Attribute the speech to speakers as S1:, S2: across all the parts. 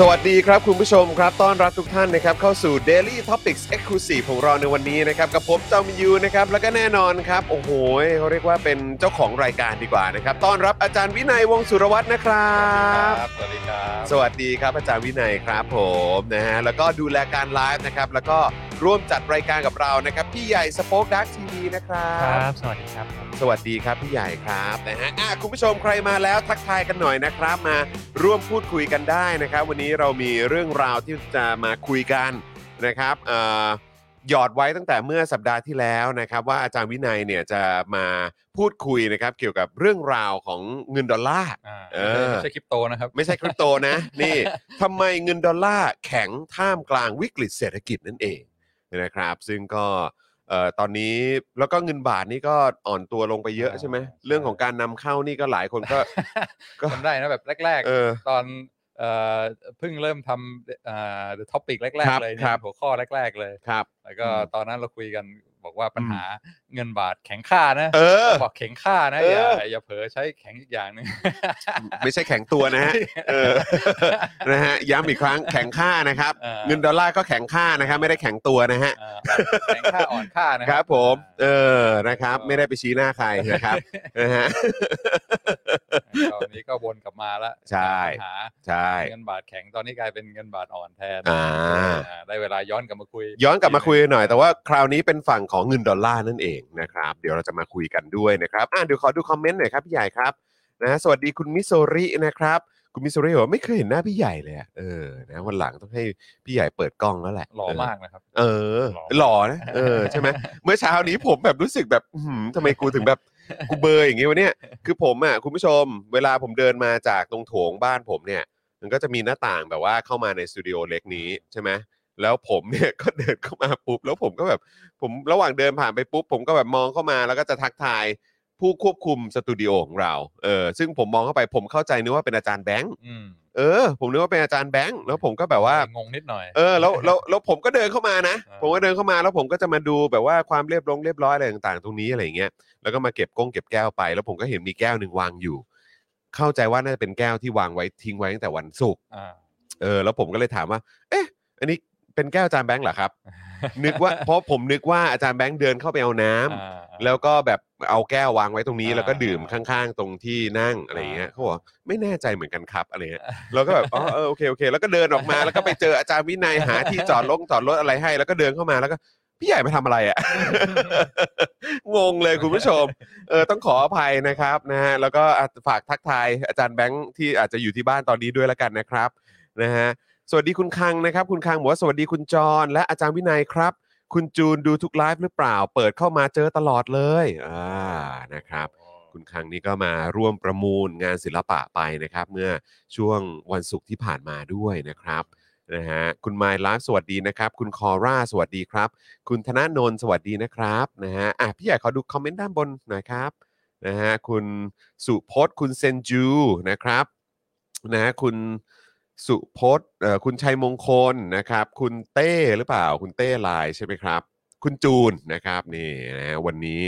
S1: สวัสดีครับคุณผู้ชมครับ ต้อนรับทุกท่านนะครับเข้าสู่ Daily Topics Exclusive ของเราในวันนี้นะครับกับผมจอมยูนะครับแล้วก็แน่นอนครับ โอ้โหเขาเรียกว่าเป็นเจ้าของรายการดีกว่านะครับต้อนรับอาจารย์วินัยวงศ์สุรวัตรนะครับ
S2: สวัสดีครับ
S1: สวัสดีครับอาจารย์วินัยครับผมนะฮะแล้วก็ดูแลการไลฟ์นะครับแล้วก็ร่วมจัดรายการกับเรานะครับพี่ใหญ่สป็อคดักทีวีนะครับ
S2: บสวัสดีครับ
S1: สวัสดีครับ พี่ใหญ่ครับนะฮะอ่ะคุณผู้ชมใครมาแล้วทักทายกันหน่อยนะครับ มาร่วมพูดคุยกันได้นะครับ วันนี้เรามีเรื่องราวที่จะมาคุยกันนะครับเอ่อหยอดไว้ตั้งแต่เมื่อสัปดาห์ที่แล้วนะครับ ว่าอาจารย์วินัยเนี่ยจะมาพูดคุยนะครับ เกี่ยวกับเรื่องราวของเงินดอลลาร์
S2: อ่า
S1: เออ
S2: ไม่ใช่คริปโตนะครับ
S1: ไม่ใช่คริปโตนะ นี่ทำไมเงินดอลลาร์แข็งท่ามกลางวิกฤตเศรษฐกิจนั่นเองนะครับ ซึ่งก็เอ่อตอนนี้แล้วก็เงินบาทนี่ก็อ่อนตัวลงไปเยอะ
S2: อ่า
S1: ใช่ไหม
S2: ใช่
S1: เรื่องของการนำเข้านี่ก็หลายคนก็ ก็
S2: จำได้นะแบบแรก
S1: เออ
S2: ๆ ตอนเอ่อเพิ่งเริ่มทำเอ่อ the topic แรก
S1: ครับ
S2: ๆเล
S1: ค
S2: ยเนี่
S1: รั
S2: ย
S1: บ
S2: หัวข้อแรกๆเลย
S1: ครับ
S2: แล้วก็
S1: อืม
S2: ตอนนั้นเราคุยกันบอกว่าปัญหาเงินบาทแข็งค่านะ
S1: เออ
S2: บอกแข็งค่านะ
S1: เออ
S2: อ
S1: อ
S2: ย่าอย่าเผลอใช้แข็งอีกอย่างหนึ ง
S1: ไม่ใช่แข็งตัวนะฮะเออ นะฮะย้ำอีกครั้งแข็งค่านะครับ
S2: เออ
S1: เงินดอลลาร์ก็แข็งค่านะครับ ไม่ได้แข็งตัวนะฮะ
S2: เออแข็งค่าอ่อนค่านะ
S1: ค
S2: ค
S1: รั
S2: รับ
S1: ผมเอ
S2: อ่า
S1: อนะครับ
S2: ก็
S1: ไม่ได้ไปชี้หน้าใครนะครับนะฮะ
S2: ตอนนี้ก็วนกลับมาละ
S1: ใช่
S2: ปัญหา
S1: ใช่
S2: เงินบาทแข็งตอนนี้กลายเป็นเงินบาทอ่อนแทน
S1: อ่า
S2: อ่าได้เวลาย้อนกลับมาคุย
S1: ย้อนกลับมาคุยกันหน่อยแต่ว่าคราวนี้เป็นฝั่งของเงินดอลลาร์นั่นเองนะครับเดี๋ยวเราจะมาคุยกันด้วยนะครับอ่ะเดี๋ยวขอดูคอมเมนต์หน่อยครับพี่ใหญ่ครับนะสวัสดีคุณมิโซรินะครับ คุณมิโซริบอกว่าไม่เคยเห็นหน้าพี่ใหญ่เลยอะเออนะวันหลังต้องให้พี่ใหญ่เปิดกล้องแล้วแหละ
S2: หล่อมากนะครับ
S1: เออ หล่อนะเออใช่ไหม เมื่อเช้านี้ผมแบบรู้สึกแบบอื้อหือทำไมกูถึงแบบ กูเบลอร์อย่างงี้วะเนี่ย คือผมอ่ะคุณผู้ชม เวลาผมเดินมาจากตรงโถงบ้านผมเนี่ย มันก็จะมีหน้าต่างแบบว่าเข้ามาในสตูดิโอเล็กนี้ใช่ไหมแล้วผมเนี่ย ก็เดินเข้ามาปุ๊บ แล้วผมก็แบบ ผมระหว่างเดินผ่านไปปุ๊บ ผมก็แบบมองเข้ามาแล้วก็จะทักทายผู้ควบคุมสตูดิโอของเรา เออ ซึ่งผมมองเข้าไปผมเข้าใจนึกว่าเป็นอาจารย์แบงค์
S2: อืม
S1: เออ ผมนึกว่าเป็นอาจารย์แบงค์แล้วผมก็แบบว่า
S2: งงนิดหน่อย
S1: เออแล้วแล้วแล้วผมก็เดินเข้ามานะ
S2: เออ
S1: ผมก็เดินเข้ามาแล้วผมก็จะมาดูแบบว่าความเรียบร้องเรียบร้อยอะไรต่างๆ ตรงนี้อะไรอย่างเงี้ยแล้วก็มาเก็บก้งเก็บแก้วไป แล้วผมก็เห็นมีแก้วหนึ่งวางอยู่ เข้าใจว่าน่าจะเป็นแก้วที่วางไว้ทิ้งไว้ตั้งแต่วันศุกร์
S2: อ่า
S1: เออแล้วผมก็เลยถามว่า เอ๊ะ อันนี้เป็นแก้วอาจารย์แบงค์เหรอครับ นึกว่าเพราะผมนึกว่าอาจารย์แบงค์เดินเข้าไปเอาน้ำ
S2: อ่า
S1: แล้วก็แบบเอาแก้ววางไว้ตรงนี้
S2: อ่า
S1: แล้วก็ดื่มข้างๆ ตรงที่นั่งอะไรอย่างเงี้ย
S2: อ่า
S1: เขาบอกว่าไม่แน่ใจเหมือนกันครับอะไรเงี้ย เราก็แบบอ๋อเออโอเคโอเค แล้วก็เดินออกมา แล้วก็ไปเจออาจารย์วินัยหาที่จอดรถจอดรถอะไรให้ แล้วก็เดินเข้ามาแล้วก็พี่ใหญ่มาทำอะไร อะ่ะ งงเลยคุณผู้ชม เออต้องขออภัยนะครับนะฮะแล้วก็อ่ะฝากทักทายอาจารย์แบงค์ที่อาจจะอยู่ที่บ้านตอนนี้ด้วยแล้วกันนะครับนะฮะสวัสดีคุณคังนะครับ คุณคังบอกว่าสวัสดีคุณจรและอาจารย์วินัยครับ คุณจูนดูทุกไลฟ์หรือเปล่า เปิดเข้ามาเจอตลอดเลยอ่านะครับ คุณคังนี่ก็มาร่วมประมูลงานศิลปะไปนะครับ เมื่อช่วงวันศุกร์ที่ผ่านมาด้วยนะครับนะฮะคุณไมล์ไลฟ์สวัสดีนะครับ คุณคอร่าสวัสดีครับ คุณธนาโนนสวัสดีนะครับนะฮะอ่ะพี่ใหญ่ขอดูคอมเมนต์ด้านบนหน่อยครับนะฮะคุณสุพจน์คุณเซนจูนะครับนะฮะคุณสุพจน์เอ่อคุณชัยมงคลนะครับ คุณเต้หรือเปล่า คุณเต้ไลน์ใช่ไหมครับ คุณจูนนะครับนี่นะฮะวันนี้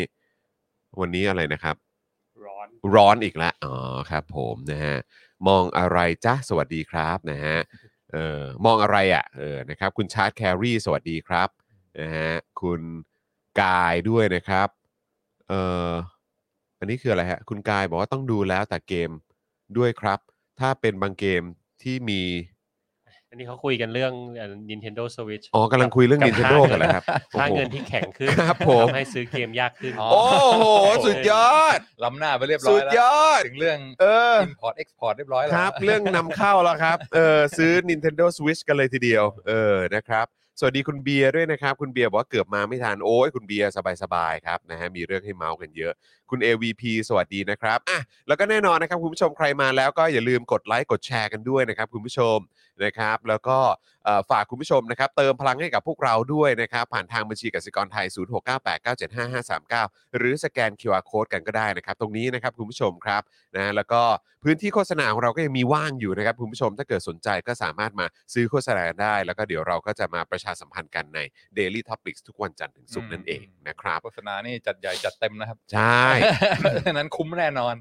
S1: วันนี้อะไรนะครับ
S2: ร้อน
S1: ร้อนอีกแล้วอ๋อครับผมนะฮะ มองอะไรจ้าสวัสดีครับนะฮะ เออมองอะไรอะ่ะเออนะครับคุณชาร์ตแครีสวัสดีครับนะฮะคุณกายด้วยนะครับเอ่ออันนี้คืออะไรฮะคุณกายบอกว่าต้องดูแล้วแต่เกมด้วยครับ ถ้าเป็นบางเกมที่มี
S3: อันนี้เขาคุยกันเรื่องอ่า Nintendo Switch
S1: อ๋อกำลังคุยเรื่อง
S3: กับ
S1: Nintendo
S3: ค่า
S1: กันเหรอครับโอ้โห
S3: ค่าเงินที่แข็งขึ้น
S1: ครับผม
S3: ทำให้ซื้อเกมยากขึ้น
S2: อ๋อ
S1: โอ้โห สุดยอด
S2: ล้ำหน้าไปเรียบร้
S1: สุ
S2: อย
S1: ด
S2: แล้
S1: ยว อด
S2: ถึงเรื่อง
S1: เออ
S2: import export เรียบร้อยแล้ว
S1: ครับ เรื่องนำเข้าแล้วครับ เออซื้อ Nintendo Switch กันเลยทีเดียว เออนะครับ สวัสดีคุณเบียร์ด้วยนะครับ คุณเบียร์บอกว่าเกือบมาไม่ทันโอ้ยคุณเบียร์สบายๆครับนะฮะมีเรื่องให้เมาส์กันเยอะ คุณ AVP สวัสดีนะครับอ่ะแล้วก็แน่นอนนะครับคุณผู้ชมใครมาแล้วก็อย่าลืมกดไลค์กดแชร์กันด้วยนะครับคุณผู้ชมนะครับแล้วก็เอ่อฝากคุณผู้ชมนะครับเติมพลังให้กับพวกเราด้วยนะครับผ่านทางบัญชีกสิกรไทย 0698975539 หรือสแกน QR Code กันก็ได้นะครับตรงนี้นะครับคุณผู้ชมครับนะแล้วก็พื้นที่โฆษณาของเราก็ยังมีว่างอยู่นะครับคุณผู้ชมถ้าเกิดสนใจก็สามารถมาซื้อโฆษณาได้ แล้วก็เดี๋ยวเราก็จะมาประชาสัมพันธ์กันใน Daily Topics ทุกวันจันทร์ถึงศุกร์นั่นเองนะครับ
S2: โฆษณานี่จัดใหญ่จัดเต็มนะครับ
S1: ใช่
S2: ดังนั้นคุ้มแน่นอน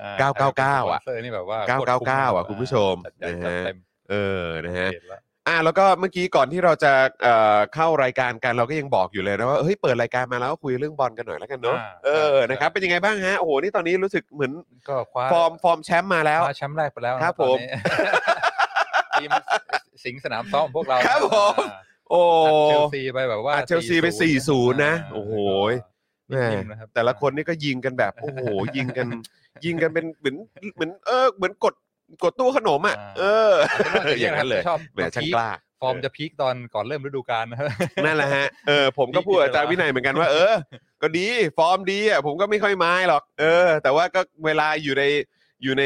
S2: อ่
S1: 999อ่ะ
S2: สปนเซอร์นี่แบบว่า
S1: 999
S2: โคตรคุ้มนรับ
S1: อ่ะคุณผู้ชม
S2: จัดใหญ่
S1: นะฮะ
S2: จัดเต็ม
S1: เออนะฮะ
S2: เห็นแล้ว
S1: อ่ะแล้วก็เมื่อกี้ก่อนที่เราจะเอ่อเข้ารายการกันเราก็ยังบอกอยู่เลยนะว่าเฮ้ยเปิดรายการมาแล้วก็คุยเรื่องบอลกันหน่อยแล้วกันเนาะ
S2: า
S1: เออ
S2: ใช่
S1: นะครับเป็นยังไงบ้างฮะโอ้โหนี่ตอนนี้รู้สึกเหมือน
S2: ก็คว้า
S1: ฟอร์มฟอร์มแชมป์มาแล้ว
S2: คว้าแชมป์แรกไปแล้วนะครับ ตอนนี้ ทีมสิงห์สนามซ้อมของพวกเรา
S1: ครับผม
S2: อ่า
S1: โอ้
S2: อัดเชลซีไปแบบว่า
S1: อัดเชลซีไป4-0นะโอ้โห แหม่
S2: นิ่มๆนะครับ
S1: แต่ละคนนี่ก็ยิงกันแบบโอ้โห ยิงกัน ยิงกันเป็นเหมือนเหมือนเออเหมือนกดกดตู้ขนมอ่ะ
S2: อ่า
S1: เออ อย่างนั้นเลย
S2: ชอบ
S1: แหมช่างกล้า
S2: ฟอร์มจะพีคตอนก่อนเริ่มฤดูกาลนะครับ
S1: นั่นแหละฮะ เออ ผมก็พูดกับอาจารย์วินัยเหมือนกันว่า เออ ก็ดี ฟอร์มดีอ่ะ ผมก็ไม่ค่อยไม้หรอก เออ แต่ว่าก็เวลาอยู่ใน อยู่ใน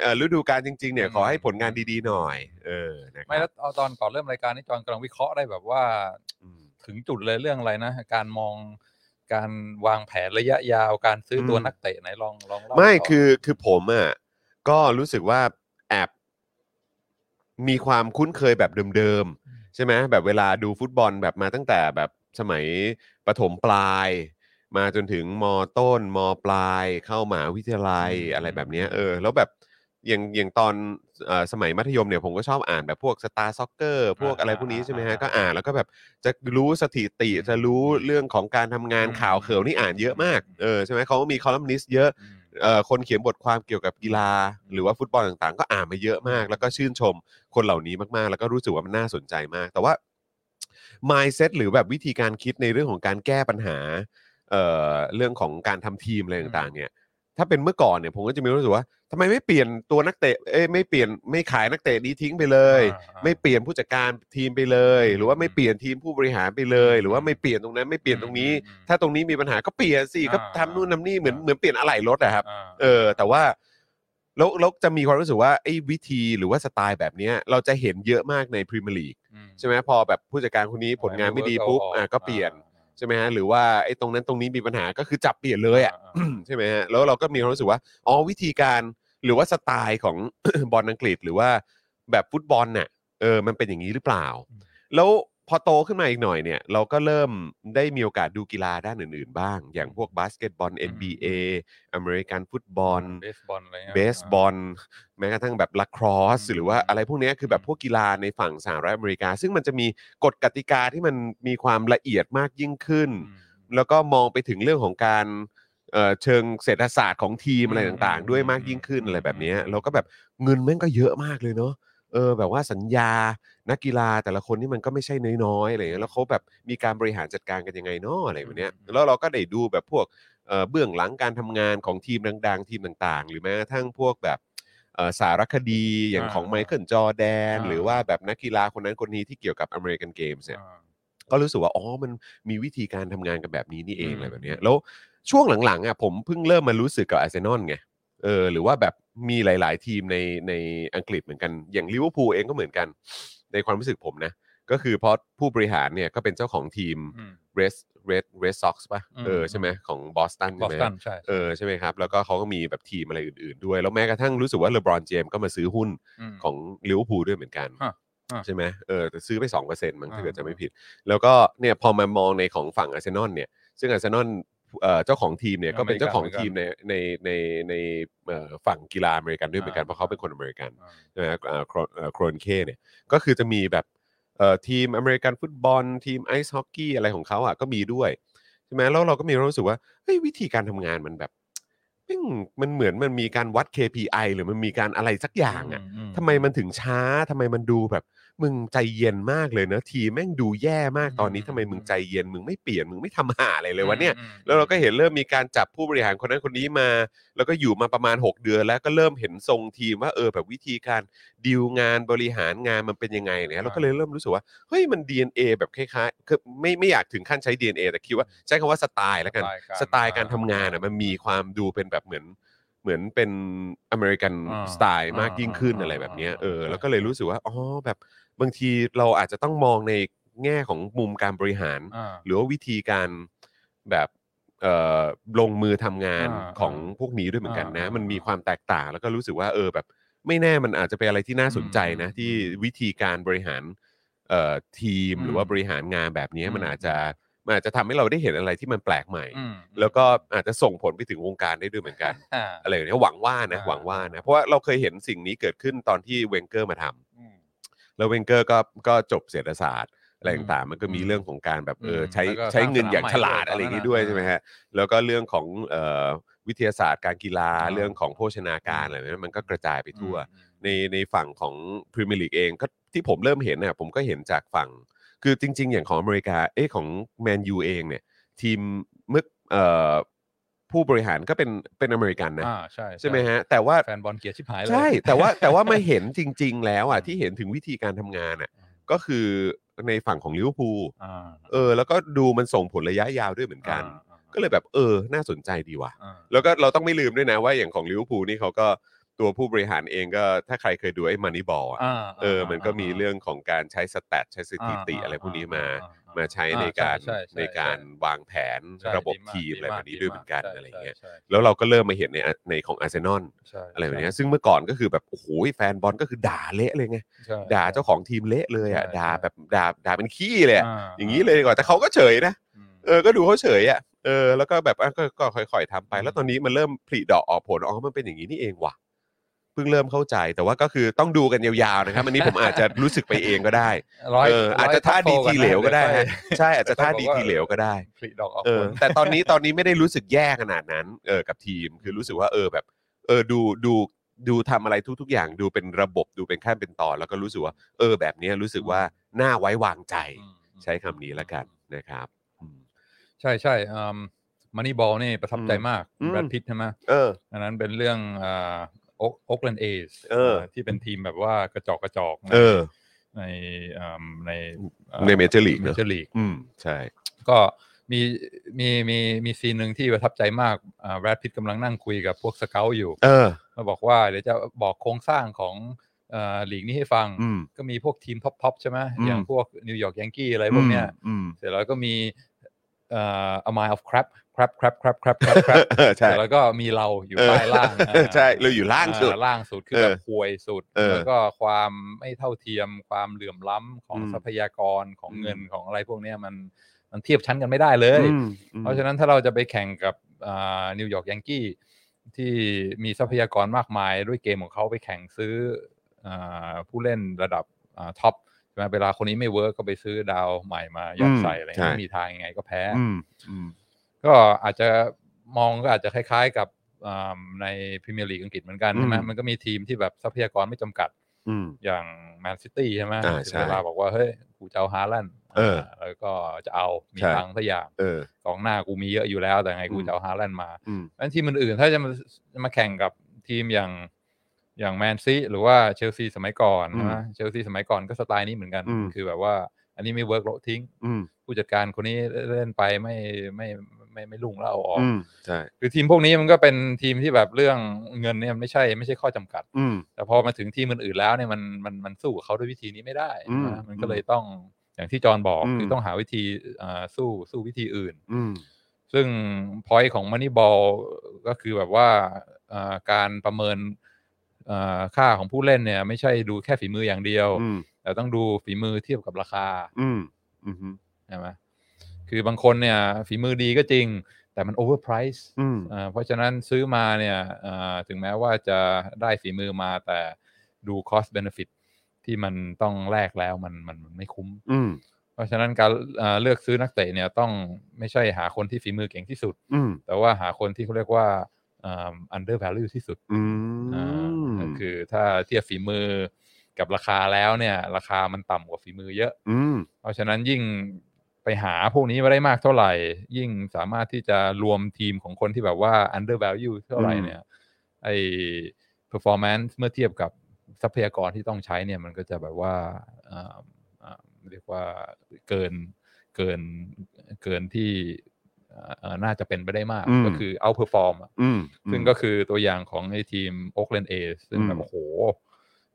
S1: เอ่อฤดูกาลจริง ๆ เนี่ย
S2: อืม
S1: ขอให้ผลงานดี ๆ หน่อย เออ นะค
S2: ไม่
S1: รั
S2: แล้
S1: บ
S2: วเอาตอนก่อนเริ่มรายการนี่จอนกำลังวิเคราะห์ได้แบบว่า
S1: อืม
S2: ถึงจุดเลยเรื่องอะไรนะ การมองการวางแผนระยะยาวการซื้อตัว
S1: อืม
S2: นักเตะไหนลองลองเล่า
S1: ไม่
S2: ต่
S1: คือ คือผมอ่ะ ก็รู้สึกว่าแอบมีความคุ้นเคยแบบเดิมๆ ใช่ไหม แบบเวลาดูฟุตบอลแบบมาตั้งแต่แบบสมัยประถมปลาย มาจนถึงมต้นมปลายเข้ามหาวิทยาลัยอะไรแบบเนี้ยเออ แล้วแบบอย่างอย่างตอนเอ่อสมัยมัธยมเนี่ยผมก็ชอบอ่านแบบพวกสตาร์ซ็อกเกอร์พวกอะไรพวกนี้ใช่ไหมฮะ ก็อ่านแล้วก็แบบจะรู้สถิติจะรู้เรื่องของการทำงานข่าวเขิวนี่อ่านเยอะมากเออใช่ไหมเขาก็มีคอลัมนิสต์เยอะ
S2: อืม
S1: เอ่อคนเขียนบทความเกี่ยวกับกีฬา หรือว่าฟุตบอลต่างๆ ก็อ่านมาเยอะมาก แล้วก็ชื่นชมคนเหล่านี้มากๆ แล้วก็รู้สึกว่ามันน่าสนใจมาก แต่ว่า mindset หรือแบบวิธีการคิดในเรื่องของการแก้ปัญหาเอ่อเรื่องของการทำทีมอะไรต่างๆ เนี่ย ถ้าเป็นเมื่อก่อนเนี่ยผมก็จะมีความรู้สึกว่าทำไมไม่เปลี่ยนตัวนักเตะเอ้ยไม่เปลี่ยนไม่ขายนักเตะดีทิ้งไปเลย
S2: อ่าอ่า
S1: ไม่เปลี่ยนผู้จัดการทีมไปเลย หรือว่าไม่เปลี่ยนทีมผู้บริหารไปเลย หรือว่าไม่เปลี่ยนตรงนั้นไม่เปลี่ยนตรงนี้
S2: อืม
S1: ถ้าตรงนี้มีปัญหาก็เปลี่ยนสิก็
S2: อ่า
S1: ทำนู่นทำนี่เหมือนเหมือนเปลี่ยนอะไหล่รถอะครับ
S2: อ่า
S1: เออแต่ว่าแล้วแล้วจะมีความรู้สึกว่าไอ้วิธีหรือว่าสไตล์แบบเนี้ยเราจะเห็นเยอะมากในพรีเมียร์ลีกใช่ไหมพอแบบผู้จัดการคนนี้ผลงานไม่ดีปุ๊บอ่ะก็เปลี่ยนใช่ไหมฮะหรือว่าไอ้ตรงนั้นตรงนี้มีปัญหาก็คือจับเปลี่ยนเลยอ่ะ ใช่ไหมฮะแล้วเราก็มีความรู้สึกว่าอ๋อวิธีการหรือว่าสไตล์ของ บอลอังกฤษหรือว่าแบบฟุตบอลน่ะเออมันเป็นอย่างนี้หรือเปล่า
S2: อืม
S1: แล้วพอโตขึ้นมาอีกหน่อยเนี่ย เราก็เริ่มได้มีโอกาสดูกีฬาด้านอื่นๆ บ้าง อย่างพวกบาสเกตบอล NBA อเมริกันฟุตบอล
S2: เบสบอลอะไรงี้ย
S1: เบสบอลแม้กระทั่งแบบลาครอส
S2: อืม
S1: หรือว่าอะไรพวกเนี้ยคือแบบพวกกีฬาในฝั่งสหรัฐอเมริกา ซึ่งมันจะมีกฎกติกาที่มันมีความละเอียดมากยิ่งขึ้น แล้วก็มองไปถึงเรื่องของการเอ่อเชิงเศรษฐศาสตร์ของทีม
S2: อืม
S1: อะไรต่างๆ ด้วยมากยิ่งขึ้น
S2: อืม
S1: อะไรแบบเนี้ย
S2: อืม
S1: แล้วก็แบบเงินแม่งก็เยอะมากเลยเนาะเออแบบว่าสัญญานักกีฬาแต่ละคนนี่มันก็ไม่ใช่น้อยๆอะไรเงี้ยแล้วเขาแบบมีการบริหารจัดการกันยังไงเนาะอะไรแบบเนี้ยแล้วเราก็ได้ดูแบบพวกเอ่อเบื้องหลังการทำงานของทีมดัง ๆ ทีมต่างๆ หรือแม้กระทั่งพวกแบบเอ่อสารคดีอย่างของ
S2: อ่า
S1: ไมเคิลจอร์แดน
S2: อ่า
S1: หรือว่าแบบนักกีฬาคนนั้นคนนี้ที่เกี่ยวกับอเมริกันเกมส์เนี่ย
S2: อ่า
S1: ก็รู้สึกว่า อ๋อ มันมีวิธีการทำงานกันแบบนี้นี่เอง
S2: อืม
S1: อะไรแบบเนี้ยแล้วช่วงหลังๆอ่ะผมเพิ่งเริ่มมารู้สึกกับอาร์เซนอลไง เออ หรือว่าแบบมีหลาย ๆ ทีมในในอังกฤษเหมือนกัน อย่างลิเวอร์พูลเองก็เหมือนกัน ในความรู้สึกผมนะ ก็คือเพราะผู้บริหารเนี่ยก็เป็นเจ้าของทีม
S2: อืม
S1: Red Red Red Sox ป่ะ
S2: อืม
S1: เออ ใช่ไหมของบอสตัน
S2: บอ
S1: ใช่
S2: ส
S1: ไหม
S2: ตันใช่
S1: เออ ใช่ไหมครับ แล้วก็เขาก็มีแบบทีมอะไรอื่น ๆ ด้วย แล้วแม้กระทั่งรู้สึกว่าเลบรอนเจมก็มาซื้อหุ้น
S2: ม
S1: ของลิเวอร์พูลด้วยเหมือนกัน
S2: ฮะฮะ
S1: ใช่ไหมเออแต่ซื้อไป 2%มั้งถ้าเกิด
S2: อ่า
S1: จะไม่ผิด แล้วก็เนี่ยพอมามองในของฝั่งอาร์เซนอลเนี่ย ซึ่งอาร์เซนอล เอ่อเจ้าของทีมเนี่ยก็เป็น
S2: อเมริกัน
S1: เจ้าของ
S2: เหมือนกัน
S1: ทีมในในในในเอ่อฝั่งกีฬาอเมริกันด้วยเหมือนกันเพราะเขาเป็นคนอเมริกัน
S2: อ่า
S1: ใช่ไหมเอ่อโครเอ่อโครนเคเนี่ยก็คือจะมีแบบเอ่อทีมอเมริกันฟุตบอล ทีมไอซ์ฮอกกี้อะไรของเขาอ่ะก็มีด้วยใช่ไหมแล้วเราก็มีความรู้สึกว่าเฮ้ยวิธีการทำงานมันแบบแม่งมันเหมือนมันมีการวัด KPI หรือมันมีการอะไรสักอย่างอ่ะ
S2: ม
S1: ทำไมมันถึงช้าทำไมมันดูแบบมึงใจเย็นมากเลยนะทีมแม่งดูแย่มากตอนนี้ทำไมมึงใจเย็นมึงไม่เปลี่ยนมึงไม่ทำหาอะไรเลยวะเนี่ย
S2: อืม
S1: แล้วเราก็เห็นเริ่มมีการจับผู้บริหารคนนั้นคนนี้มา แล้วก็อยู่มาประมาณ 6 เดือน แล้วก็เริ่มเห็นทรงทีมว่าเออแบบวิธีการดีลงานบริหารงานมันเป็นยังไงเนี่ยเราก็เลยเริ่มรู้สึกว่าเฮ้ยมัน DNA แบบคล้ายๆคือไม่ไม่อยากถึงขั้นใช้ DNA แต่คิดว่าใช้คำว่าสไตล์แล้วกัน สไตล์การทำงานอ่ะมันมีความดูเป็นแบบเหมือนเหมือนเป็นอเมริกัน
S2: อ่า
S1: สไตล์มากยิ่งขึ้นอะไรแบบเนี้ยเออแล้วก็เลยรู้สึกว่าอ๋อแบบบางทีเราอาจจะต้องมองในแง่ของมุมการบริหาร
S2: า
S1: หรือว่าวิธีการแบบเอ่อลงมือทำงาน
S2: อ่า
S1: ของพวกนี้ด้วยเหมือนกันนะ
S2: อ่ามั
S1: มันมีความแตกต่างแล้วก็รู้สึกว่าเออแบบไม่แน่มันอาจจะเป็นอะไรที่น่าสนใจนะ
S2: อืม
S1: ที่วิธีการบริหารเอ่อทีม
S2: อืม
S1: หรือว่าบริหารงานแบบนี้
S2: อืม
S1: มันอาจจะมันอาจจะทำให้เราได้เห็นอะไรที่มันแปลกใหม่
S2: อืม
S1: แล้วก็อาจจะส่งผลไปถึงวงการได้ด้วยเหมือนกัน
S2: อ่า
S1: อะไรอย่างเงี้ยหวังว่านะ
S2: อ่า
S1: หวังว่านะเพราะว่าเราเคยเห็นสิ่งนี้เกิดขึ้นตอนที่เวงเกอร์มาทำ
S2: อืม
S1: แล้วเวนเกอร์ก็ก็จบเศรษฐศาสตร์อะไร
S2: อืม
S1: ต่างๆ มันก็มี
S2: อืม
S1: เรื่องของการแบบเออ
S2: อืม
S1: ใช้
S2: แล้วก็
S1: ใช้เงินอย่างฉลาด
S2: สร้างสนาม
S1: อะไรอย่างนี้
S2: ใหม่
S1: ด้วย
S2: ด้วย
S1: ใช่ไหมฮะแล้วก็เรื่องของเอ่อวิทยาศาสตร์การกีฬา
S2: อ่า
S1: เรื่องของโภชนาการอะไรแบบนั้นมันก็กระจายไปทั่ว
S2: อืม
S1: ในในฝั่งของพรีเมียร์ลีกเองก็ที่ผมเริ่มเห็นน่ะผมก็เห็นจากฝั่ง คือจริง ๆ อย่างของอเมริกาเอ้ยของแมนยูเองเนี่ยทีมมึกเอ่อผู้บริหารก็เป็นเป็นอเมริกันนะ
S2: อ่าใช่
S1: ใช่ไหมฮะแต่ว่า
S2: แฟนบอลเกลียดชิบหายเลย
S1: ใช่ แต่ว่าแต่ว่ามา เห็นจริง ๆ แล้ว อ่ะที่เห็นถึงวิธีการทำงานอ่ะ
S2: อืม
S1: ก็คือในฝั่งของลิเวอร์พูล
S2: อ่า
S1: เออแล้วก็ดูมันส่งผลระยะยาวด้วยเหมือนกัน
S2: อ่า
S1: ก็เลยแบบเออ น่าสนใจดีว่ะ
S2: อ่า
S1: แล้วก็เราต้องไม่ลืมด้วยนะว่าอย่างของลิเวอร์พูลนี่เขาก็ตัวผู้บริหารเองก็ถ้าใครเคยดูไอ้มันนี่บอล
S2: อ่า
S1: เออ มันก็มีเรื่องของการใช้สแตทใช้ส
S2: า
S1: ถิติอะไรพวกนี้มา
S2: อ่อ่
S1: มาใช้ใน
S2: อ่
S1: การ
S2: ช่ช่ช่
S1: ในการวางแผน
S2: ใช่
S1: ระบบ
S2: ดีาก
S1: ทีมอะไรแบบนี้ด้วยเหมือนกัน
S2: ใช่
S1: อะไรอย่างเงี้ย
S2: ใช่
S1: แล้วเราก็เริ่มมาเห็นในในของอาร์เซนอล
S2: ใช่
S1: อะไรแบบเนี้ย
S2: ใช่
S1: ซึ่งเมื่อก่อนก็คือแบบโอ้โหแฟนบอลก็คือด่าเละเลยไง
S2: ใช่
S1: ด่าเจ้าของทีมเละเลยอ่ะ
S2: ใช่
S1: ด่า
S2: ใช่
S1: แบบด่าด่าเป็นขี้เลยอะอย่างนี้เลยดีกว่าแต่เขาก็เฉยนะ
S2: อืม
S1: เออก็ดูเขาเฉยอ่ะเออแล้วก็แบบอ่ะก็ก็ค่อยๆทำไป แล้วตอนนี้มันเริ่มผลิดอกออกผลอ๋อมันเป็นอย่างนี้นี่เองว่ะเพิ่งเริ่มเข้าใจแต่ว่าก็คือต้องดูกันยาวๆนะครับอันนี้ผมอาจจะรู้สึกไปเองก็ ได้เอออาจจะท่าดีทีเหลวก็ได้ฮะใช่อาจจะท่าดีทีเหลวก็ได้
S2: ผลิดอกออก
S1: เอ
S2: ผ
S1: อ
S2: ล
S1: แต่ตอนนี้ตอนนี้ไม่ได้รู้สึกแย่ขนาดนั้นเออกับทีมคือรู้สึกว่าเออแบบเออดูดูดูทำอะไรทุก ๆ อย่างดูเป็นระบบดูเป็นขั้นเป็นตอนแล้วก็รู้สึกว่าเออแบบเนี้ยรู้สึกว่าน่าไว้วางใจ ใช้คำนี้ละกันนะครับ
S2: ใช่ใช่มันนี่บอลนี่ประทับใจมาก
S1: อืม
S2: แบรดพิตใช่ไหม
S1: เออ
S2: อันนั้นเป็นเรื่องโอ๊กแลนเอส
S1: เออ
S2: ที่เป็นทีมแบบว่ากระจอกกระจอก
S1: เออ
S2: ในอ่าใน
S1: ใน Major League
S2: เม
S1: เนอะ
S2: เจอร์ลีก
S1: อืมใช่
S2: ก็มีมีมีมีซีนหนึ่งที่ประทับใจมากแบรดพิตกำลังนั่งคุยกับพวกสเกลอยู่
S1: เออ
S2: มาบอกว่าเดี๋ยวจะบอกโครงสร้างของเอ่อลีกนี้ให้ฟัง
S1: อืม
S2: ก็มีพวกทีมท็อปๆใช่ไหม
S1: อืม
S2: อย่างพวกนิวยอร์กยังกี้อะไรพวกเนี้ย
S1: อืม
S2: เสร็จแล้วก็มีเอ่อ a mile of crap crap crap crap crap crap crap
S1: เออ
S2: เสร็
S1: ใช่
S2: จแล้วก็มีเราอยู่
S1: เออ
S2: ใต้ล่างนะ
S1: ใช่เราอยู่ล่างสุด
S2: อ่ล่างสุดคือ
S1: เออ
S2: แบบห่วยสุด
S1: เออ
S2: แล้วก็ความไม่เท่าเทียมความเหลื่อมล้ำของ
S1: อืม
S2: ทรัพยากรของ
S1: อืม
S2: เงินของอะไรพวกเนี้ยมันมันเทียบชั้นกันไม่ได้เลย
S1: อืมอืม
S2: เพราะฉะนั้นถ้าเราจะไปแข่งกับนิวยอร์กยังกี้ที่มีทรัพยากรมากมายด้วยเกมของเขาไปแข่งซื้ออ่าผู้เล่นระดับอ่าท็อปใช่ไหมเวลาคนนี้ไม่เวิร์กก็ไปซื้อดาวใหม่มายัดใส่อะไรอย่างเงี้ยไม่มีทางยังไงก็แพ้
S1: อืมอืม
S2: ก็อาจจะมองก็อาจจะคล้ายๆกับอ่าในพรีเมียร์ลีกอังกฤษเหมือนกันใช่ไหม
S1: อืม
S2: มันก็มีทีมที่แบบทรัพยากรไม่จำกัด
S1: อืม
S2: อย่างแมนซิตี้ใช่ไหม
S1: อ่าใช่
S2: ถึงเวลาบอกว่า เฮ้ย กูจะเอาฮาลันด์
S1: เอออ่
S2: าแล้วก็จะเอามี
S1: ใช่
S2: ตังค์สักอย่าง
S1: เออ
S2: กองหน้ากูมีเยอะอยู่แล้วแต่ไงกู
S1: อืม
S2: จะเอาฮาแลนด์มา
S1: อืม
S2: อันทีมอื่นๆถ้าจะมาจะมาแข่งกับทีมอย่างอย่างแมนซีหรือว่าเชลซีสมัยก่อน
S1: อืม
S2: นะเชลซีสมัยก่อนก็สไตล์นี้เหมือนกัน
S1: อืม
S2: คือแบบว่า อันนี้ไม่เวิร์กโละทิ้ง
S1: อืม
S2: ผู้จัดการคนนี้เล่นไปไม่ไม่ไม่ไม่ไม่ลุ่งแล้วเอาออก
S1: อืมใช่
S2: คือทีมพวกนี้มันก็เป็นทีมที่แบบเรื่องเงินเนี่ยไม่ใช่ไม่ใช่ข้อจำกัด
S1: อืม
S2: แต่พอมาถึงทีมอื่นๆแล้วเนี่ยมันมันมันสู้กับเขาด้วยวิธีนี้ไม่ได้
S1: อืม
S2: นะมันก็เลยต้องอย่างที่จอห์นบอก
S1: อืม
S2: คือต้องหาวิธีอ่าสู้สู้วิธีอื่น
S1: อืม
S2: ซึ่ง point ของ Moneyball ก็คือแบบว่าเอ่อการประเมินเอ่อค่าของผู้เล่นเนี่ย ไม่ใช่ดูแค่ฝีมืออย่างเดียว
S1: อืม
S2: แต่ต้องดูฝีมือเทียบกับราคา
S1: อืมอืม
S2: ใช่ไหมคือบางคนเนี่ย ฝีมือดีก็จริง แต่มันโอเวอร์ไพรซ์
S1: อืม
S2: เพราะฉะนั้นซื้อมาเนี่ยเอ่อถึงแม้ว่าจะได้ฝีมือมาแต่ดูคอสเบนฟิตที่มันต้องแลกแล้วมันมันมันไม่คุ้ม
S1: อืม
S2: เพราะฉะนั้นการเอ่อเลือกซื้อนักเตะเนี่ยต้องไม่ใช่หาคนที่ฝีมือเก่งที่สุด
S1: อืม
S2: แต่ว่าหาคนที่เขาเรียกว่าเอิ่ม under value ที่สุด
S1: อื
S2: อ่าม ก็คือถ้าเทียบฝีมือกับราคาแล้วเนี่ยราคามันต่ำกว่าฝีมือเยอะ
S1: อืม
S2: เพราะฉะนั้นยิ่งไปหาพวกนี้มาได้มากเท่าไหร่ ยิ่งสามารถที่จะรวมทีมของคนที่แบบว่า under value เท่าไหร่
S1: อืม
S2: เนี่ยไอ้ performance เมื่อเทียบกับทรัพยากรที่ต้องใช้เนี่ยมันก็จะแบบว่าอ่าอ่าเรียกว่าเกินเกินเกินที่อ่าอ่าน่าจะเป็นไปได้มาก
S1: อืม
S2: ก็คือ outperform อะ
S1: อืม
S2: ซึ่งก็คือตัวอย่างของไอ้ทีม Oakland A ซึ่งแบ
S1: อื
S2: บ
S1: ม
S2: โอ้โห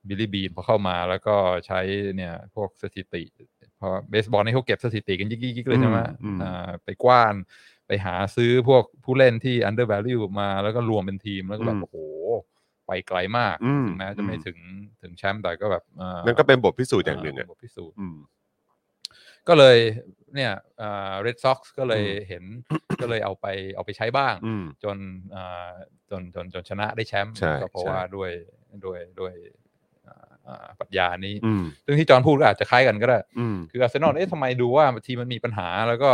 S2: บิลลี่บีนพอเข้ามาแล้วก็ใช้เนี่ยพวกสถิติเพอเบสบอลนี่เขาเก็บสถิติกันยิกยิกยิกเลยใช่ไหม
S1: อืม
S2: อ่าไปกว้าน ไปหาซื้อพวกผู้เล่นที่ under value มาแล้วก็รวมเป็นทีมแล้วก็แบ
S1: อื
S2: บ
S1: ม
S2: โอ้โห ไปไกลมาก
S1: อืม
S2: ถึงแม้จะไม่
S1: อืม
S2: ถึงถึงแชมป์แต่ก็แบบอ่า
S1: นั่นก็เป็นบทพิสูจน์อย่างหนึ่งอ่ะ
S2: เป็บทพิสูจน์
S1: อืม
S2: ก็เลยเนี่ยเรดซ็อกซ์ก็เลย
S1: อืม
S2: เห็นก็เลยเอาไปเอาไปใช้บ้าง
S1: อืม
S2: จนอ่าจนจนจนชนะได้แชมป์
S1: ใช่
S2: ก็เพราะ
S1: ใช่
S2: ว่าด้วยด้วยด้วยอ่าอ่าปรัชญานี้
S1: อืม
S2: ซึ่งที่จอห์นพูดก็อาจจะคล้ายกันก็ได้
S1: อืม
S2: คืออาร์เซนอลเอ๊ะทำไมดูว่าทีมมันมีปัญหาแล้วก็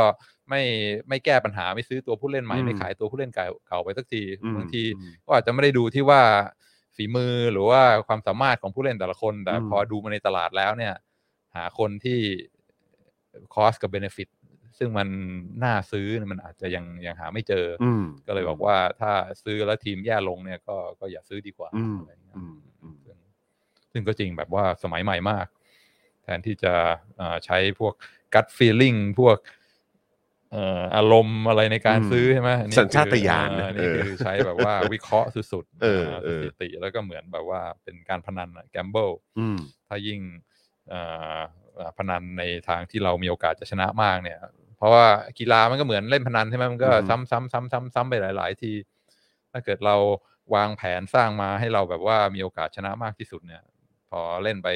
S2: ไม่ไม่แก้ปัญหาไม่ซื้อตัวผู้เล่นใหม่
S1: อืม
S2: ไม่ขายตัวผู้เล่นเก่าเก่าไปสักที
S1: อืม
S2: บางที
S1: อืม
S2: ก็อาจจะไม่ได้ดูที่ว่าฝีมือหรือว่าความสามารถของผู้เล่นแต่ละคน แต่
S1: อืม
S2: พอดูมาในตลาดแล้วเนี่ย หาคนที่คอสกับเบเนฟิตซึ่งมันน่าซื้อเนี่ยมันอาจจะยังยังหาไม่เจออ
S1: อืม
S2: ก็เลยบอกว่าถ้าซื้อแล้วทีมแย่ลงเนี่ยก็ก็อย่าซื้อดีกว่า
S1: อืม
S2: อะไรเงี้ย
S1: อืมอืม
S2: ซึ่งซึ่งก็จริงแบบว่าสมัยใหม่มาก แทนที่จะเอ่อใช้พวก gut feeling พวกเอ่ออารมณ์อะไรในการซื้อใช่ไหมอันนี้คือ
S1: สัญชาตญาณ
S2: เออนี่
S1: เออ
S2: คือใช้แบบว่าวิเคราะห์สุด
S1: เออ
S2: หา
S1: เออ
S2: สถิติแล้วก็เหมือนแบบว่าเป็นการพนันแกมเบิล
S1: อืม
S2: ถ้ายิ่งเอ่อพนันในทางที่เรามีโอกาสจะชนะมากเนี่ย เพราะว่ากีฬามันก็เหมือนเล่นพนันใช่ไหมมันก็
S1: อืม
S2: ซ้ำซ้ำซ้ำซ้ำซ้ำไปหลาย ๆ ที ถ้าเกิดเราวางแผนสร้างมาให้เราแบบว่ามีโอกาสชนะมากที่สุดเนี่ย พอเล่นไป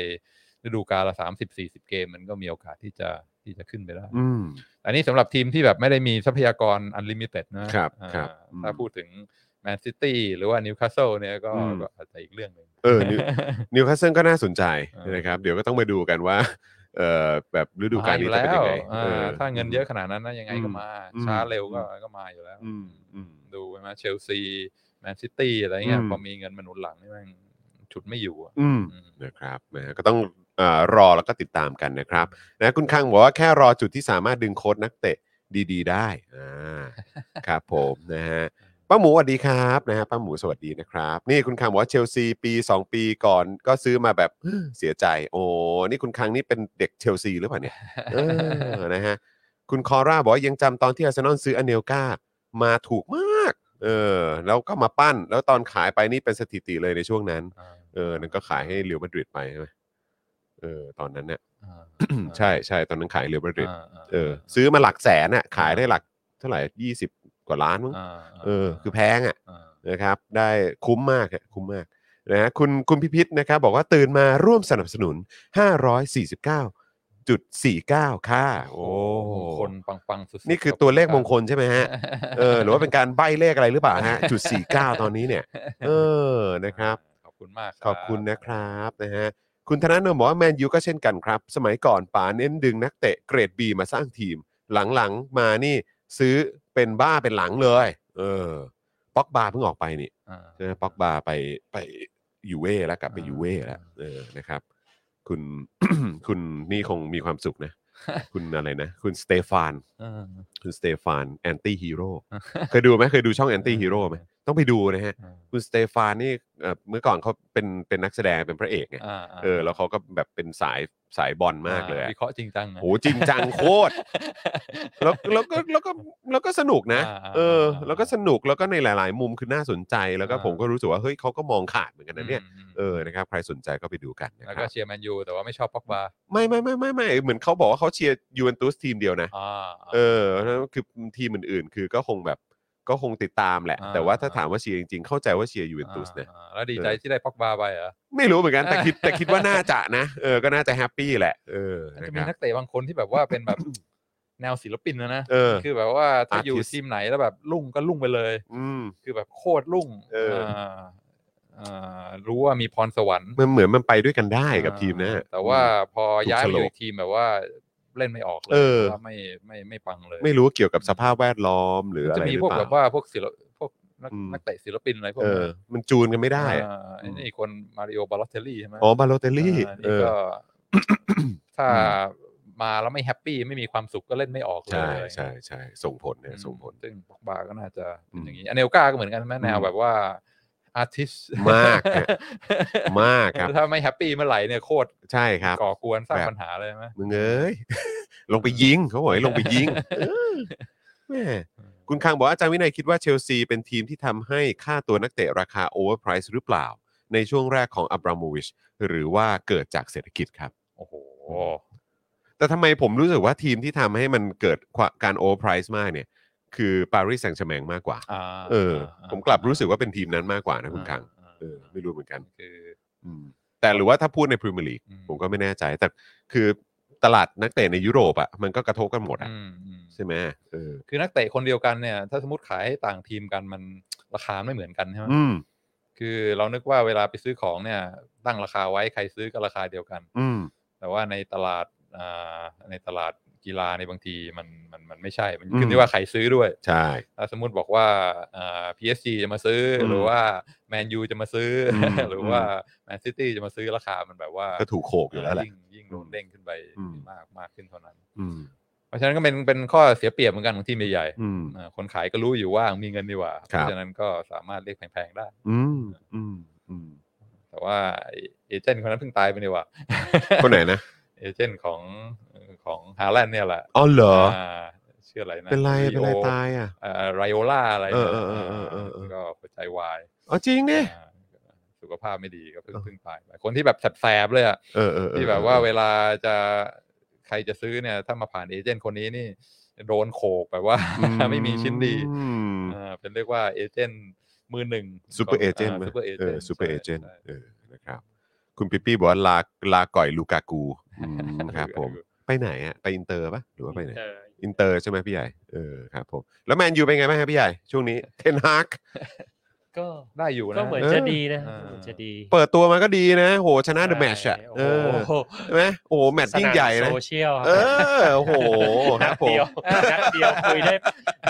S2: ฤดูกาลละสามสิบสี่สิบเกม มันก็มีโอกาสที่จะที่จะขึ้นไปได้
S1: อืม
S2: อันนี้สำหรับทีมที่แบบไม่ได้มีทรัพยากรอันลิมิเต็ดนะครับ อ่า
S1: ครับอืม
S2: ถ้าพูดถึงแมนซิตี้หรือว่านิวคาสเซิลเนี่ยก็
S1: อืม
S2: ก็อาจจะอีกเรื่องหนึ่ง
S1: เออ นิว นิวคาสเซิลก็น่าสนใจ
S2: เออ
S1: นะครับ เดี๋ยวก็ต้องมาดูกันว่า เออแบบฤดูกาลนี้จะเป็นยังไง
S2: มาอยู่แล้ว
S1: เออ
S2: อ่าถ้าเงินเยอะขนาดนั้นนะยังไงก็มา
S1: อืม
S2: ช้าเร็วก็
S1: อืม
S2: ก็มาอยู่แล้ว
S1: อืมอืม
S2: ดูไปมาเชลซีแมนซิตี้อะไรเงี้ย
S1: อืม
S2: พอมีเงินมาหนุนหลังนี่แม่งฉุดไม่อยู่อะ
S1: อืม
S2: อืม
S1: นะครับนะฮะก็ต้องเออรอแล้วก็ติดตามกันนะครับนะคุณคังบอกว่าแค่รอจุดที่สามารถดึงโค้ดนักเตะดีๆ ได้อ่า ครับผมนะฮะป้าหมูสวัสดีครับนะฮะป้าหมูสวัสดีนะครับ นี่คุณคังบอกว่าเชลซีปี 2 ปีก่อนก็ซื้อมาแบบ เสียใจ โอ้นี่คุณคังนี่เป็นเด็กเชลซีหรือเปล่าเนี่ยเออ นะฮะคุณคอร่าบอกว่ายังจำตอนที่อาร์เซนอลซื้ออเนลกามาถูกมาก เออ แล้วก็มาปั้นแล้วตอนขายไปนี่เป็นสถิติเลยในช่วงนั้น
S2: อ่า
S1: เออ นั่นก็ขายให้เรียวมาดริดไปใช่ไหมเออ ตอนนั้นเนี่ย
S2: อ่า
S1: ใช่ใช่ตอนนั้นขายเรียวมาดริด
S2: าา
S1: เออ ซื้อมาหลักแสนอ่ะ ขายได้หลักเท่าไหร่ยี่สิบกว่าล้านมั้ง
S2: าา
S1: เออ คือแพงอ่ะ
S2: อ่า
S1: นะครับ ได้คุ้มมากอ่ะคุ้มมากนะฮะคุณคุณพิพิธนะครับ บอกว่าตื่นมาร่วมสนับสนุน 549.49 ค่า โอ้
S2: คนปังปังๆสุดๆ
S1: นี่คือตัวเลขมงคล
S2: รับ
S1: ใช่ไหมฮะ เออ หรือว่าเป็น การใบ้เลขอะไรหรือเปล่าฮะ จุดสี่เก้าตอนนี้เนี่ย เอ อ นะครับ
S2: ขอบคุณมากรั
S1: ขอบคุณนะครับนะฮะคุณธนาโนมบอกว่าแมนยูก็เช่นกันครับ สมัยก่อนป๋าเน้นดึงนักเตะเกรดบีมาสร้างทีม หลังๆมานี่ซื้อเป็นบ้าเป็นหลังเลย เออป็อกบาเพิ่งออกไปนี่ใช่ไหมป็อกบาไปไปยูเว่แล้วกลับไป
S2: อ่ายู
S1: ยูเว่แล้วเออนะครับ คุณ คุณนี่คงมีความสุข นะ คุณอะไรนะ คุณสเตฟานคุณสเตฟานแอนตี้ฮีโร่เคยดูไหมเคยดูช่องแอนตี้ฮีโร่ไหมต้องไปดูนะฮะ คุณสเตฟานนี่เอ่อเมื่อก่อนเขาเป็นเป็นนักแสดงเป็นพระเอกไง
S2: าา
S1: เออแล้วเขาก็แบบเป็นสายสายบอลมากเลยอะ
S2: วิเคราะห์จริงจังนะ
S1: โหจริงจังโคตร แล้วแล้วก็แล้วก็แล้วก็สนุกนะ
S2: อ่าอ่า
S1: เออ
S2: อ่า
S1: แล้วก็สนุกแล้วก็ในหลาย ๆ มุมคือน่าสนใจแล้วก็
S2: อ่า
S1: ผมก็รู้สึกว่าเฮ้ยเขาก็มองขาดเหมือนกันนะเนี่ย
S2: มม
S1: เออนะครับใครสนใจก็ไปดูกันนะ
S2: แล้ว
S1: ค
S2: ก็
S1: รับ
S2: เชียร์แมนยูแต่ว่าไม่ชอบป็อกบา
S1: ไม่ไม่ไม่ไม่ไม่เหมือนเขาบอกว่าเขาเชียร์ยูเวนตุสทีมเดียวนะ
S2: อ่า
S1: เออนั่นคือทีมอื่น ๆ คือก็คงแบบก็คงติดตามแหละ
S2: อ่า
S1: แต่ว่าถ้า
S2: อ่า
S1: ถามว่าเชียร์จริง ๆ เข้าใจว่าเชียร์ยูเวนตุสนะ
S2: อ่าแล้วดีใจที่ได้ป็อกบาไปเหรอ
S1: ไม่รู้เหมือนกันแต่คิด แต่คิดว่าน่าจะนะเออก็น่าจะแฮปปี้แหละเออ
S2: อาจ
S1: นะค
S2: จะมี
S1: รับ
S2: นักเตะบางคนที่แบบว่าเป็นแบบ แนวศิลปินนะนะ
S1: เออ
S2: คือแบบว่าถ้าอยู่
S1: Artist
S2: ทีมไหนแล้วแบบลุ่งก็ลุ่งไปเลย
S1: อืม
S2: คือแบบโคตรลุ่ง
S1: เออ
S2: าอ่ารู้ว่ามีพรสวรรค์
S1: มันเหมือนมันไปด้วยกันได้กับ
S2: อ่า
S1: ทีมนะ
S2: แต่ว่าพอย้าย
S1: ถูก
S2: ไป
S1: โฉลก
S2: อยู่อีกทีมแบบว่าเล่นไม่ออกเลย
S1: เออ
S2: ว่าไม่ไม่ไม่ปังเลย
S1: ไม่รู้ว่าเกี่ยวกับสภาพแวดล้อมหรืออะไร
S2: จะ
S1: ห
S2: มี
S1: รือ
S2: พวก
S1: เป
S2: แบ
S1: ล่า
S2: บว่าพวกศิลปพวกนัก
S1: อืม
S2: นักเตะศิลปินอะไรพวก
S1: เออ
S2: นี้
S1: มันจูนกันไม่ได้อะ
S2: อ่าไอ้นี่คนมาริโอบาลอเทลลี่ใช่ไหม
S1: อ๋อบาโลเตลลี่
S2: อ่า
S1: เอ
S2: นี่
S1: อ
S2: ก็ ถ้ามาแล้วไม่แฮปปี้ไม่มีความสุขก็เล่นไม่ออกเลย
S1: ใช่
S2: อะไรเงี้ย
S1: ใช่ใช่ส่งผล
S2: อื
S1: เนี่ย
S2: ม
S1: ส่งผล
S2: ซึ่งปอกบาก็น่าจะเป็น
S1: อืม
S2: อย่างนี้อันเนลกาก็เหมือนกันแม่แนว
S1: อืม
S2: แบบว่าอาร์ติส
S1: มากฮะ มาก ครับ
S2: ถ้าไม่แฮปปี้เมื่อไหร่เนี่ยโคตร
S1: ใช่ครับ
S2: ก่อกวนสร้าง
S1: แบบ
S2: ปัญหาเลยไหม
S1: มึงเอ้ย ลงไปยิงเขาบอกให้ลงไป ยิงเออแม่คุณคังบอกว่าอาจารย์วินัยคิดว่าเชลซีเป็นทีมที่ทำให้ค่าตัวนักเตะราคาโอเวอร์ไพรซ์หรือเปล่า ในช่วงแรกของอับราโมวิชหรือว่าเกิดจากเศรษฐกิจครับ
S2: โอ้โห
S1: แต่ทำไมผมรู้สึกว่าทีมที่ทำให้มันเกิดความการโอเวอร์ไพรซ์มากเนี่ย คือปารีสแซงต์แชร์แมงมากกว่า
S2: อ่า
S1: เออ ผมกลับรู้สึกว่าเป็นทีมนั้นมากกว่านะคุณคัง
S2: อ่า
S1: เออไม่รู้เหมือนกัน
S2: คือ
S1: อืมแต่หรือว่าถ้าพูดในพรีเมียร์ลีก
S2: อืม
S1: ผมก็ไม่แน่ใจ แต่คือตลาดนักเตะในยุโรปอ่ะมันก็กระทบกันหมดอ่ะ
S2: อืมอืม
S1: ใช่ไหมเออ
S2: คือนักเตะคนเดียวกันเนี่ย ถ้าสมมติขายให้ต่างทีมกันมันราคาไม่เหมือนกันใช่ไหม
S1: อืม
S2: คือเรานึกว่าเวลาไปซื้อของเนี่ย ตั้งราคาไว้ใครซื้อก็ราคาเดียวกัน
S1: อืม
S2: แต่ว่าในตลาดอ่าในตลาดกีฬาในยบางทีมันมันมันไม่ใช่ มัน
S1: อืม
S2: ขึ้นที่ว่าใครซื้อด้วย
S1: ใช่
S2: ถ้าสมมติบอกว่าอ่า PSG จะมาซื้ออ
S1: ม
S2: หรือว่าแมนยูจะมาซื้ออ
S1: ม
S2: หรือว่าแมนซิตี้จะมาซื้อราคามันแบบว่า
S1: ก็ถูกโขกอยู่แล้วแหละ
S2: ยิ่งยิ่งโดนเด้งขึ้นไป
S1: อืม
S2: มากมากขึ้นเท่านั้น
S1: อืม
S2: เพราะฉะนั้นก็เป็นเป็นข้อเสียเปรียบเหมือนกันของทีมใหญ่ๆ
S1: อืม
S2: อ่าคนขายก็รู้อยู่ว่ามีเงินดีกว่า เพ
S1: ครับ
S2: ราะฉะนั้นก็สามารถเรียกแพงๆได้
S1: อืมอืมอืม
S2: แต่ว่าไอ้เอเจนต์คนนั้นเพิ่งตายไปนี่หว่า
S1: คนไหนนะ
S2: เอเจนต์ของของฮาแลนด์เนี่ยแหละ
S1: อ๋อเหรอ
S2: าชื่ออะไรนะ
S1: เป็นไร
S2: ซี
S1: เป็น
S2: โอ
S1: ไรตายอ่ะ
S2: เอ่อไรโอล่าอะไรนี่ย
S1: เออเออเออเออเออ
S2: ก็หัวใจวาย
S1: อ๋อจริงดิ
S2: อ่าสุขภาพไม่ดีก็เพิ่งเพิ่งตายไปคนที่แบบแสบๆเลยอ่ะ
S1: เออเออเออ
S2: ที่แบบว่าเวลาจะใครจะซื้อเนี่ย ถ้ามาผ่านเอเจนต์คนนี้นี่ โดนโขกแบบว่า
S1: อื
S2: ไม่มีชิ้นดี
S1: อืม
S2: อ่าเป็นเรียกว่าเอเจนต์มือหนึ่ง
S1: ซูเปอร์เอเจนต์ไหม
S2: ซูเปอร์เอ
S1: เอ
S2: เจน
S1: อ
S2: ต์
S1: ซูเปอร์เอเจนต์
S2: ใช่ใช่
S1: เออนะครับ คุณปิ๊ปปี้บอกว่าลาลาก่อยลูกากูอืมครับผม ไปไหนอ่ะ ไปอินเตอร์ปะหรือว่าไปไหน
S3: เออ
S1: อินเตอร์ใช่ไหมพี่ใหญ่ เออครับผม แล้วแมนยูเป็นไงบ้างครับพี่ใหญ่ ช่วงนี้ เทนฮาก
S3: ก็
S2: ได้อยู่นะ
S3: ก็เหมือนจะดีนะ
S2: เออ
S3: เหมือนจะดี
S1: เปิดตัวมาก็ดีนะ โห ชนะเดอะแมตชอ่ะ เอ
S3: ใช่
S1: อ
S3: โอ้โห
S1: ใช่ไหมโอ้โห แมตช์ยิ่งใหญ่นะ
S3: สาโซเชียลค
S1: เอ
S3: รับ
S1: อ โอ้โห ครับผม
S3: นัดเดียวนัดเดียวคุยได้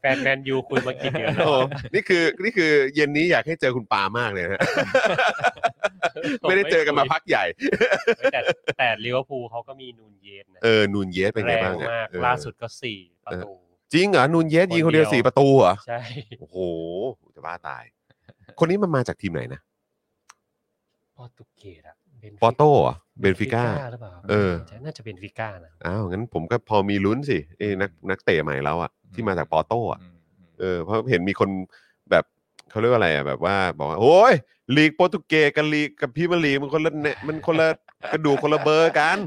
S3: แฟนแมนยูคุยมากินเดือนแล้
S1: โอ้
S3: ว
S1: โหนี่คือ นี่คือเย็นนี้อยากให้เจอคุณปามากเลย นะฮะ ไม่ได้เจอกันมาพักใหญ่
S3: แต่แต่ลิเวอร์พูลเขาก็มีนูนเยสนะ
S1: เออ นูนเยสเป็น
S3: แร
S1: ไง
S3: ง
S1: บ้างอะ
S3: มาก
S1: เออ
S3: ล่าสุดก็สี่ประตู
S1: จริงเหรอ นูนเยสยิงคนเดียว
S3: คนเดียว
S1: สี่ประตูเหรอ
S3: ใช่
S1: โอ้โห จะบ้าตาย คนนี้มันมาจากทีมไหนนะ
S3: ปอร์ตุเกสอะเบนฟิ
S1: ปอร์โต้เหรอเบนฟิก้า
S3: หรือเปล่าครับ
S1: เออ
S3: น่าจะเป็นฟิก้านะ
S1: อ้าวงั้นผมก็พอมีลุ้นสิเอ้ยนักนักเตะใหม่แล้วอะที่มาจากปอร์โต้อะ
S2: มม
S1: เออเพราะเห็นมีคนแบบเขาเรียกว่าอะไรอะแบบว่าบอกว่าโอ้ยลีกโปรตุเกสกับลีกกับพรีเมียร์ลีกมันคนละเนี่ยมันคนละกระดูกคนละเบอร์กัน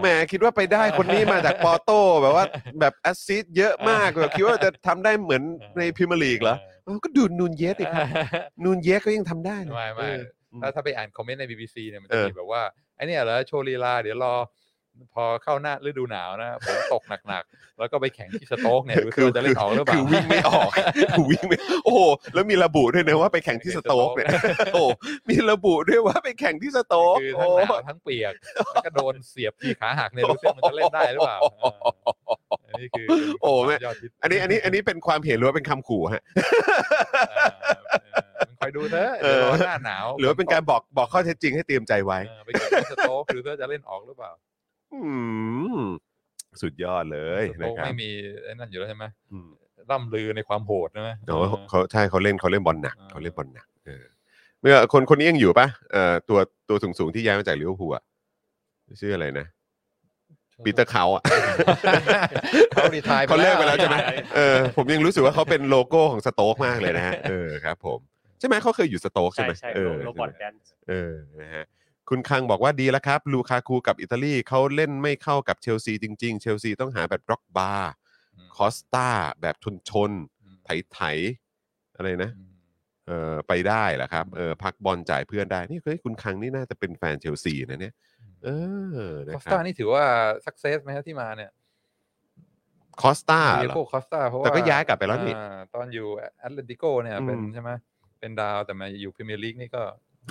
S1: แหมคิดว่าไปได้คนนี้มาจากปอร์โต้แบบว่า แบบแอสซิสต์เยอะมากแบบคิดว่าจะทำได้เหมือนในพรีเมียร์ลีกเหรอเอ้าก็ดูนูนเยสดิครับนูนเยสก็ยังทำได้เลย
S2: ไม่ไม่
S1: เออ
S2: ถ้าถ้าไปอ่านคอมเมนต์ใน BBC เนี่ยมัน
S1: เอ
S2: จะ
S1: อ
S2: มีแบบว่าไอเนี่ยเหรอโชว์ลีลา เดี๋ยวรอ พอเข้าหน้าฤดูหนาวนะฝนตกหนักๆ แล้วก็ไปแข่งที่สโต๊กเนี่ยดูตัวจะเล่นออกหรือเปล่า
S1: คือวิ่งไม่ออก วิ่งไม่โอ้โหแล้วมีระบุด้วยนะว่าไปแข่งที่สโต๊กเนี่ยโอ้โหมีระบุด้วยว่าไปแข่งที่สโต๊ก
S2: คือ
S1: โอ้
S2: ทั้งหนาวทั้งเปี ยก แล้วก็โดนเสียบที่ขาหักเนี่ยดูซิมันจะเล่นได้หรือเปล่าเอออันนี้คือ
S1: โอ้โหแม่
S2: ยอดฮิต
S1: อันนี้อันนี้อันนี้เป็นความเห็นหรือว่าเป็นคำขู่ฮะ
S2: เออเออมึงคอยดูเถอะเดี๋ยวรอหน้าหนาว
S1: หรือว่าเป็นการบอกบอกข้อเท็จจริงให้เตรียมใจไว้
S2: เออไปแข่งที่สโต๊กดูเถอะจะเล่นออกหรือเปล่า
S1: อืมสุดยอดเลย
S2: สโต๊
S1: นะ
S2: ก
S1: ครับ
S2: ไม่มีไอ้นั่นอยู่แล้วใช่ไหม
S1: อืม
S2: ร่ำลือในความโหดใช่ไหม
S1: เขาเขาใช่เขาเล่นเขาเล่นบอลหนัก
S2: เออ
S1: เขาเล่นบอลหนักเออเมื่อคนคนนี้ยังอยู่ปะเอ่อตัวตัวสูงสูงๆที่ย้ายมาจากลิเวอร์พูลอะชื่ออะไรนะปีเตอร์เขาอะ
S2: เขารีไทาย
S1: เขาเลิกไปแล้วใช่ไหม
S3: ใช่
S1: เออผมยังรู้สึกว่าเขาเป็นโลโก้ของสโต๊กมากเลยนะฮะ เออครับผม ใช่ไหมเขาเคยอยู่สโต๊กใช่
S3: ใช่
S1: ไหม
S3: ใช่
S1: เออ
S3: โรบอท
S1: ใช่ไหม
S3: แดนซ์
S1: เออนะฮะคุณคังบอกว่าดีแล้วครับ ลูคาคูกับอิตาลีเขาเล่นไม่เข้ากับเชลซีจริง ๆ เชลซีต้องหาแบบร็อกบาร์คอสตาแบบชนชนๆไถไถๆอะไรนะ เออไปได้เหรอครับเออพักบอลจ่ายเพื่อนได้ นี่เฮ้ยคุณคังนี่น่าจะเป็นแฟนเชลซีนะเนี่ย เออนะ
S2: คอส
S1: ครั
S2: ตา
S1: บ
S2: นี่ถือว่าสักเซสไหมฮะที่มาเนี่ย
S1: คอสตา
S2: เดี
S1: เหร
S2: โก้
S1: อ
S2: คอสตาเพราะว่า
S1: แต่ก็ย้ายกลับไปแล้วนี่
S2: อ่าตอนอยู่แอตเลติโกเนี่ยเป็น
S1: อืม
S2: ใช่ไหมเป็นดาวแต่มาอยู่พรีเมียร์ลีกนี่ก็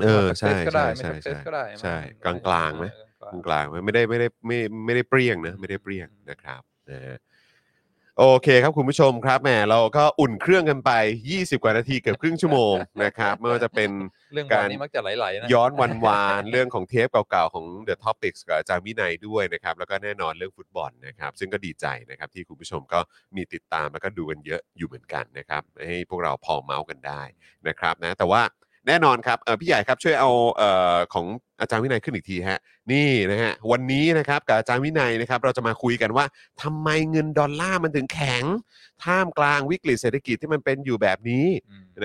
S1: เออใช่
S2: success ก็ได้
S1: ใช่
S2: ไม่
S1: ใช่
S2: สัก
S1: ใช่
S2: เซสก็ได้
S1: ใช่ก
S2: มัน
S1: ลางกลางๆไหม
S2: เออก
S1: ลาง
S2: ลาง
S1: กลางๆไหมไม่ได้ไม่ได้ไม่ไม่ได้เปรี้ยงนะไม่ได้เปรี้ยงนะครับนะฮะโอเคครับคุณผู้ชมครับแหมเราก็อุ่นเครื่องกันไป 20 กว่านาทีเกือบครึ่งชั่วโมงนะครับไม่ว่าจะเป็น
S2: ๆเรื่องบอล
S1: การ
S2: นี้มักจะไหลๆนะ
S1: ย้อนวันวาน ๆ เรื่องของเทปเก่าๆ ของ The Topics กับอาจารย์วินัยด้วยนะครับ แล้วก็แน่นอนเรื่องฟุตบอลนะครับ ซึ่งก็ดีใจนะครับ ที่คุณผู้ชมก็มีติดตามแล้วก็ดูกันเยอะอยู่เหมือนกันนะครับ ให้พวกเราพอเมาส์กันได้นะครับนะแต่ว่าแน่นอนครับเอ่อพี่ใหญ่ครับช่วยเอาเออของอาจารย์วินัยขึ้นอีกทีฮะนี่นะฮะวันนี้นะครับกับอาจารย์วินัยนะครับ เราจะมาคุยกันว่าทำไมเงินดอลลาร์มันถึงแข็ง ท่ามกลางวิกฤตเศรษฐกิจที่มันเป็นอยู่แบบนี้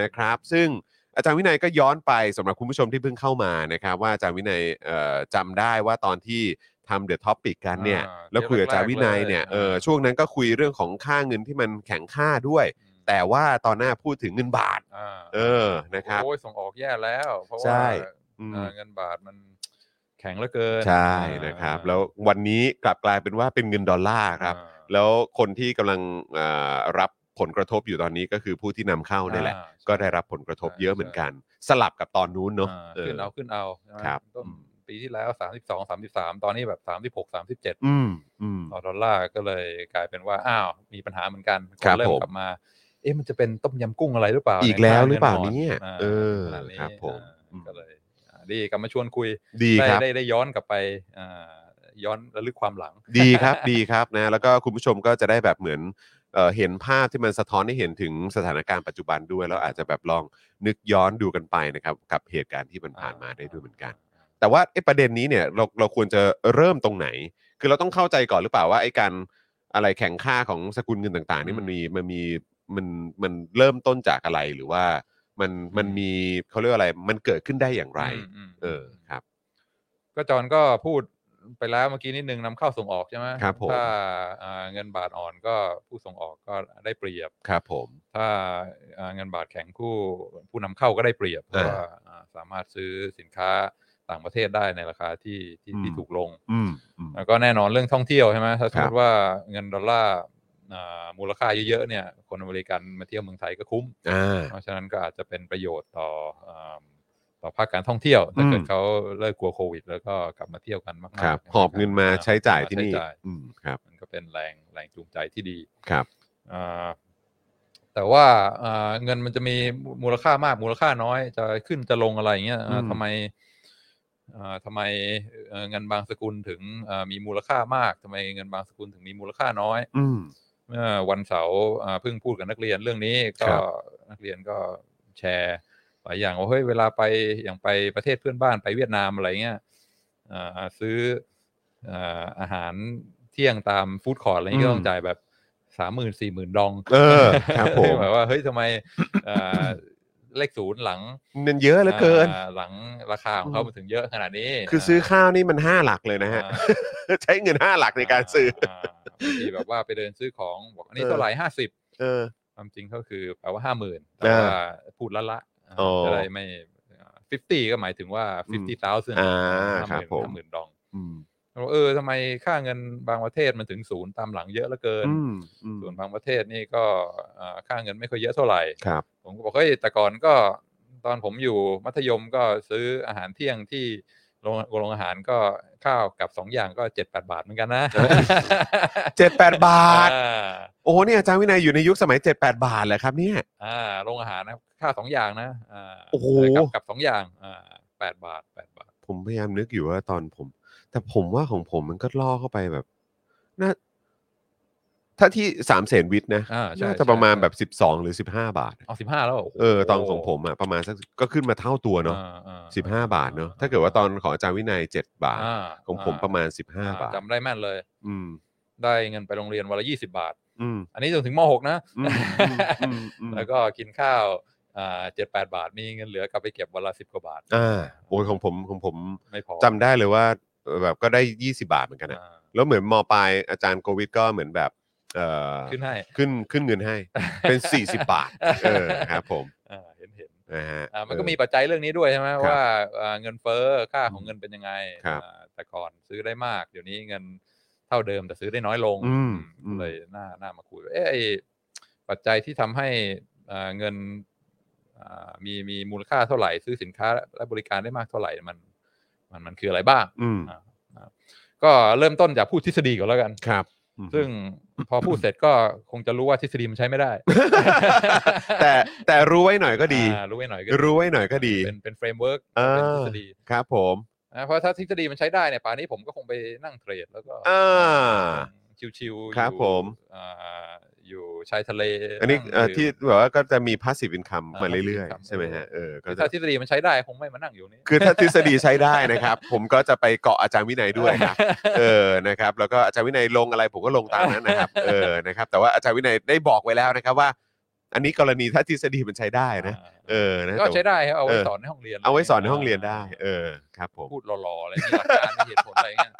S1: นะครับ ซึ่งอาจารย์วินัยก็ย้อนไปสำหรับคุณผู้ชมที่เพิ่งเข้ามานะครับ ว่าอาจารย์วินัยเอ่อจำได้ว่าตอนที่ทำเดอะท็อปิกกันเนี่ย
S2: อ่า
S1: แล้วคุยกับอาจารย์วินัยเนี่ย
S2: เดี๋ยว
S1: เอ
S2: แรกๆเลย
S1: อช่วงนั้นก็คุยเรื่องของค่าเงินที่มันแข็งค่าด้วย แต่ว่าตอนหน้าพูดถึงเงินบาท
S2: อ่า
S1: เออนะครับ
S2: โอ้ยส่งออกแย่แล้ว เพราะ
S1: ใช่
S2: ว่า
S1: อืม
S2: เอ่อเงินบาทมันแข็งเหลือเกิน
S1: ใช่
S2: อ่า
S1: นะครับ แล้ววันนี้กลับกลายเป็นว่าเป็นเงินดอลลาร์ครับ
S2: อ่า
S1: แล้วคนที่กำลังเอ่อรับผลกระทบอยู่ตอนนี้ก็คือผู้ที่นำเข้านี่แหละ
S2: อ่า
S1: ก็ได้รับผลกระทบเยอะเหมือนกัน สลับกับตอนนู้นเนาะ
S2: อ่า
S1: เออ
S2: ขึ้นเอาขึ้นเอาใช่ไหม
S1: ครับ
S2: ต้น
S1: อืม
S2: ปีที่แล้วสามสิบสองสามสิบสามตอนนี้แบบสามสิบหกสามสิบเจ็ด
S1: อืมอืม
S2: ต่อดอลลาร์ก็เลยกลายเป็นว่า อ้าว มีปัญหาเหมือนกันน
S1: ครับ
S2: เริ่ม
S1: ผม
S2: กลับมา เอ๊ะมันจะเป็นต้มยำกุ้งอะไรหรือเปล่า
S1: อีกแล้วห
S2: ใน
S1: รือเปล่า
S2: ค่งิ
S1: เนี่ย
S2: อ่า
S1: เออ
S2: ขนาดนี้
S1: ครับผม
S2: อ่า
S1: อืม
S2: ก็เลยอ่าดีกลับมาชวนคุย
S1: ดี
S2: ได้
S1: ครับ
S2: ได้ได้ย้อนกลับไปอ่าย้อนระลึกความหลัง
S1: ดีครับดีครับนะแล้วก็คุณผู้ชมก็จะได้แบบเหมือนเอ่อเห็นภาพที่มันสะท้อนให้เห็นถึงสถานการณ์ปัจจุบันด้วย แล้วอาจจะแบบลองนึกย้อนดูกันไปนะครับ กับเหตุการณ์ที่มันผ่านมาได้ด้วยเหมือนกัน แต่ว่าไอ้ประเด็นนี้เนี่ยเราเราควรจะเริ่มตรงไหน คือเราต้องเข้าใจก่อนหรือเปล่าว่าไอ้การอะไรแข่งค่าของสกุลเงินต่างๆนี่มันมีมันมีมันมันเริ่มต้นจากอะไรหรือว่ามันมันมีเขาเรียกว่าอะไรมันเกิดขึ้นได้อย่างไร
S2: อืมม
S1: เออครับ
S2: ก็จอนก็พูดไปแล้วเมื่อกี้นิดนึงนำเข้าส่งออกใช่ไหม
S1: ครับผม
S2: ถ้าอ่าเงินบาทอ่อนก็ผู้ส่งออกก็ได้เปรียบ
S1: ครับผม
S2: ถ้าเอ่อเงินบาทแข็งผู้ผู้นำเข้าก็ได้เปรียบเพราะว่าอ่าสามารถซื้อสินค้าต่างประเทศได้ในราคาที่ที่ที่ถูกลง
S1: อืมอืม
S2: แล้วก็แน่นอนเรื่องท่องเที่ยวใช่ไหมถ้าสม
S1: ค
S2: ม
S1: รับ
S2: ติว่าเงินดอลลาร์อ่ามูลค่าเยอะๆเนี่ยคนอเมริกันมาเที่ยวเมืองไทยก็คุ้ม
S1: อ่า
S2: เพราะฉะนั้นก็อาจจะเป็นประโยชน์ต่ออ่าต่อภาคการท่องเที่ยวถ้าเกิ
S1: อื
S2: ด
S1: ม
S2: เขาเลิกกลัวโควิด แล้วก็กลับมาเที่ยวกันมากๆ
S1: ครับ
S2: ใช่ไม
S1: หอบเงินมา
S2: ครับ
S1: ใช้จ่ายที่นี่
S2: ใช้จ่าย
S1: อืมครับ
S2: มันก็เป็นแรงแรงจูงใจที่ดี
S1: ครับ
S2: อ่าแต่ว่าอ่าเงินมันจะมีมูลค่ามากมูลค่าน้อย จะขึ้นจะลงอะไรอย่างเงี้ยอ่า
S1: อืม
S2: ทำไมอ่าทำไมเอ่อเงินบางสกุลถึงอ่ามีมูลค่ามากทำไมเงินบางสกุลถึงมีมูลค่าน้อย
S1: อืม
S2: เมื่อวันเสาร์อ่าเพิ่งพูดกับนักเรียนเรื่องนี้ก็
S1: ครับ
S2: นักเรียนก็แชร์หลายอย่างว่าเฮ้ยเวลาไปอย่างไปประเทศเพื่อนบ้านไปเวียดนามอะไรเงี้ยอ่าซื้ออ่าอาหารเที่ยงตามฟู้ดคอร์ดอะไรเงี้ย
S1: อืม
S2: ก็ต้องจ่ายแบบสามหมื่นสี่หมื่นดอง
S1: เออครับผม
S2: แบบว่าเฮ้ยทำไมอ่าเลขศูนย์หลัง
S1: มันเยอะเหลือเกิน
S2: อ่าหลังราคาของเขามันถึงเยอะขนาดนี้
S1: คือซื้อข้าวนี่มันห้าหลักเลยนะฮะ
S2: อ่า
S1: ใช้เงินห้าหลักในการซื้อ
S2: าบางทีแบบว่าไปเดินซื้อของบอกอันนี้
S1: เออ
S2: เท่าไหร่ห้าสิบ
S1: เออ
S2: ความจริงก็คือแปลว่าห้าหมื่นแต่
S1: อ่า
S2: ว่าพูดละละอ่า
S1: โอ้
S2: จะได้ไม่ฟิฟตี้ก็หมายถึงว่าฟิฟตี้าวซึ่ง
S1: อ่าครับผม
S2: ห้าหมื่นดอง
S1: อืม
S2: เออทำไมค่าเงินบางประเทศมันถึงศูนย์ตามหลังเยอะเหลือเกิน
S1: อืมอืม
S2: ส่วนบางประเทศนี่ก็อ่าค่าเงินไม่ค่อยเยอะเท่าไหร่
S1: ครับ
S2: ผมก็บอกเฮ้ยแต่ก่อนก็ตอนผมอยู่มัธยมก็ซื้ออาหารเที่ยงที่โรงโรงอาหารก็ข้าวกับสองอย่างก็เจ็ดแปดบาทเหมือนกันนะ
S1: เจ็ดแปดบาท
S2: อ่า
S1: โอ้โหเนี่ยอาจารย์วินัยอยู่ในยุคสมัยเจ็ดแปดบาทแหละครับเนี่ย
S2: อ่าโรงอาหารนะครับค่าสองอย่างนะอ่า
S1: โอ้โห
S2: กับกับสองอย่างอ่าแปดบาทแปดบาท
S1: ผมพยายามนึกอยู่ว่าตอนผม แต่ผมว่าของผมมันก็ล่อเข้าไปแบบน่าถ้าที่สามเสนวิทย์นะ
S2: อ่าใช่
S1: น่าจะประมาณ
S2: ใช่
S1: แบบสิบสองหรือสิบห้าบาท
S2: เอาสิบห้าแล้วหรโโห
S1: เออ ตอนของผมอะประมาณสักก็ขึ้นมาเท่าตัวเนาะ
S2: อ่อ่
S1: สิบห้าบาทเนอะถ้าเกิดว่าตอนของอาจารย์วินัยเจ็ดบาท
S2: อ่า
S1: ของผมประมาณสิบห้า
S2: อ่
S1: บาท
S2: จำได้แม่นเลย
S1: อืม
S2: ได้เงินไปโรงเรียนวันละยี่สิบาท
S1: อืม
S2: อันนี้จนถึงมหกนะ
S1: อืมอืมอืมอืม
S2: แล้วก็กินข้าวอ่าเจ็ดแปดบาท มีเงินเหลือกลับไปเก็บวันละสิบกว่าบาท
S1: อ่าโอ้ยของผมของผม
S2: ไม่พอ
S1: จำได้เลยว่าเออแบบก็ได้ยี่สิบาทเหมือนกันอะ
S2: อ่า
S1: แล้วเหมือนมปลายอาจารย์โควิดก็เหมือนแบบเอ่อ
S2: ขึ้นให้
S1: ขึ้นขึ้นเงินให้ เป็นสี่สิบาท เออครับผม
S2: อ่าเห็นเห็น
S1: นะฮะ
S2: อ่ามันก็มี
S1: เออ
S2: ปัจจัยเรื่องนี้ด้วยใช่ไหม
S1: ครับ
S2: ว่าอ่าเงินเฟ้อค่าของเงินเป็นยังไง
S1: ครับ
S2: อ่าแต่ก่อนซื้อได้มาก เดี๋ยวนี้เงิน เท่าเดิมแต่ซื้อได้น้อยลง
S1: อืมอืม
S2: เลยน่าน่ามาคุยว่าเอะไอ้ปัจจัยที่ทำให้เอ่อเงินอ่ามีมีมูลค่าเท่าไหร่ ซื้อสินค้าและบริการได้มากเท่าไหร่มัน มันมันคืออะไรบ้าง
S1: อืม
S2: อ่าอ่าก็เริ่มต้นจากพูดทฤษฎีก่อนแล้วกัน
S1: ครับอืม
S2: ซึ่งพอพูดเสร็จก็คงจะรู้ว่าทฤษฎีมันใช้ไม่ได้
S1: แต่แต่รู้ไว้หน่อยก็ดี
S2: อ่ารู้ไว้หน่อยก็
S1: รู้ไว้หน่อยก็ดี
S2: เป็นเป็นเฟรมเวิร์ก
S1: อ่า
S2: เป็นทฤษฎี
S1: ครับผม
S2: นะเพราะถ้าทฤษฎีมันใช้ได้เนี่ยป่านนี้ผมก็คงไปนั่งเทรดแล้วก็
S1: อ่า
S2: ชิวๆอยู่
S1: ครับผม
S2: อ่าอยู่ชายทะเล
S1: อันนี้
S2: ง
S1: เอ่อ
S2: ดื่ม
S1: ที่แบบว่าก็จะมีพาสซีฟอินคัม
S2: อ่า
S1: มา
S2: passive
S1: เรื่อย
S2: income
S1: ๆ ใช่ไหมฮะเออก็จะ
S2: ถ้าทฤษฎีมันใช้ได้คงไม่มานั่งอยู่นี่
S1: คือถ้าทฤษฎีใช้ได้นะครับ ผมก็จะไปเกาะอาจารย์วินัยด้วย ครับ เออ นะครับ แล้วก็อาจารย์วินัยลงอะไรผมก็ลงตามนั้นนะครับ เอ อ นะครับ แต่ว่าอาจารย์วินัยได้บอกไว้แล้วนะครับว่า อันนี้กรณีถ้าทฤษฎีมันใช้ได้นะ
S2: อ่า
S1: เออ นะ
S2: ก็
S1: แต่ว่า
S2: ใช้ได้ครับเอาไว้สอนในห้องเรียน
S1: เอาไว้สอนในห้องเรียนได้ เออ ครับผม
S2: พูดหล่อๆอะไรมีหลักการมีเหตุผลอะไรเงี้ย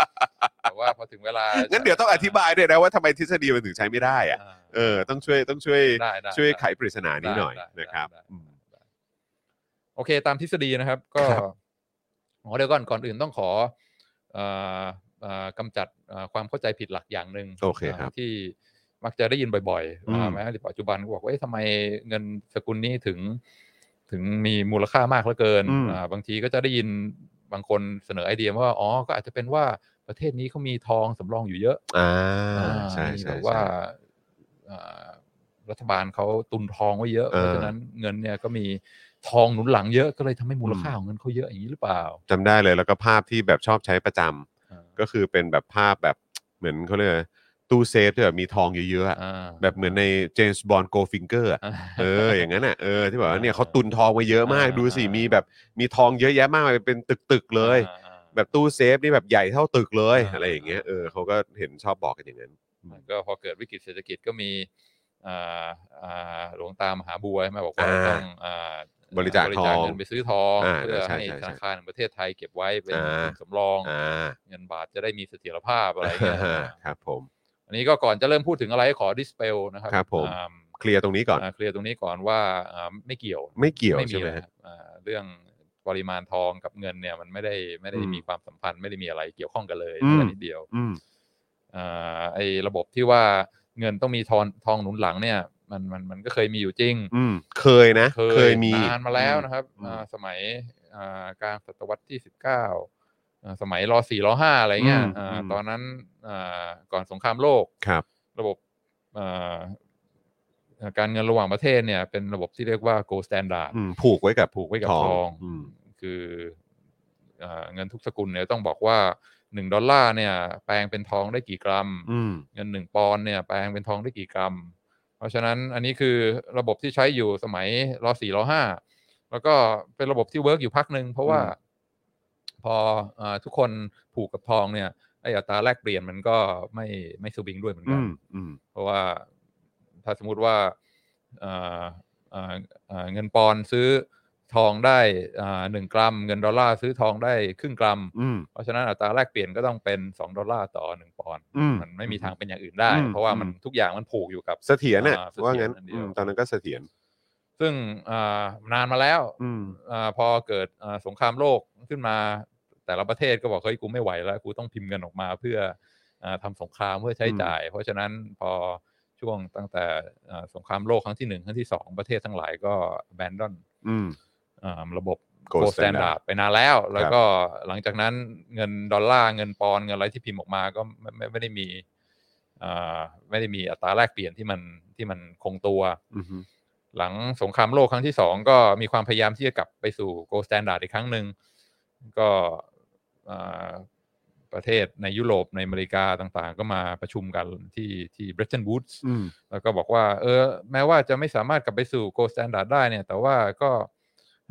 S2: แต่ว่าพอถึงเวลา
S1: งั้
S2: งั้
S1: นเดี๋ยวต้องอธิบายด้วยนะว่าทำไมทฤษฎีมันถึงใช้ไม่ได้อะเออ ต้องช่วย ต้องช่วย
S2: ได้ได้
S1: ช่วย
S2: ได้
S1: ไขปริศนานี้หน่อย
S2: ได้ได้
S1: นะครับ
S2: ได้ได้
S1: อืม
S2: ได้โอเคตามทฤษฎีนะครับ ก็อ๋อเดี๋ยวก่อนก่อนอื่นต้องขอเอ่อเอ่อกำจัดเอ่อความเข้าใจผิดหลักอย่างหนึ่ง
S1: โอเคครับ
S2: ที่มักจะได้ยินบ่อยๆ
S1: อืม
S2: อ่าแม้ในปัจจุบันก็บอกว่าเอ๊ะทำไมเงินสกุลนี้ถึง ถึงมีมูลค่ามากเหลือเกิน
S1: อืม
S2: อ่าบางทีก็จะได้ยินบางคนเสนอไอเดียว่าอ๋อก็อาจจะเป็นว่าประเทศนี้เขามีทองสำรองอยู่เยอะ
S1: อ่า
S2: อ่า
S1: ใช่
S2: มี
S1: ใช่
S2: แบบ
S1: ใช่
S2: ว่าอ่ารัฐบาลเขาตุนทองไว้เยอะเพ
S1: เออ
S2: ราะฉะนั้นเงินเนี่ยก็มีทองหนุนหลังเยอะก็เลยทำให้มูลค่าของเงินเขาเยอะอย่างนี้หรือเปล่า
S1: จำได้เลยแล้วก็ภาพที่แบบชอบใช้ประจำก็คือเป็นแบบภาพแบบเหมือนเขาเรียกอะไรตู้เซฟที่แบบมีทองเยอะๆอะ
S2: อ่า
S1: แบบเหมือนในเจมส์บอลโกฟิงเกอร์
S2: อ่า
S1: เอออย่างนั้นอ่ะเออที่แบบว่าเนี่ยเขาตุนทองไว้เยอะมาก
S2: อ่า
S1: ดูสิ
S2: อ่ามี
S1: มีแบบมีทองเยอะแยะมากมายเป็นตึกๆเลย
S2: อ่าอ่า
S1: แบบตู้เซฟนี่แบบใหญ่เท่าตึกเลย
S2: อ่า
S1: อะไรอย่างเงี้ยเออเขาก็เห็นชอบบอกกันอย่างนั้น
S2: ก็พอเกิดวิกฤตเศรษฐกิจก็มีอ่าอ่าหลวงตามหาบัวใช่ไหมบอกว่า
S1: อ่า
S2: ต้องอ่า
S1: บริจาค
S2: บริจาค
S1: ทอง
S2: เงินไปซื้อทอง
S1: อ่า
S2: เพื่อ
S1: ใช่
S2: ให้
S1: ใช่ใช่
S2: ธนาคารแห่งประเทศไทยเก็บไว้เป็น
S1: อ่า
S2: ทุนสำรอง
S1: อ่า
S2: เงินบาทจะได้มีเสถียรภาพอะไรเงี้ย
S1: ครับผม
S2: อันนี้ก็ก่อนจะเริ่มพูดถึงอะไรขอดิสเปลนะครับ
S1: ครับผม
S2: อ่า
S1: เคลียร์ตรงนี้ก่อน
S2: อ่าเคลียร์ตรงนี้ก่อนว่าอ่าไม่เกี่ยว
S1: ไม่เกี่ยว
S2: ไม่
S1: ใช่ไหม
S2: นะ
S1: ฮะ
S2: ครับอ่าเรื่องปริมาณทองกับเงินเนี่ยมันไม่ได้ไม่ได้
S1: อืม
S2: มีความสัมพันธ์ไม่ได้มีอะไรเกี่ยวข้องกันเลย
S1: อืม
S2: แต่นิดเดียว
S1: อืม
S2: อ่าไอ้ระบบที่ว่าเงินต้องมีทองทองหนุนหลังเนี่ยมันมันมันก็เคยมีอยู่จริง
S1: อืมเคยนะเคยมี
S2: นานมาแล้วนะครับ
S1: อืม
S2: อ่าสมัยอ่ากลางศตวรรษที่สิบเก้าสมัยรอสี่รอห้าอะไรเงี้
S1: อื
S2: ย
S1: ม
S2: อ่า
S1: อืม
S2: ตอนนั้นอ่าก่อนสงครามโลก
S1: ครับ
S2: ระบบเอ่อเอ่อการเงินระหว่างประเทศเนี่ย เป็นระบบที่เรียกว่า gold standard
S1: อืมผูกไว้กับ
S2: ผูกไว้กับทอง
S1: ม
S2: คือเอ่อเงินทุกสกุลเนี่ยต้องบอกว่าหนึ่งดอลลาร์เนี่ย แปลงเป็นทองได้กี่กรัม
S1: อืม
S2: เงินหนึ่งปอนด์เนี่ย แปลงเป็นทองได้กี่กรัม เพราะฉะนั้นอันนี้คือระบบที่ใช้อยู่สมัยรสี่รห้าแล้วก็เป็นระบบที่เวิร์กอยู่พักหนึ่งเพราะว่า
S1: อืม
S2: พอเอ่อทุกคนผูกกับทองเนี่ยไออัตราแลกเปลี่ยนมันก็ไม่ไม่สวิงด้วยเหมือน
S1: อื
S2: กัน
S1: มอืม
S2: เพราะว่าถ้าสมมุติว่าเอ่อเอ่อเอ่อเงินปอนด์ซื้อทองได้อ่าหนึ่งกรัม เงินดอลลาร์ซื้อทองได้ครึ่งกรัม
S1: อืม
S2: เพราะฉะนั้นอัตราแลกเปลี่ยนก็ต้องเป็น 2 ดอลลาร์ต่อ 1 ปอนด์
S1: อืม
S2: มันไม่มีทางเป็นอย่างอื่นได้
S1: อืม
S2: เพราะว่ามัน
S1: อืม
S2: ทุกอย่างมันผูกอยู่กับ
S1: เสถียรน่ะ
S2: อ่าเสถียร
S1: ว่างั้น
S2: อันเดี
S1: อื
S2: ยว
S1: มตอนนั้นก็เสถียร
S2: ซึ่งอ่านานมาแล้ว
S1: อืม
S2: อาพอเกิดอ่าสงครามโลกขึ้นมา แต่ละประเทศก็บอกเฮ้ยกูไม่ไหวแล้วกูต้องพิมพ์เงินออกมาเพื่ออาทำสงครามเพื่อใช้
S1: อืม
S2: จ่าย เพราะฉะนั้นพอช่วงตั้งแต่อ่าสงครามโลกครั้งที่หนึ่งครั้งที่สองประเทศทั้งหลายก็แบนดอน
S1: อืม
S2: อ่าระบบ
S1: Gold
S2: gold standard
S1: standard
S2: ไปนานแล้ว แล้วก็หลังจากนั้นเงินดอลลาร์เงินปอนด์เงินอะไรที่พิมพ์ออกมาก็ไม่ไม่ไม่ได้มีอ่าไม่ได้มีอัตราแลกเปลี่ยนที่มันที่มันคงตัว
S1: อืม
S2: หลังสงครามโลกครั้งที่สองก็มีความพยายามที่จะกลับไปสู่ gold standard อีกครั้งหนึ่งก็อ่าประเทศในยุโรปในอเมริกาต่างๆ ก็มาประชุมกันที่ที่ Bretton Woods
S1: อืม
S2: แล้วก็บอกว่า เออ แม้ว่าจะไม่สามารถกลับไปสู่ gold standard ได้เนี่ย แต่ว่าก็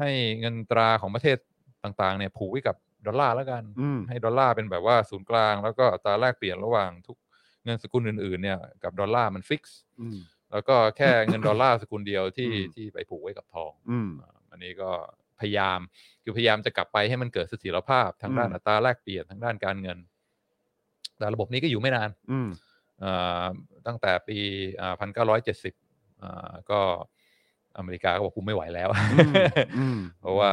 S2: ให้เงินตราของประเทศต่างๆ เนี่ย ผูกไว้กับดอลลาร์แล้วกัน
S1: อืม
S2: ให้ดอลลาร์เป็นแบบว่าศูนย์กลาง แล้วก็อัตราแลกเปลี่ยนระหว่างทุกเงินสกุลอื่นๆ เนี่ย กับดอลลาร์มันฟิกซ์
S1: อืม
S2: แล้วก็แค่เงินดอลลาร์สกุลเดียวที่
S1: อืม
S2: ที่ไปผูกไว้กับทอง
S1: อืม
S2: อ่าอันนี้ก็พยายามคือพยายามจะกลับไปให้มันเกิดเสถียรภาพทางด้าน
S1: อืม
S2: อัตราแลกเปลี่ยนทางด้านการเงิน แต่ระบบนี้ก็อยู่ไม่นาน
S1: อืม
S2: อ่าตั้งแต่ปีพันเก้าร้อยเจ็ดสิบก็อ เมริกาก็บอกกูไม่ไหวแล้ว
S1: อืม
S2: เพราะว่า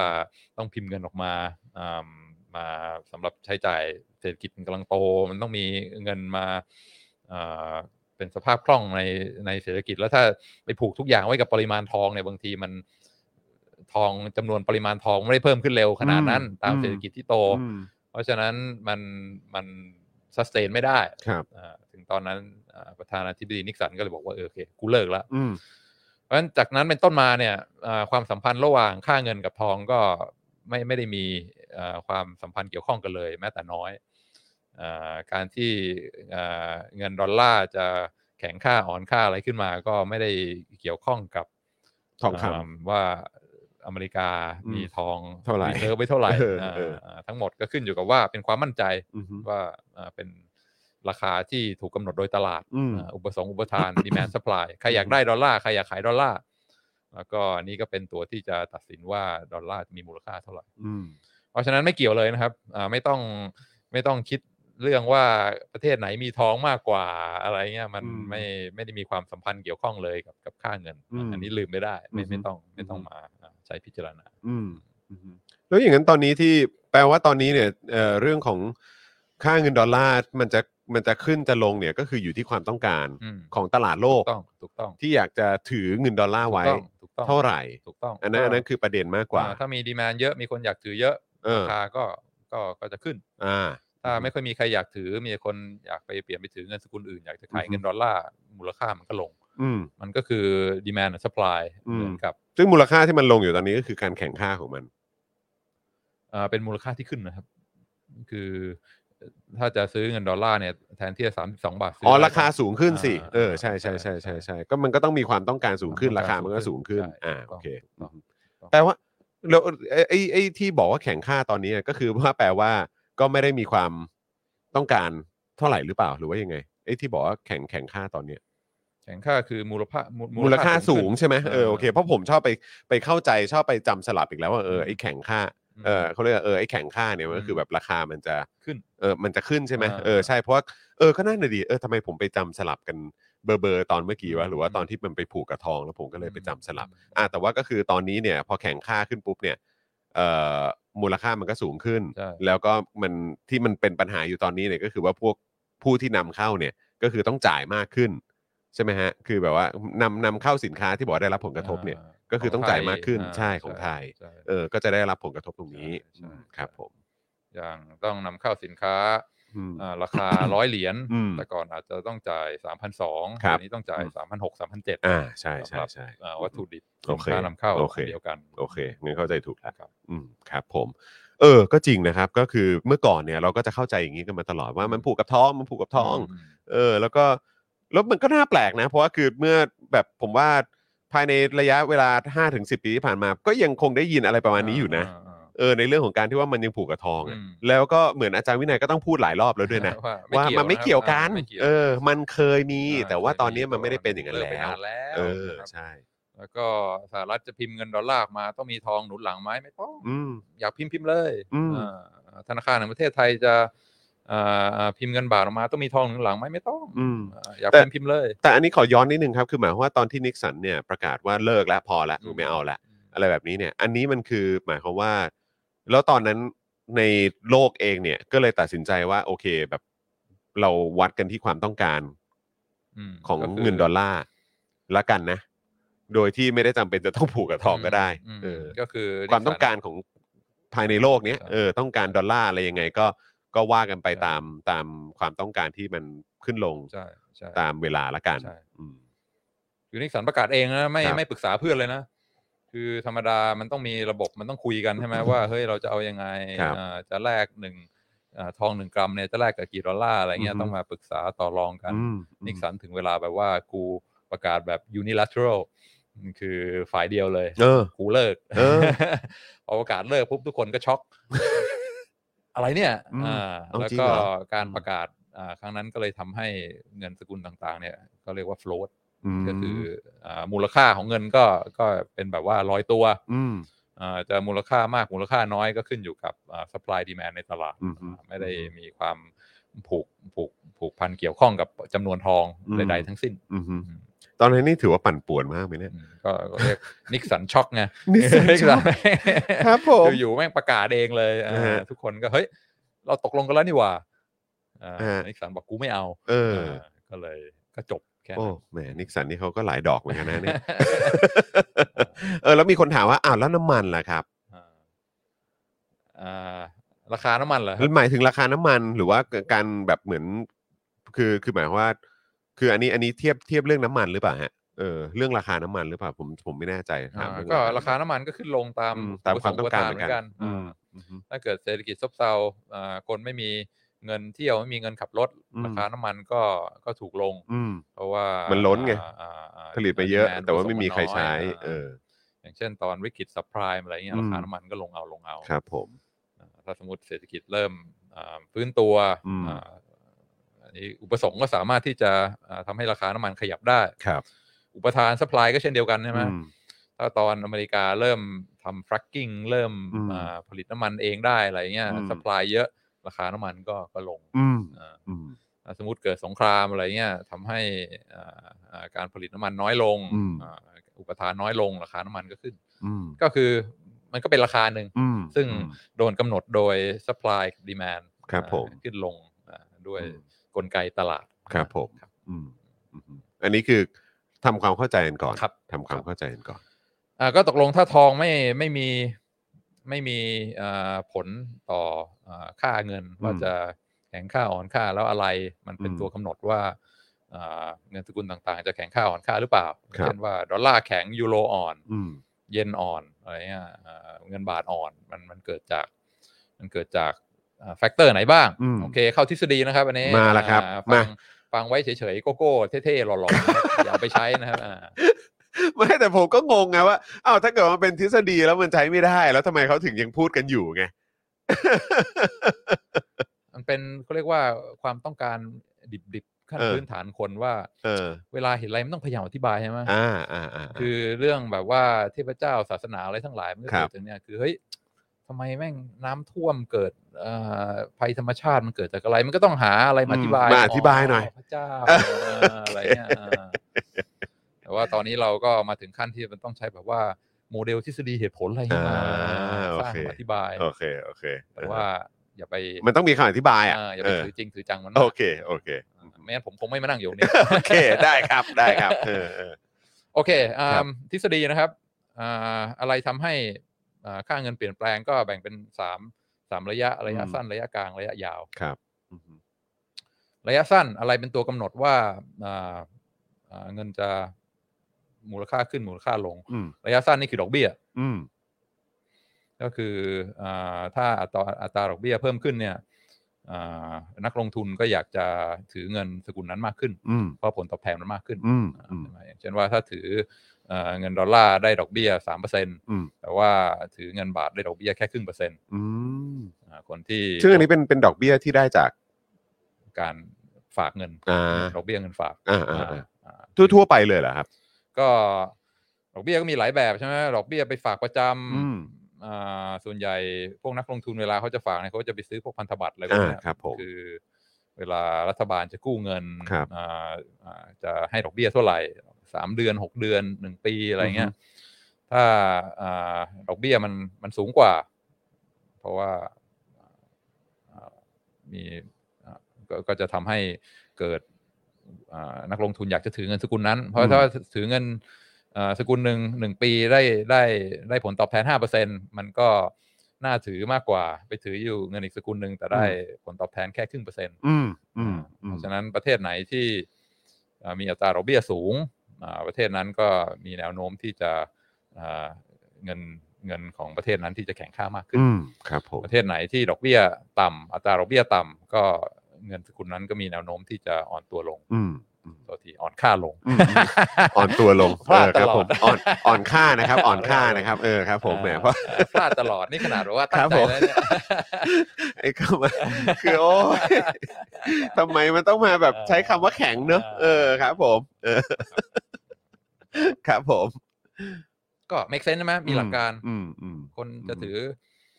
S2: ต้องพิมพ์เงินออกมาอ่า มาสำหรับใช้จ่ายเศรษฐกิจมันกำลังโต มันต้องมีเงินมาเอ่อเป็นสภาพคล่องในในเศรษฐกิจ แล้วถ้าไปผูกทุกอย่างไว้กับปริมาณทองเนี่ยบางทีมันทองจำนวนปริมาณทองไม่ได้เพิ่มขึ้นเร็วขนาดนั้น
S4: อืม
S2: ตาม
S4: อืม
S2: เศรษฐกิจที่โต
S4: อืม
S2: เพราะฉะนั้นมันมันสแตนไม่ได้
S1: ครับ
S2: อ่าถึงตอนนั้นอ่าประธานาธิบดีนิกสันก็เลยบอกว่าเออโอเคกูเลิกละ
S4: อืม
S2: เพราะฉะนั้นจากนั้นเป็นต้นมาเนี่ยเอ่อความสัมพันธ์ระหว่างค่าเงินกับทองก็ไม่ไม่ได้มีเอ่อความสัมพันธ์เกี่ยวข้องกันเลย แม้แต่น้อยเอ่อการที่เอ่อเงินดอลลาร์จะแข็งค่าอ่อนค่าอะไรขึ้นมา ก็ไม่ได้เกี่ยวข้องกับ
S1: ทองคำ
S2: เว่าอเมริกามี
S1: อืม
S2: ทอง
S1: เท่าไหร่
S2: เซิร์ฟไว้เท่าไหร่
S1: เออเออ
S2: เอ่อทั้งหมดก็ขึ้นอยู่กับว่าเป็นความมั่นใจ
S1: อือฮึ
S2: ว่าเอ่อเป็นราคาที่ถูกกำหนดโดยตลาด
S4: อืม
S2: อ่าอุปสงค์อุป ทาน demand supply ใครอยากได้ดอลลาร์ ใครอยากขายดอลลาร์ แล้วก็อันนี่ก็เป็นตัวที่จะตัดสินว่าดอลลาร์มีมูลค่าเท่าไหร่
S4: อืม
S2: เพราะฉะนั้นไม่เกี่ยวเลยนะครับอ่าไม่ต้องไม่ต้องคิดเรื่องว่าประเทศไหนมีท้องมากกว่าอะไรเงี้ยมัน
S4: อืม
S2: ไม่ไม่ได้มีความสัมพันธ์เกี่ยวข้องเลยกับกับค่าเงิน
S4: อืม
S2: อันนี้ลืมไม่ได้ไม่
S4: อือฮึ
S2: ไม่ต้องไม่ต้องมาอ่าใช้พิจารณา
S4: อืม
S1: แล้วอย่างนั้นตอนนี้ที่แปลว่าตอนนี้เนี่ยเอ่อเรื่องของค่าเงินดอลลาร์มันจะมันจะขึ้นจะลงเนี่ยก็คืออยู่ที่ความต้องการ
S2: อืม
S1: ของตลาดโล
S2: ถู
S1: ก
S2: กต้องถูกต้อง
S1: ที่อยากจะถือเงินดอลลาร์ไว้
S2: ถูกต้อง
S1: เท่าไหร่
S2: ถูกต้อง
S1: อันนั้นอันนั้นคือประเด็นมากกว่า
S2: อ่ถ้ามีดีมานเยอะมีคนอยากถือเยอะ
S1: เออ
S2: ราคาก็ก็ก็จะขึ้น
S1: อ่า
S2: ถ้า
S1: อือฮึ
S2: ไม่ค่อยมีใครอยากถือ มีคนอยากไปเปลี่ยนไปถือเงินสกุลอื่น อยากจะขาย
S1: อือฮึ
S2: เงินดอลลาร์มูลค่ามันก็ลง
S1: อืม
S2: มันก็คือ demand and supply
S1: อืม
S2: เหมือนกับ
S1: ซึ่งมูลค่าที่มันลงอยู่ตอนนี้ก็คือการแข่งค่าของมัน
S2: เอ่อเป็นมูลค่าที่ขึ้นนะครับ คือถ้าจะซื้อเงินดอลลาร์เนี่ยแทนที่จะสามสิบสองบาทซื้
S1: อ๋อ ราคาสูงขึ้นสิ
S2: า
S1: เออ ใช่ใช่ใช่ใช่ใช่ก็มันก็ต้องมีความต้องการสูงขึ้น ราคามันก็สูงขึ้น
S2: ใช่
S1: อ่าโอ
S2: ถูกต้ง
S1: เค
S2: ถูกต้อง ต้อง
S1: แต่ว่าแล้วไอ้ไอ้ไอ้ที่บอกว่าแข่งค่าตอนนี้ก็คือว่าแปลว่าก็ไม่ได้มีความต้องการเท่าไหร่หรือเปล่าหรือว่ายังไงไอ้ที่บอกว่าแข่งแข่งค่าตอนเนี้ย
S2: แข่งค่าคือมูลค่า
S1: มูลค่าสูง
S2: ขึ้น
S1: ใช่ไหมเออ
S2: เออ
S1: โอเคเพราะผมชอบไปไปเข้าใจชอบไปจำสลับอีกแล้วว่าเออไอ้แข่งค่าเออเขาเรียกว่าเออไอ้แข่งค่าเนี่ยมันก็คือแบบราคามันจะ
S2: ขึ้น
S1: เออ มันจะขึ้นใช่ไหม
S2: อ่า
S1: เออ ใช่ เพราะว่า เออ ก็น่าหนาดี เออทำไมผมไปจำสลับกันเบอร์เบอร์ตอนเมื่อกี้วะ หรือว่าตอนที่มันไปผูกกับทองแล้วผมก็เลยไปจำสลับ อ่ะแต่ว่าก็คือตอนนี้เนี่ย พอแข่งค่าขึ้นปุ๊บเนี่ย เอ่อ มูลค่ามันก็สูงขึ้น
S2: ใช่
S1: แล้วก็มันที่มันเป็นปัญหาอยู่ตอนนี้เนี่ยก็คือว่าพวกผู้ที่นำเข้าเนี่ย ก็คือต้องจ่ายมากขึ้น ใช่ไหมฮะ คือแบบว่านำนำเข้าสินค้าที่บอกว่าได้รับผลกระทบเนี่ย ก็คือต้องจ่ายมากขึ้นใช่ของไทย
S2: ใช่
S1: เออ ก็จะได้รับผลกระทบตรงนี้
S2: ใช่ใช่
S1: ครับ ผม
S2: อย่างต้องนำเข้าสินค้า
S1: อืม
S2: อ่าราคา ร้อยเหรียญ
S1: อืม
S2: แต่ก่อนอาจจะต้องจ่ายสามพันสอง
S1: ครับ
S2: อันี้ต้องจ่าย
S1: อืม
S2: สามพันหกสามพันเจ็ด
S1: อ่า ใช่ใช่ใช่
S2: วัตถุดิบ
S1: โอ
S2: สิน
S1: เค
S2: ค้านำเข้า
S1: โอเค
S2: อันเดียวกัน
S1: โอเคงั้นเข้าใจถูกแล้ว
S2: ครับ
S1: อืมครับผม เออ ก็จริงนะครับ ก็คือเมื่อก่อนเนี่ยเราก็จะเข้าใจอย่างนี้กันมาตลอดว่ามันผูกกับท้อง มันผูกกับท้อง
S2: ม
S1: เออ แล้วก็แล้วมันก็น่าแปลกนะ เพราะว่าคือเมื่อแบบผมว่าภายในระยะเวลา 5-10ถึงปีที่ผ่านมา ก็ยังคงได้ยินอะไรประมาณนี้อยู่นะ
S2: า
S1: เออ ในเรื่องของการที่ว่ามันยังผูกกับทองอะ
S2: อืม
S1: แล้วก็เหมือนอาจารย์วินัยก็ต้องพูดหลายรอบแล้วด้วยนะ ว่ามันไม่เกี่ยวกัน
S2: ไม่กี่ยว
S1: เออ มันเคยมี
S2: อ่
S1: แต่ว่าตอนนี้
S2: คย
S1: มันไม่ได้เป็นอย่างนั้น
S2: ลิก
S1: แล้
S2: ไป
S1: ว
S2: นานแล้ว
S1: เออ
S2: นะครับ
S1: ใช่
S2: แล้วก็สหรัฐจะพิมพ์เงินดอลลาร์ออกมาต้องมีทองหนุนหลังไหมไม่ต้อง
S1: อืม
S2: อยากพิมพ์พิมพ์เลย
S1: อืม
S2: อ่าธนาคารแห่งประเทศไทยจะอ่าอ่าพิมพ์เงินบาทออกมาต้องมีทองหนุนหลังไหมไม่ต้อง
S1: อืม
S2: อ่าอยาก
S1: แต่
S2: พิมพ์พิมพ์เลย
S1: แต่อันนี้ขอย้อนนิดนึงครับ คือหมายความว่าตอนที่นิกสันเนี่ยประกาศว่าเลิกแล้วพอแล้ว
S2: อืม
S1: ไม่เอาละอะไรแบบนี้เนี่ย อันนี้มันคือหมายความว่า แล้วตอนนั้นในโลกเองเนี่ยก็เลยตัดสินใจว่าโอเคแบบเราวัดกันที่ความต้องการ
S2: ม
S1: ของ
S2: ก็คื
S1: เงินดอลลาร์ละกันนะ โดยที่ไม่ได้จำเป็นจะต้องผูกกับทองก็ได้
S2: อืม
S1: เออ
S2: ก็คือ
S1: ความต้องการของภายในโลกเนี้ย
S2: ครับ
S1: เออต้องการดอลลาร์อะไรยังไงก็ก็ว่ากันไปตามตามความต้องการที่มันขึ้นลง
S2: ใช่ใช่
S1: ตามเวลาละกัน
S2: ใช่
S1: อืม
S2: คือนิกสันประกาศเองนะไม่
S1: ครับ
S2: ไม่ปรึกษาเพื่อนเลยนะ คือธรรมดามันต้องมีระบบมันต้องคุยกันใช่ไหมว่าเฮ้ยเราจะเอายังไง
S1: ครับ
S2: อ่าจะแลกหนึ่งอ่าทองหนึ่งกรัมเนี่ยจะแลกกับกี่ดอลลาร์อะไรเงี้ย
S1: อือฮึ
S2: ต้องมาปรึกษาต่อรองกัน
S1: อืม
S2: นิกสันถึงเวลาแบบว่ากูประกาศแบบ unilateral คือฝ่ายเดียวเลย
S1: เออ
S2: กูเลิก
S1: เออ
S2: พอประกาศเลิกปุ๊บทุกคนก็ช็อก อะไรเนี่ย
S1: อืม
S2: อ่า
S1: เอา
S2: แล้ว
S1: จริง
S2: ก็
S1: เหรอ
S2: การประกาศอ่าครั้งนั้นก็เลยทำให้เงินสกุลต่างๆ เนี่ยก็เรียกว่า float
S1: ม
S2: ก็คืออามูลค่าของเงินก็ก็เป็นแบบว่าลอยตัว
S1: ม
S2: อ่าจะมูลค่ามากมูลค่าน้อยก็ขึ้นอยู่กับอ่า supply demand ในตลาด
S1: อืม
S2: อ่าไม่ได้มีความผูกผูกผูกพันเกี่ยวข้องกับจำนวนทอง
S1: อืม
S2: ใดๆทั้งสิ้น
S1: อืมฮึ
S2: อืม
S1: ตอนนี้นนี่ถือว่าปั่นป่วนมากไหมเนี่ย
S2: อืมก็ก็เรียกนิกสันช็อกไง
S1: นิสั ยชอบ ครับผม
S2: อยู่ๆแม่งประกาศเองเลยอ่า
S1: อ่าฮะ
S2: ทุกคนก็เฮ้ย เราตกลงกันแล้วนี่หว่าอ่า
S1: อ่า
S2: นิกสันบอกกูไม่เอา
S1: เออ
S2: าก็เลยก็จบแค่
S1: โอ้
S2: นั้น
S1: แหมนิกสันนี่เขาก็หลายดอกเหมือนกันนะเนี่ย เออแล้วมีคนถามว่าอ้าวแล้วน้ำมันล่ะครับ
S2: อ่าอ่าราคาน้ำมันเหรอครับ
S1: หมายถึงราคาน้ำมันหรือว่าการแบบเหมือนคือคือหมายความว่า คืออันนี้อันนี้เทียบเทียบเรื่องน้ำมันหรือเปล่าฮะเออเรื่องราคาน้ำมันหรือเปล่าผมผมไม่แน่ใจถาม
S2: อ่า
S1: เอง
S2: ก็ราคาน้ำมันก็ขึ้นลงตาม
S1: อืมตามความต้องการ
S2: ปะส
S1: เห
S2: ค์
S1: มือ
S2: ปะ
S1: น
S2: ท
S1: กัน
S2: อ่า
S1: อืม
S2: ถ้าเกิดเศรษฐกิจซบเซาอ่าคนไม่มีเงินเที่ยวไม่มีเงินขับรถ
S1: อืม
S2: ราคาน้ำมันก็ก็ถูกลง
S1: อืม
S2: เพราะว่ามัน
S1: ล้นไง ผลิตมาเยอะ แต่ว่าไม่มีใครใช้ เออ
S2: อย่างเช่นตอนวิกฤตซับไพรม์อะไรเงี้ย
S1: อืม
S2: ราคาน้ำมันก็ลงเอาลงเอา
S1: ครับผม
S2: อ่าถ้าสมมติเศรษฐกิจเริ่มอ่าฟื้นตัว
S1: อืม
S2: อ่าอันนี้อุปสงค์ก็สามารถที่จะอ่าทำาให้ราคาน้ำมันขยับได้
S1: ครับ
S2: อุปทานสป라이ก็เช่นเดียวกันใช่ไหม
S1: อืม
S2: ถ้าตอนอเมริกาเริ่มทำ fracking เริ่ม
S1: อืม
S2: อ่าผลิตน้ำมันเองได้อะไรเงี้ย
S1: อืม
S2: สป라이เยอะราคาน้ำมันก็ก็ลง
S1: อืม
S2: อ่า
S1: อืม
S2: ถ้าสมมติเกิดสงครามอะไรเงี้ยทำให้อ่าอ่าการผลิตน้ำมันน้อยลง
S1: อืม
S2: อ่าอุปทานน้อยลงราคาน้ำมันก็ขึ้น
S1: อืม
S2: ก็คือมันก็เป็นราคาหนึ่ง
S1: อืม
S2: ซึ่งโดนกำหนดโดย supply demand
S1: ครับผม
S2: อ่าขึ้นลงอ่าด้วย
S1: อืม
S2: กลไกตลาด
S1: ครับผม
S2: ครับ
S1: อืมอืมอันนี้คือทำความเข้าใจกันก่อน
S2: ครับ
S1: ทำความเข้าใจกันก่อน
S2: อ่าก็ตกลงถ้าทองไม่ไม่มีไม่มีอ่าผลต่ออาค่าเงินว่าจะแข็งค่าอ่อนค่าแล้วอะไรมันเป็น
S1: อืม
S2: ตัวกำหนดว่าอ่าเงินสกุลต่างๆ จะแข็งค่าอ่อนค่าหรือเปล่า
S1: ครับ
S2: เช่นว่าดอลลาร์แข็งยูโรอ่อน
S1: อืม
S2: เย็นอ่อนอะไรเงี้ยอ่าเงินบาทอ่อนมันมันเกิดจากมันเกิดจากแฟกเตอร์ไหนบ้าง
S1: อืม
S2: โอเคเข้าทฤษฎีนะครับ อันนี้
S1: มาแล้วครับ
S2: อ่
S1: มา
S2: ฟังฟังไว้เฉยๆ โกโก้เท่ๆ หล่อๆนะครับอย่าเอาไปใช้นะครับอ่า
S1: ไม่แต่ผมก็งงไงว่าอ้าวถ้าเกิดมันเป็นทฤษฎีแล้วมันใช้ไม่ได้ แล้วทำไมเขาถึงยังพูดกันอยู่ ไง
S2: มันเป็นเขาเรียกว่าความต้องการดิบๆขั้น
S1: เออ
S2: พื้นฐานคนว่า
S1: เออ
S2: เวลาเห็นอะไรมันต้องพยายามอธิบายใช่ไหม
S1: อ่าอ่าอ่า
S2: คือเรื่องแบบว่าเทพเจ้าศาสนาอะไรทั้งหลายมันก็
S1: ครั
S2: เกิ
S1: บ
S2: ดจากเนี่ยคือเฮ้ยทำไมแม่งน้ำท่วมเกิดเอ่อภัยธรรมชาติมันเกิดจากอะไร มันก็ต้องหาอะไรมาอธิบาย
S1: มาอธิบายหน่อย
S2: พระเจ้า
S1: เออ
S2: เอออะไรเนี่ยเออแต่ว่าตอนนี้เราก็มาถึงขั้นที่มันต้องใช้แบบว่าโมเดลทฤษฎีเหตุผลอะไรเงี้ยมา
S1: อ่าโอ
S2: สร้าง
S1: เค
S2: มาอธิบาย
S1: โอเคโอเค
S2: แต่ว่าอย่าไป
S1: มันต้องมีคำอธิบายอ่ะ
S2: เอออย่า
S1: เอ
S2: ไป
S1: อ
S2: ถือจริงถือจังมันมาก
S1: โอเคโอเค
S2: ไม่งั้นผมคงไม่มานั่งอยู่ตรงนี้
S1: โอ เคได้ครับได้ครับเออเออ
S2: โอเคอ่า
S1: ครับ
S2: ทฤษฎีนะครับอ่าอะไรทำให้อ่าค่าเงินเปลี่ยนแปลงก็แบ่งเป็นสามสามระยะ ระยะสั้น ระยะกลาง ระยะยาว
S1: ครับ
S2: ระยะสั้นอะไรเป็นตัวกำหนดว่าอ่าอ่าเงินจะมูลค่าขึ้นมูลค่าลง
S1: อืม
S2: ระยะสั้นนี่คือดอกเบี้ย
S1: อืม
S2: ก็คืออาถ้าอัตราอัตราดอกเบี้ยเพิ่มขึ้นเนี่ยอ่านักลงทุนก็อยากจะถือเงินสกุลนั้นมากขึ้น
S1: อืม
S2: เพราะผลตอบแทนมันมากขึ้น
S1: อืม
S2: อ่า
S1: อืม
S2: ใช่ไหมอย่างเช่นว่าถ้าถือเอ่อเงินดอลลาร์ได้ดอกเบี้ยสามเปอร์เซ็น
S1: ม
S2: แต่ว่าถือเงินบาทได้ดอกเบี้ยแค่ครึ่งเปอร์เซ็นต์
S1: อืม
S2: อ่าคนที่
S1: ซึ่งอันนี้เป็นเป็นดอกเบี้ยที่ได้จาก
S2: การฝากเงิน
S1: อ่า
S2: ดอกเบี้ยเงินฝาก
S1: อ่าอ่าอ่า
S2: อ่า
S1: ทั่วทั่วไปเลยเหรอครับ
S2: ก็ดอกเบี้ยก็มีหลายแบบใช่ไหมดอกเบี้ยไปฝากประจ
S1: อืม
S2: ำอ่าส่วนใหญ่พวกนักลงทุนเวลาเขาจะฝากเนี่ยเขาจะไปซื้อพวกพันธบัตรอะไรพวกเนี้ย
S1: อ่าครับผม
S2: คือเวลารัฐบาลจะกู้เงิน
S1: ครับ
S2: อ่าอ่าจะให้ดอกเบี้ยเท่าไหร่สามเดือนหกเดือนหนึ่งปีอะไรเงี้ยถ้าอ่าดอกเบี้ยมันมันสูงกว่า เพราะว่าอ่ามีอ่าก็ก็จะทำให้เกิดอ่านักลงทุนอยากจะถือเงินสกุลนั้น เพราะ
S1: อืม
S2: ถ้าถือเงิน เอ่อสกุลหนึ่งหนึ่งปีได้ได้ได้ผลตอบแทนห้าเปอร์เซ็นมันก็น่าถือมากกว่าไปถืออยู่เงินอีกสกุลหนึ่งแต่ได้ผลตอบแทนแค่ครึ่งเปอร์เซ็นต์
S1: อืมอืมอืม
S2: เพราะฉะนั้นประเทศไหนที่เอ่อมีอัตราดอกเบี้ยสูงอ่าประเทศนั้นก็มีแนวโน้มที่จะอ่าเงินเงินของประเทศนั้นที่จะแข็งค่ามากขึ้น
S1: อืมครับผม
S2: ประเทศไหนที่ดอกเบี้ยต่ำอัตราดอกเบี้ยต่ำก็เงินสกุลนั้นก็มีแนวโน้มที่จะอ่อนตัวลง
S1: อืมอืม
S2: ตัวที่อ่อนค่าลง
S1: อืม อ่อนตัวลง
S2: พลาด
S1: เออครับ
S2: ตลอ
S1: ผ
S2: ด
S1: มอ่อนอ่อนค่า นะครับ อ่อนค่านะครับ เออครับ ผมแหมเพราะ
S2: อ่พลาดตลอดนี่ขนาดว่าตั้
S1: ค
S2: ง
S1: รับ
S2: ใจ
S1: ผม
S2: แล้วเนี่ย
S1: ไอ้คำว่า คือโอ้ยทำไมมันต้องมาแบบใช้คำว่าแข็งเนอะเออครับ ผมเอ อครับผม
S2: ก็ make sense ใช่ไหมมีหลักการ
S1: อืมอืม
S2: คนจะ
S1: อืม
S2: ถือ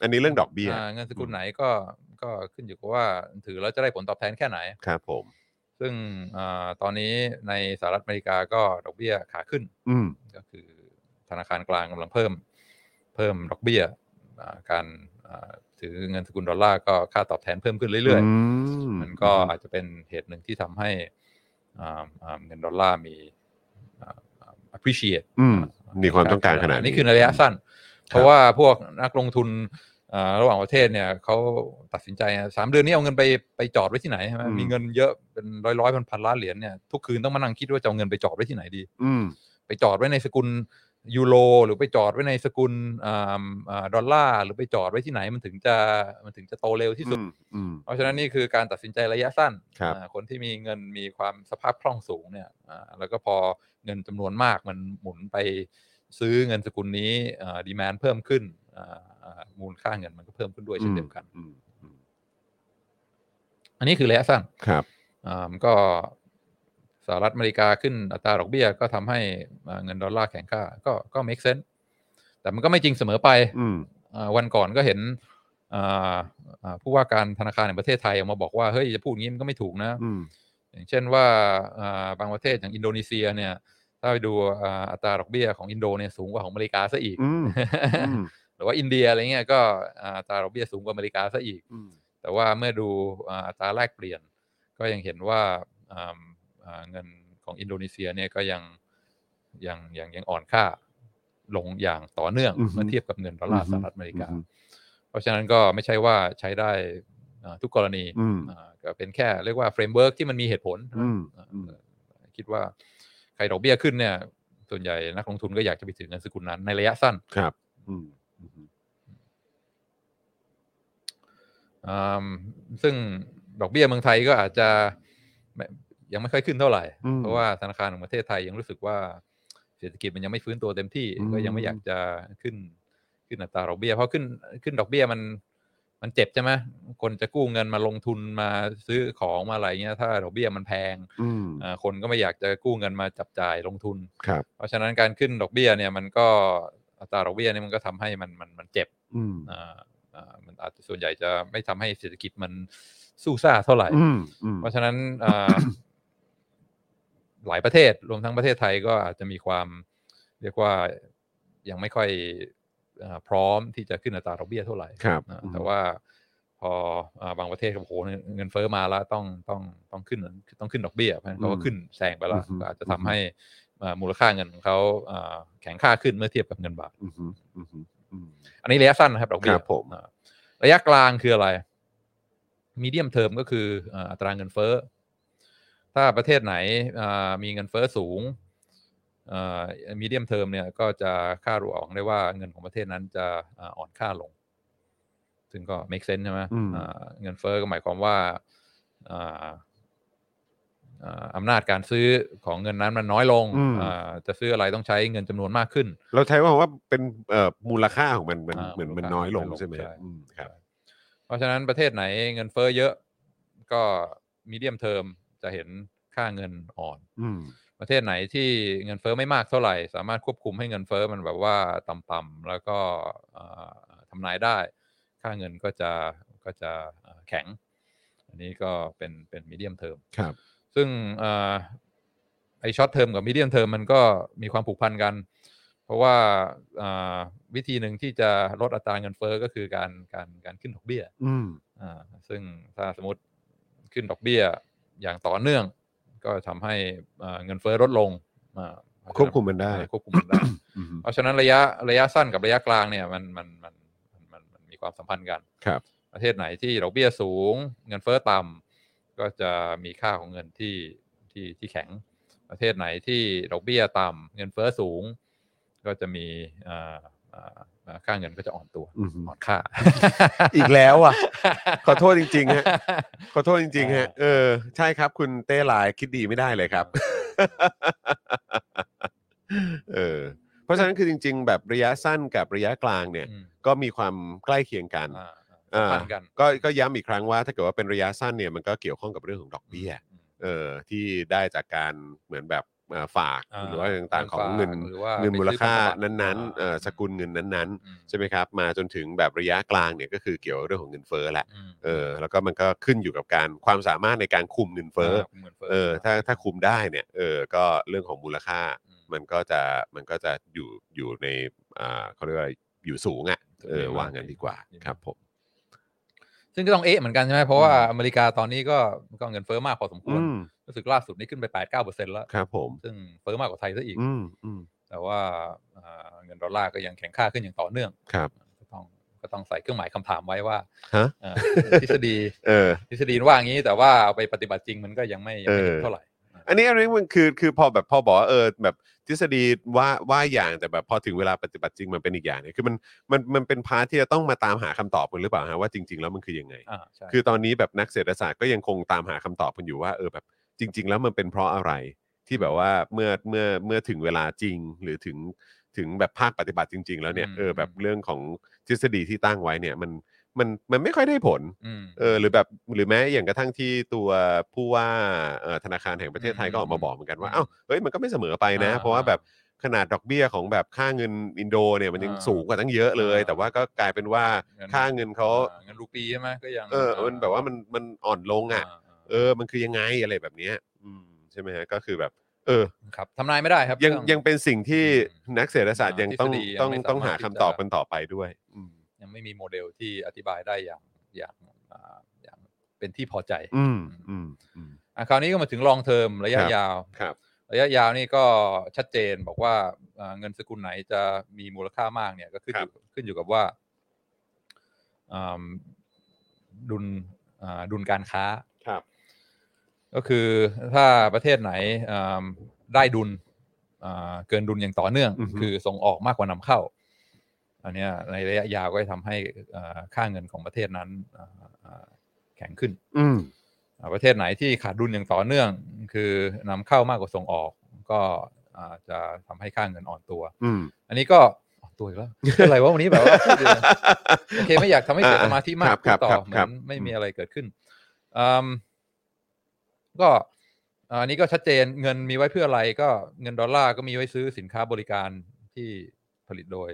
S1: อันนี้เรื่องดอกเบี้ย
S2: าเงินสกุลไหนก็ก็ขึ้นอยู่กับว่าถือแล้วจะได้ผลตอบแทนแค่ไหน
S1: ครับผม
S2: ซึ่งอ่าตอนนี้ในสหรัฐอเมริกาก็ดอกเบี้ยขาขึ้น
S1: อืม
S2: ก็คือธนาคารกลางกำลังเพิ่ม เพิ่มดอกเบี้ยอ่าการอ่าถือเงินสกุลดอลลาร์ก็ค่าตอบแทนเพิ่มขึ้นเรื่อย
S1: ม
S2: ๆ มันก็อาจจะเป็นเหตุหนึ่งที่ทำให้อ่าอ่าเงินดอลลาร์มีอ่าอ่า appreciate
S1: อืม มีความต้องการขนาดนี้
S2: นี่คือในระยะสั้น เพราะว่าพวกนักลงทุนอ่าระหว่างประเทศเนี่ยเขาตัดสินใจนะสามเดือนนี้เอาเงินไปไปจอดไว้ที่ไหนใช่ไหม
S1: อืม
S2: มีเงินเยอะเป็นร้อยร้อยพันพันล้านเหรียญเนี่ยทุกคืนต้องมานั่งคิดว่าจะเอาเงินไปจอดไว้ที่ไหนดี
S1: อืม
S2: ไปจอดไว้ในสกุลยูโรหรือไปจอดไว้ในสกุลอ่าอ่าดอลลาร์หรือไปจอดไว้ที่ไหนมันถึงจะมันถึงจะโตเร็วที่สุด
S1: อืมอืม
S2: เพราะฉะนั้นนี่คือการตัดสินใจระยะสั้น
S1: ครับ
S2: อ่าคนที่มีเงินมีความสภาพคล่องสูงเนี่ยอ่าแล้วก็พอเงินจำนวนมากมันหมุนไปซื้อเงินสกุลนี้ดีแมนเพิ่มขึ้นอ่าอ่ามูลค่าเงินมันก็เพิ่มขึ้นด้วยเช่นเดียวกัน
S1: อืมอืม
S2: อันนี้คือระยะสั้น
S1: ครับ
S2: อ่ามันก็สหรัฐอเมริกาขึ้นอัตราดอกเบี้ยก็ทำให้อ่าเงินดอลลาร์แข็งค่าก็ก็ make sense แต่มันก็ไม่จริงเสมอไป
S1: อืม
S2: อ่าวันก่อนก็เห็นอ่าอ่าผู้ว่าการธนาคารแห่งประเทศไทยออกมาบอกว่า เฮ้ย จะพูดอย่างนี้มันก็ไม่ถูกนะ
S1: อืม
S2: อย่างเช่นว่าอ่าบางประเทศอย่างอินโดนีเซียเนี่ย ถ้าไปดูอ่าอัตราดอกเบี้ยของอินโดเนี่ยสูงกว่าของอเมริกาซะอีก
S1: อืม อืม
S2: หรือว่าอินเดียอะไรเงี้ยก็อ่าอัตราดอกเบี้ยสูงกว่าอเมริกาซะอีก
S1: อืม
S2: แต่ว่าเมื่อดูอ่าอัตราแลกเปลี่ยน ก็ยังเห็นว่าอ่าอ่าเงินของอินโดนีเซียเนี่ยก็ยังยังยังยังอ่อนค่าลงอย่างต่อเนื่อง
S1: อือฮึ
S2: เมื่อเทียบกับเงินดอลลาร์
S1: อือฮึ
S2: สหรัฐอเมริกา
S1: อือฮึ
S2: เพราะฉะนั้นก็ไม่ใช่ว่าใช้ได้อ่าทุกกรณี
S1: อืม
S2: อ่าก็เป็นแค่เรียกว่าเฟรมเวิร์กที่มันมีเหตุผล
S1: อืม
S2: อ่า
S1: อืม
S2: คิดว่าใครดอกเบี้ยขึ้นเนี่ย ส่วนใหญ่นักลงทุนก็อยากจะไปถือเงินสกุลนั้นในระยะสั้น
S1: ครับ อืม
S2: อืมซึ่งดอกเบี้ยเมืองไทยก็อาจจะไม่ยังไม่ค่อยขึ้นเท่าไหร่
S1: อืม
S2: เพราะว่าธนาคารของประเทศไทยยังรู้สึกว่าเศรษฐกิจมันยังไม่ฟื้นตัวเต็มที่
S1: อืม
S2: ก็ยังไม่อยากจะขึ้นขึ้นอัตราดอกเบี้ยเพราะขึ้นขึ้นดอกเบี้ยมันมันเจ็บใช่ไหมคนจะกู้เงินมาลงทุนมาซื้อของมาอะไรเงี้ยถ้าดอกเบี้ยมันแพง
S1: อืม
S2: อ่าคนก็ไม่อยากจะกู้เงินมาจับจ่ายลงทุน
S1: ครับ
S2: เพราะฉะนั้นการขึ้นดอกเบี้ยเนี่ยมันก็อัตราดอกเบี้ยเนี่ยมันก็ทำให้มันมันมันเจ็บ
S1: อืม
S2: อ่าอ่ามันอาจจะส่วนใหญ่จะไม่ทำให้เศรษฐกิจมันสู้ซ่าเท่าไหร่
S1: อืม อืม
S2: เพราะฉะนั้นอ่ า หลายประเทศรวมทั้งประเทศไทยก็อาจจะมีความ เรียกว่ายังไม่ค่อยอ่าพร้อมที่จะขึ้นอัตราดอกเบี้ยเท่าไหร่
S1: ครับ
S2: อ่า
S1: อืม
S2: แต่ว่าพออ่าบางประเทศก็บอกโหเงินเฟ้อมาแล้วต้องต้องต้องขึ้นต้องขึ้นดอกเบี้ยเพราะฉะนั้นเขาก็
S1: อืม
S2: ขึ้นแซงไปแล้ว
S1: อืม
S2: ก็อาจจะ
S1: อื
S2: ทำ
S1: ม
S2: ให้อ่ามูลค่าเงินของเขาอ่าแข็งค่าขึ้นเมื่อเทียบกับเงินบาท
S1: อืมอืมอืม
S2: อันนี้ระยะสั้นนะครับดอกเบี้ย
S1: ครับผม
S2: อ่าระยะกลางคืออะไรมีเดียมเทอมก็คืออ่าอัตราเงินเฟ้อ ถ้าประเทศไหนอ่ามีเงินเฟ้อสูงมีเดียมเทอมเนี่ยก็จะคาดหวังได้ว่าเงินของประเทศนั้นจะอ่าอ่อนค่าลง ซึ่งก็ make sense ใช่ไหม
S1: อืม
S2: อ่าเงินเฟ้อก็หมายความว่าอ่าอ่าอำนาจการซื้อของเงินนั้นมันน้อยลงอ่าจะซื้ออะไรต้องใช้เงินจำนวนมากขึ้น
S1: เราใช้ว่าว่าเป็นเอ่อมูลค่าของมันมัน
S2: อ่า
S1: เหมือน
S2: มูล
S1: มัน
S2: ค่า
S1: น้อยลง
S2: น้อยลง
S1: ใช่ไหม
S2: ใช่
S1: อืมครับ
S2: เพราะฉะนั้นประเทศไหนเงินเฟ้อเยอะก็มีเดียมเทอมจะเห็นค่าเงินอ่อน
S1: อืม
S2: ประเทศไหนที่เงินเฟ้อไม่มากเท่าไหร่ สามารถควบคุมให้เงินเฟ้อมันแบบว่าต่ำๆแล้วก็เอ่อทำนายได้ ค่าเงินก็จะก็จะเอ่อแข็ง อันนี้ก็เป็นเป็นมีเดียมเทอม
S1: ครับ
S2: ซึ่งเอ่อไอช็อตเทอมกับมีเดียมเทอมมันก็มีความผูกพันกัน เพราะว่าเอ่อวิธีหนึ่งที่จะลดอัตราเงินเฟ้อก็คือการการการขึ้นดอกเบี้ย
S1: อืม
S2: อ่าซึ่งถ้าสมมติขึ้นดอกเบี้ยอย่างต่อเนื่อง ก็ทำให้อ่าเงินเฟ้อลดลงอ่า
S1: ควบคุมมันได้
S2: อ่าควบคุมมันได้
S1: อืม
S2: เพราะฉะนั้นระยะระยะสั้นกับระยะกลางเนี่ยมันมันมันมันมันมันมีความสัมพันธ์กัน
S1: ครับ
S2: ประเทศไหนที่ดอกเบี้ยสูง เงินเฟ้อต่ำก็จะมีค่าของเงินที่ที่ที่แข็ง ประเทศไหนที่ดอกเบี้ยต่ำเงินเฟ้อสูง ก็จะมีอ่าอ่าอ่าค่าเงินก็จะอ่อนตัว
S1: อือฮึ
S2: อ่อนค่า
S1: อีกแล้วอ่ะ ขอโทษจริงๆฮะ ขอโทษจริงๆฮะ
S2: อ่า
S1: เออ ใช่ครับ คุณเต้ลายคิดดีไม่ได้เลยครับ เออ เพราะฉะนั้นคือจริง ๆ แบบระยะสั้นกับระยะกลางเนี่ย
S2: อืม
S1: ก็มีความใกล้เคียงกัน
S2: อ่า
S1: อ่า
S2: สัมพันธ์กัน
S1: ก็ก็ย้ำอีกครั้งว่าถ้าเกิดว่าเป็นระยะสั้นเนี่ยมันก็เกี่ยวข้องกับเรื่องของดอกเบี้ย
S2: อืม
S1: เออที่ได้จากการเหมือนแบบ เอ่อฝาก
S2: อ่า
S1: หรือว่าต่างๆของ
S2: ฝาก
S1: เงิน
S2: หรือว่า
S1: เงินมูลค่า
S2: ไปซื้อพันธบัตร
S1: นั้นๆเอ่อ
S2: อ่า
S1: สกุลเงินนั้น
S2: อืม
S1: ๆ ใช่ไหมครับ มาจนถึงแบบระยะกลางเนี่ยก็คือเกี่ยวเรื่องของเงินเฟ้อแหละ
S2: อืม
S1: เออแล้วก็มันก็ขึ้นอยู่กับการความสามารถในการคุมเงินเฟ้อ
S2: หมืนฟ้
S1: เออถ้าถ้าคุมได้เนี่ยเออก็เรื่องของมูลค่า มันก็จะมันก็จะอยู่อยู่ในอ่าเขาเรียกว่าอยู่สูงอ่ะเออวางกันดีกว่าครับผม
S2: ซึ่งก็ต้องเอ๊ะเหมือนกันใช่ไหมเพราะว่าอเมริกาตอนนี้ก็ก็เงินเฟ้อมากพอสมควร
S1: อืม
S2: รู้สึกล่าสุดนี่ขึ้นไป 8 9เปอร์เซ็นต์แล้ว
S1: ครับผม
S2: ซึ่งเฟ้อมากกว่าไทยซะอีก
S1: อืมอืม
S2: แต่ว่าอ่าเงินดอลลาร์ก็ยังแข็งค่าขึ้นอย่างต่อเนื่อง
S1: ครับ
S2: ก็ต้องก็ต้องใส่เครื่องหมายคำถามไว้ว่า
S1: ฮะ
S2: เอ่อทฤษฎี
S1: เออ
S2: ทฤษฎีว่าอย่างนี้ แต่ว่าเอาไปปฏิบัติจริงมันก็ยังไม่ยังไม่
S1: เออ
S2: ดีเท่าไหร่
S1: อันนี้อันนี้มันคือคือพอแบบพอบอกว่าเออแบบทฤษฎีว่าว่าอย่างแต่แบบพอถึงเวลาปฏิบัติจริงมันเป็นอีกอย่างเนี่ยคือมันมันมันเป็นพาร์ทที่จะต้องมาตามหาคำตอบกันหรือเปล่าฮะว่าจริง ๆ แล้วมันคือยังไง
S2: อ่าใช่
S1: คือตอนนี้แบบนักเศรษฐศาสตร์ก็ยังคงตามหาคำตอบกันอยู่ว่าเออแบบจริง ๆ แล้วมันเป็นเพราะอะไรที่แบบว่าเมื่อเมื่อเมื่อถึงเวลาจริงหรือถึงถึงแบบภาคปฏิบัติจริง ๆ แล้วเนี่ยเออแบบเรื่องของทฤษฎีที่ตั้งไว้เนี่ยมันมันมันไม่ค่อยได้ผล
S2: ม
S1: เออหรือแบบหรือแม้อย่างกระทั่งที่ตัวผู้ว่าเอ่อธนาคารแห่งประเทศไทย
S2: อืม
S1: ก็ออกมาบอกเหมือนกันว่า
S2: อืม
S1: เอ้าเฮ้ยมันก็ไม่เสมอไปนะ
S2: อ่า
S1: เพราะว่าแบบขนาดดอกเบี้ยของแบบค่าเงินอินโดเนี่ยมันยัง
S2: อ่า
S1: สูงกว่าตั้งเยอะเลย
S2: อ่า
S1: แต่ว่าก็กลายเป็นว่าค่าเงินเขา
S2: อ่เงินรูปีใช่ไหมก็ยัง
S1: เออมันแบบว่ามันมันอ่อนลงอ่ะ
S2: า
S1: เออมันคือยังไงอะไรแบบเนี้ยอืมใช่ไหมฮะก็คือแบบ เออ
S2: ครับทำนายไม่ได้ครับ
S1: ยัง
S2: เรื่อง
S1: ยังเป็นสิ่งที่
S2: อืม
S1: นักเศรษฐศาสตร์
S2: อ่า
S1: ยังต้อง
S2: ทฤษฎียัง
S1: ต้อง
S2: ไม่
S1: ต้อง
S2: สามารถ
S1: หา
S2: ที่
S1: คำ
S2: จะ
S1: ตอบกันต่อไปด้วย อืม
S2: ยังไม่มีโมเดลที่อธิบายได้อย่างอย่างอ่าอย่างเป็นที่พอใจ
S1: อืมอืมอืม
S2: อ่ะคราวนี้ก็มาถึงลองเทอมระ
S1: ค
S2: ยะ
S1: รับ
S2: ยาว
S1: ครับ
S2: ระยะยาวนี่ก็ชัดเจนบอกว่าเอ่อเงินสกุลไหนจะมีมูลค่ามากเนี่ยก็ขึ้นอยู่ขึ้นอยู่กับว่าอืมดุลอ่าดุลการค้า
S1: ครับ
S2: ก็คือถ้าประเทศไหนอืมได้ดุลอ่าเกินดุลอย่างต่อเนื่อง
S1: อือฮึ
S2: คือส่งออกมากกว่านำเข้า อันเนี้ยในระยะยาวก็จะทำให้อ่าค่าเงินของประเทศนั้นอ่าอ่าแข็งขึ้น
S1: อืม
S2: อ่าประเทศไหนที่ขาดดุลอย่างต่อเนื่อง คือนำเข้ามากกว่าส่งออก ก็อ่าจะทำให้ค่าเงินอ่อนตัว
S1: อืม
S2: อันนี้ก็อ่อนตัวอีกแล้ว อะไรวะวันนี้แบบว่าพูดอยู่โอเคไม่อยากทำให้เสียสมาธิมาก
S1: อ่าครับ
S2: พูดต่อ
S1: ครับ
S2: เหมื
S1: ครั
S2: อบ นไม่มีอะไรเกิดขึ้นอืมก็อาอันนี้ก็ชัดเจนเงินมีไว้เพื่ออะไรก็เงินดอลลาร์ก็มีไว้ซื้อสินค้าบริการที่ผลิตโดย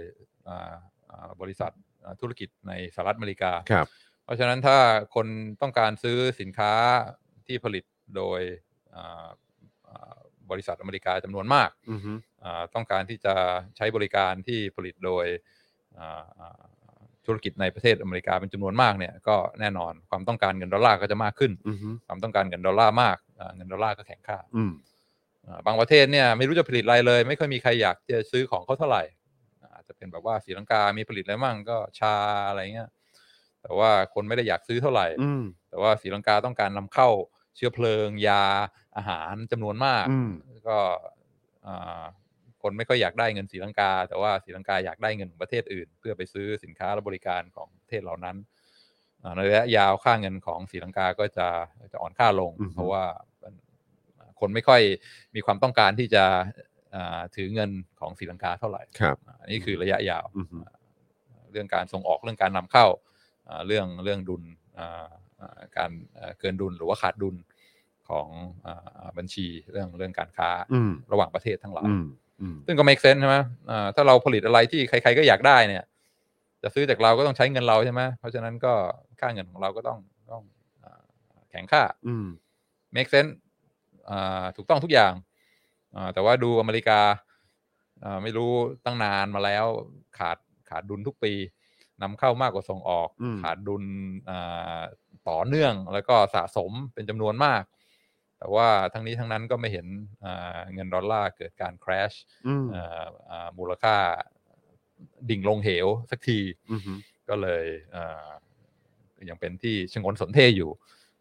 S2: อ่าอ่าบริษัทอ่าธุรกิจในสหรัฐอเมริกา
S1: ครับ
S2: เพราะฉะนั้นถ้าคนต้องการซื้อสินค้าที่ผลิตโดยอ่าอ่าบริษัทอเมริกาจำนวนมาก
S1: อืม
S2: อ่าต้องการที่จะใช้บริการที่ผลิตโดยอ่าอ่าธุรกิจในประเทศอเมริกาเป็นจำนวนมากเนี่ยก็แน่นอนความต้องการเงินดอลลาร์ก็จะมากขึ้น
S1: อืมฮึ
S2: ความต้องการเงินดอลลาร์มากอ่าเงินดอลลาร์ก็แข็งค่า
S1: อืม
S2: อ่าบางประเทศเนี่ยไม่รู้จะผลิตอะไรเลย ไม่ค่อยมีใครอยากจะซื้อของเขาเท่าไหร่อ่าอาจจะเป็นแบบว่าสีลังกามีผลิตอะไรมั่งก็ชาอะไรเงี้ยแต่ว่าคนไม่ได้อยากซื้อเท่าไหร่
S1: อืม
S2: แต่ว่าศรีลังกาต้องการนำเข้าเชื้อเพลิง ยาอาหารจำนวนมาก
S1: อืม
S2: ก็อ่าคนไม่ค่อยอยากได้เงินศรีลังกา แต่ว่าศรีลังกาอยากได้เงินของประเทศอื่น เพื่อไปซื้อสินค้าและบริการของประเทศเหล่านั้นอ่าในระยะยาวค่าเงินของศรีลังกาก็จะจะอ่อนค่าลง
S1: อือฮึ
S2: เพราะว่าคนไม่ค่อยมีความต้องการที่จะอ่าถือเงินของศรีลังกาเท่าไหร่
S1: ครับ
S2: อ่าอันนี้คือระยะยาว
S1: อือฮึ
S2: อ่าเรื่องการส่งออกเรื่องการนำเข้าอ่าเรื่องเรื่องดุลอ่าอ่าการเอ่อเกินดุลหรือว่าขาดดุลของอ่าอ่าบัญชีเรื่องเรื่องการค้า
S1: อืม
S2: ระหว่างประเทศทั้งหลาย
S1: อืมอืม
S2: ซึ่งก็ make sense ใช่ไหมอ่าถ้าเราผลิตอะไรที่ใคร ๆก็อยากได้เนี่ย จะซื้อจากเราก็ต้องใช้เงินเราใช่ไหมเพราะฉะนั้นก็ค่าเงินของเราก็ต้องต้องอ่าแข็งค่า
S1: อืม
S2: make sense อ่าถูกต้องทุกอย่างอ่าแต่ว่าดูอเมริกาอ่าไม่รู้ตั้งนานมาแล้วขาดขาดดุลทุกปีนำเข้ามากกว่าส่งออก
S1: อืม
S2: ขาดดุลอ่าต่อเนื่องแล้วก็สะสมเป็นจำนวนมาก แต่ว่าทั้งนี้ทั้งนั้นก็ไม่เห็นอ่าเงินดอลลาร์เกิดการ crash
S1: อืม
S2: อ่าอ่ามูลค่าดิ่งลงเหวสักที
S1: อืมฮึ
S2: ก็เลยเอ่อยังเป็นที่ชงนสนเทอยู่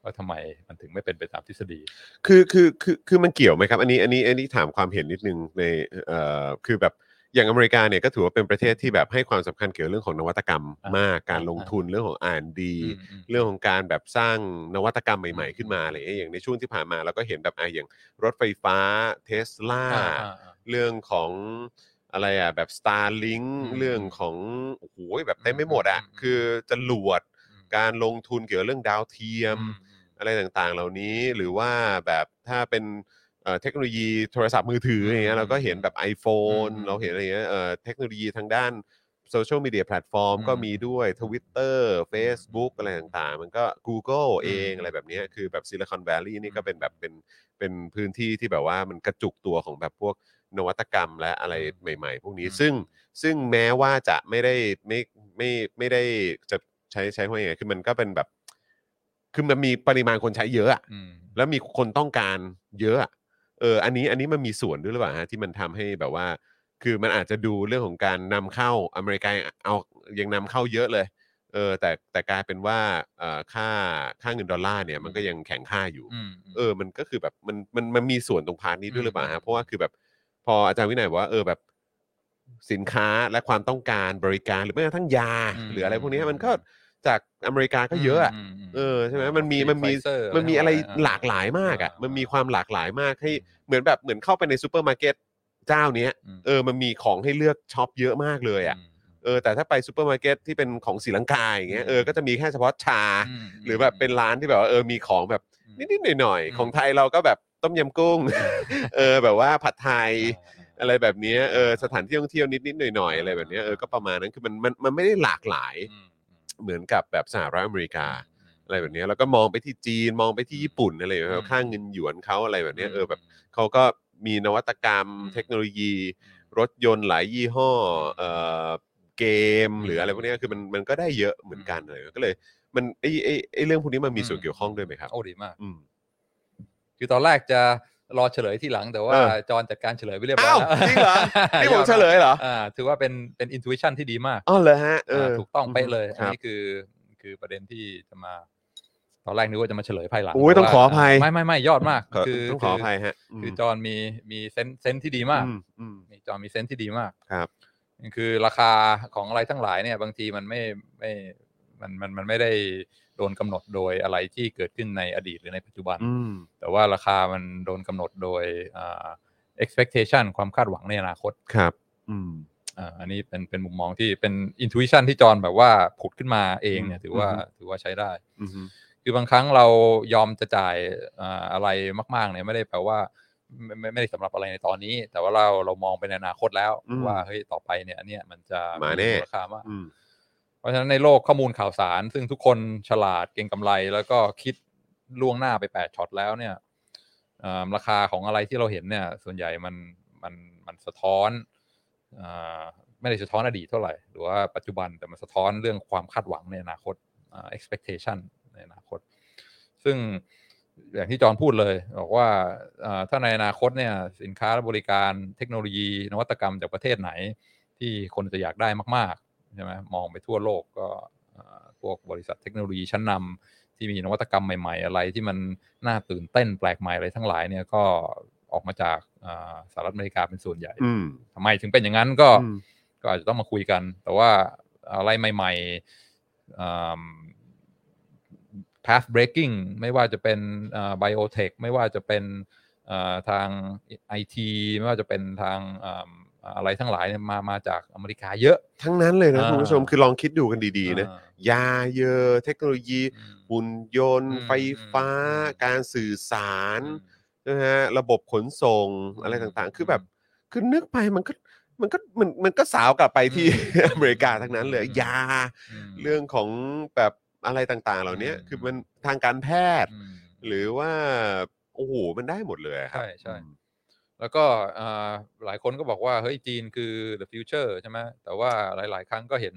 S2: ว่าทำไมมันถึงไม่เป็นไปตามทฤษฎี
S1: คือคือคือคือมันเกี่ยวไหมครับ อันนี้อันนี้อันนี้ถามความเห็นนิดนึงในเอ่อคือแบบอย่างอเมริกาเนี่ยก็ถือว่าเป็นประเทศที่แบบให้ความสำคัญเกี่ยวเรื่องของนวัตกรรม
S2: อ่าม
S1: มากการ
S2: อ่า
S1: ลงทุนเรื่องของอ่านดี
S2: อืมอืม
S1: เรื่องของการแบบสร้างนวัตกรรมใหม่
S2: อืม
S1: ๆ ขึ้นมาอะไรอย่างเงี้ยอย่างในช่วงที่ผ่านมาเราก็เห็นแบบอ่ะอย่างรถไฟฟ้าเทสลา
S2: อ่าอ่าอ่า
S1: เรื่องของอะไรอ่ะแบบ Starlink
S2: อืม
S1: เรื่องของโอ้โหแบบเต็มไม่หมดอ่ะ
S2: อืมอืม
S1: คือจรวดการลงทุนเกี่ยวกับเรื่องดาวเทียม
S2: อืม
S1: อะไรต่างๆ เหล่านี้หรือว่าแบบถ้าเป็นเ อ่อเทคโนโลยีโทรศัพท์มือถืออย่างเงี้ยเราก็เห็นแบบ iPhone
S2: อืม
S1: เราเห็นอะไรเงี้ยเอ่อเทคโนโลยีทางด้านโซเชียลมีเดียแพลตฟอร์ม
S2: อืม
S1: ก็มีด้วย Twitter Facebook อะไรต่างๆ มันก็ Google เอง
S2: อืม
S1: อะไรแบบเนี้ยคือแบบซิลิคอนแวลลีย์นี่ก็
S2: อืม
S1: เป็นแบบเป็นเป็นพื้นที่ที่แบบว่ามันกระจุกตัวของแบบพวกนวัตกรรมและอะไร
S2: อืม
S1: ใหม่ ๆ พวกนี้
S2: อืม
S1: ซึ่ง ซึ่งแม้ว่าจะไม่ได้ไม่ไม่ไม่ได้จะใช้ใช้ว่ายังไงคือมันก็เป็นแบบ คือมันมีปริมาณคนใช้เยอะอะ
S2: อืม
S1: แล้วมีคนต้องการเยอะอะเออ อันนี้อันนี้มันมีส่วนด้วยหรือเปล่าฮะที่มันทำให้แบบว่า คือมันอาจจะดูเรื่องของการนำเข้าอเมริกาเอายังนำเข้าเยอะเลย เออ แต่แต่กลายเป็นว่าเอ่อค่าค่าเงินดอลลาร์เนี่ย มันก็ยังแข็งค่าอยู่
S2: อืม
S1: เออ มันก็คือแบบมันมันมันมีส่วนตรงพาร์ทนี้ด้วยหรือเปล่า
S2: อืมอื
S1: ฮะ
S2: ม
S1: เพราะว่าคือแบบพออาจารย์วินัยบอกว่าเออแบบสินค้าและความต้องการบริการหรือแม้กระทั่งยา หรืออะไรพวกนี้มันก็จากอเมริกาก็เยอะอะ
S2: มม
S1: เออใช่ไหมมันมีมันมี
S2: ไฟเซร์
S1: มันมีอะไรหลาก
S2: เ
S1: หลายมากอ่ะ
S2: อ่ามั
S1: มันมีความหลากหลายมากให้เหมือนแบบเหมือนเข้าไปในซูเปอร์มาร์เก็ตเจ้าเนี้ย
S2: อืม
S1: เออมันมีของให้เลือกช็อปเยอะมากเลยอ่ะเออแต่ถ้าไปซูเปอร์มาร์เก็ตที่เป็นของศรีลังกาอย่างเงี้ยเออก็จะมีแค่เฉพาะชา
S2: มม
S1: หรือแบบเป็นร้านที่แบบว่าเออมีของแบบ
S2: อืม
S1: นิดๆหน่อย
S2: อืม
S1: ๆ ของไทยเราก็แบบต้มยำกุ้ง เออแบบว่าผัดไทยอะไรแบบเนี้ยเออสถานที่ท่องเที่ยวนิดๆหน่อยๆอะไรแบบเนี้ยเออก็ประมาณนั้นคือมันมันมันไม่ได้หลากหลาย
S2: อืมอืม
S1: เหมือนกับแบบสหรัฐอเมริกา
S2: ม
S1: อะไรแบบเนี้ยแล้วก็มองไปที่จีนมองไปที่ญี่ปุ่นอะไรแบบ
S2: อื
S1: เนี้
S2: ม
S1: ยค่าเงินหยวนเขาอะไรแบบเนี้ยเออแบบ
S2: ม
S1: เขาก็มีนวัตกรรม
S2: อืม
S1: เทคโนโลยี รถยนต์หลายยี่ห้อเอ่อเกมหรืออะไรพวกเนี้ยคือมันมันก็ได้เยอะเหมือนกันเลยก็เลย มันไอไอไอเรื่องพวกนี้มันมีส่วนเกี่ยวข้องด้วยไหมครับ
S2: โอ้ดีมาก
S1: อืม
S2: คือตอนแรกจะรอเฉลยที่หลังแต่ว่า
S1: เออ
S2: จอนจัดการเฉลยไปเรียบร้อย
S1: อ้าว
S2: แล้ว
S1: จริงเห รอ นี่ผมเฉลยเหรอ
S2: อ่าถือว่าเป็นเป็นอินทิวชันที่ดีมาก
S1: อ๋อเหรอฮะเอออา
S2: ถูกต้องเป๊ะเลย
S1: ค
S2: อัน
S1: รับ
S2: นี้คือคือประเด็นที่จะมา ตอนแรกนึกว่าจะมาเฉลยภายหลัง
S1: โอ้ยต้อง
S2: แว่า
S1: ขออภัย
S2: ไม่ไม่ไม่ยอดมาก
S1: ขอ
S2: คือ
S1: ต้องขออภัยฮะ
S2: คือคือจอนมีมีเซนส์เซนส์ที่ดีมาก
S1: อืมอืม
S2: นี่จอมีเซนส์ที่ดีมาก
S1: ครับ
S2: คือราคาของอะไรทั้งหลายเนี่ย บางทีมันไม่ไม่มันมันมันไม่ได้โดนกำหนดโดยอะไรที่เกิดขึ้นในอดีตหรือในปัจจุบัน
S1: อืม
S2: แต่ว่าราคามันโดนกำหนดโดยอ่า expectation ความคาดหวังในอนาคต
S1: ครับ อืม
S2: อ่าอันนี้เป็นเป็นมุมมองที่เป็น intuition ที่จอนแบบว่าผุดขึ้นมาเองเนี่ย
S1: อืม
S2: ถือว่า
S1: อืม
S2: ถือว่าใช้ได้
S1: อืม
S2: คือบางครั้งเรายอมจะจ่ายอ่าอะไรมาก ๆ เนี่ยไม่ได้แปลว่าไม่ไม่ไม่ได้สำหรับอะไรในตอนนี้ แต่ว่าเราเรามองไปในอนาคตแล้ว
S1: อืม
S2: ว่าเฮ้ยต่อไปเนี่ยอันเนี้ยมันจะ
S1: มาแน่
S2: ราคามาก
S1: อืม
S2: เพราะฉะนั้นในโลกข้อมูลข่าวสาร ซึ่งทุกคนฉลาดเก่งกำไร แล้วก็คิดล่วงหน้าไปแปดช็อตแล้วเนี่ยอ่าราคาของอะไรที่เราเห็นเนี่ย ส่วนใหญ่มันมันมันสะท้อนอ่าไม่ได้สะท้อนอดีตเท่าไหร่หรือว่าปัจจุบันแต่มันสะท้อนเรื่องความคาดหวังในอนาคต อ่า expectation ในอนาคต ซึ่งอย่างที่จอห์นพูดเลย บอกว่าอ่าถ้าในอนาคตเนี่ยสินค้าและบริการเทคโนโลยี นวัตกรรมจากประเทศไหน ที่คนจะอยากได้มากๆใช่ไหมมองไปทั่วโลกก็อ่าพวกบริษัทเทคโนโลยีชั้นนำที่มีนวัตกรรมใหม่ ๆ อะไรที่มันน่าตื่นเต้นแปลกใหม่อะไรทั้งหลายเนี่ยก็ออกมาจากอ่าสหรัฐอเมริกาเป็นส่วนใหญ่
S1: อืม
S2: ทำไมถึงเป็นอย่างนั้นก็
S1: อืม
S2: ก็อาจจะต้องมาคุยกัน แต่ว่าอะไรใหม่ๆอืม path breaking ไม่ว่าจะเป็นเอ่อ biotech ไม่ว่าจะเป็นเอ่อทาง IT ไม่ว่าจะเป็นทางอืมอะไรทั้งหลายเนี่ยมามาจากอเมริกาเยอะ
S1: ทั้งนั้นเลยนะ
S2: อ่า
S1: คุณผู้ชมคือลองคิดดูกันดีๆนะ
S2: อ่าย
S1: าเยอะเทคโนโลยี
S2: อืม
S1: หุ่นยนต์
S2: อืม
S1: ไฟฟ้า
S2: อืม
S1: การสื่อสาร
S2: อืม
S1: นะฮะระบบขนส่งอะไร
S2: อืม
S1: ต่างๆ คือแบบคือนึกไปมันก็มันก็มันมันก็สาวกลับไปที่
S2: อืม
S1: อเมริกาทั้งนั้นเลย ยา
S2: ม
S1: เรื่องของแบบอะไรต่างๆ เหล่านี้
S2: อืม
S1: คือมันทางการแพทย์
S2: อืม
S1: หรือว่า โอ้โห มันได้หมดเลยอะครับ
S2: ใช่ใช่ แล้วก็อ่าหลายคนก็บอกว่า เฮ้ย จีนคือ the future ใช่ไหมแต่ว่าหลาย ๆ ครั้งก็เห็น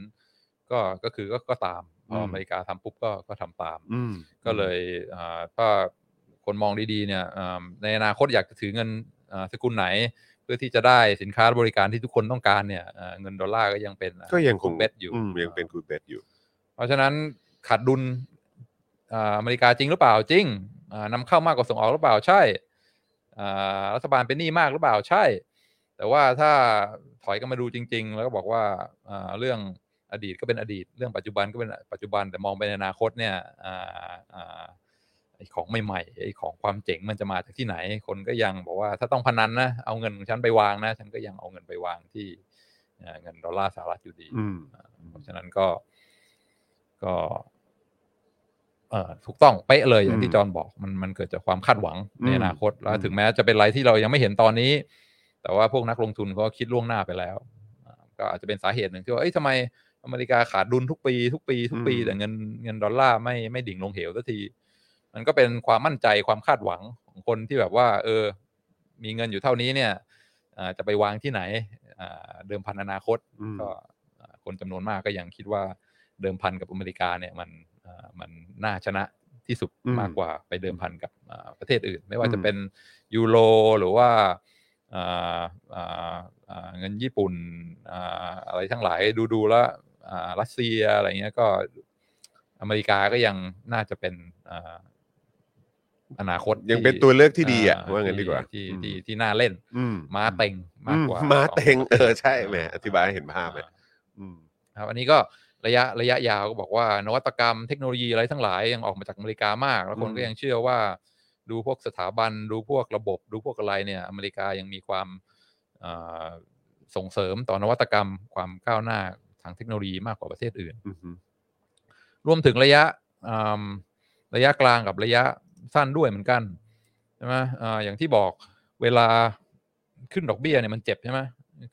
S2: ก็ก็คือก็ก็ตาม พออเมริกาทำปุ๊บก็ก็ทำตาม
S1: อืม
S2: ก็เลยอ่าถ้าคนมองดี ๆ เนี่ยอ่าในอนาคตอยากจะถือเงินอ่าสกุลไหน เพื่อที่จะได้สินค้าและบริการที่ทุกคนต้องการเนี่ยอ่าเงินดอลลาร์ก็ยังเป็น
S1: ก็ยังคง
S2: เบสอยู่
S1: มยังเป็นกูเบสอยู่
S2: เพราะฉะนั้นขาดดุลอ่าอเมริกาจริงหรือเปล่าจริงอ่านำเข้ามากกว่าส่งออกหรือเปล่าใช่อ่ารัฐบาลเป็นหนี้มากหรือเปล่าใช่ แต่ว่าถ้าถอยกันมาดูจริง ๆ แล้วก็บอกว่าอ่าเรื่องอดีตก็เป็นอดีต เรื่องปัจจุบันก็เป็นปัจจุบันแต่มองไปในอนาคตเนี่ยอ่าอ่าไอ้ของใหม่ๆไอ้ของความเจ๋งมันจะมาจากที่ไหน คนก็ยังบอกว่าถ้าต้องพนันนะเอาเงินของฉันไปวางนะ ฉันก็ยังเอาเงินไปวางที่เอ่อเงินดอลลาร์สหรัฐอยู่ดี
S1: อืม
S2: อ่าเพราะฉะนั้นก็ก็ เออถูกต้องเป๊ะเลยอย่าง
S1: อื
S2: ที่
S1: ม
S2: จอห์นบอกมันมันเกิดจากความคาดหวังใน
S1: อืม
S2: อนาคตแล้
S1: อื
S2: ว
S1: ม
S2: ถึงแม้จะเป็นอะไรที่เรายังไม่เห็นตอนนี้ แต่ว่าพวกนักลงทุนเขาก็คิดล่วงหน้าไปแล้วอ่าก็อาจจะเป็นสาเหตุหนึ่งที่ว่าเอ้ยทำไมอเมริกาขาดดุลทุกปีทุกปีทุกปี
S1: อืม
S2: แต่เงินเงินดอลลาร์ไม่ไม่ดิ่งลงเหวสักที มันก็เป็นความมั่นใจความคาดหวังของคนที่แบบว่า เออ มีเงินอยู่เท่านี้เนี่ยอ่าจะไปวางที่ไหนอ่าเดิมพันอนาคต
S1: อืม
S2: ก็อ่าคนจำนวนมากก็ยังคิดว่าเดิมพันกับอเมริกาเนี่ยมันอ่ามันน่าชนะที่สุด
S1: อืม
S2: มากกว่าไปเดิมพันกับอ่าประเทศอื่น ไม่ว่า
S1: อืม
S2: จะเป็นยูโรหรือว่าอ่าอ่าอ่าเงินญี่ปุ่นอ่าอะไรทั้งหลายดูดูๆแล้วอ่ารัสเซียอะไรเงี้ยก็อเมริกาก็ยังน่าจะเป็นอ่าอนาคต
S1: ยัง
S2: ที่
S1: เป็นตัวเลือกที่ดีอะว่างั้น
S2: ที่
S1: ดีกว่า
S2: ที่
S1: อืม
S2: ที่ที่น่าเล่น
S1: อืม
S2: ม้าเต็งมากกว่า
S1: อืมม้าเต็งเออใช่แหมอธิบายให้เห็นภาพ
S2: อ่
S1: อะ อืม
S2: ครับอันนี้ก็ระยะระยะยาวก็บอกว่านวัตกรรมเทคโนโลยีอะไรทั้งหลายยังออกมาจากอเมริกามาก แล้วคน
S1: อืม
S2: ก็ยังเชื่อว่า ดูพวกสถาบันดูพวกระบบ ดูพวกอะไรเนี่ยอเมริกายังมีความเอ่อส่งเสริมต่อนวัตกรรมความก้าวหน้าทางเทคโนโลยีมากกว่าประเทศอื่น รวมถึงระยะอืมระยะกลางกับระยะสั้นด้วยเหมือนกันใช่ไหมอ่าอย่างที่บอกเวลาขึ้นดอกเบี้ยเนี่ยมันเจ็บใช่ไหม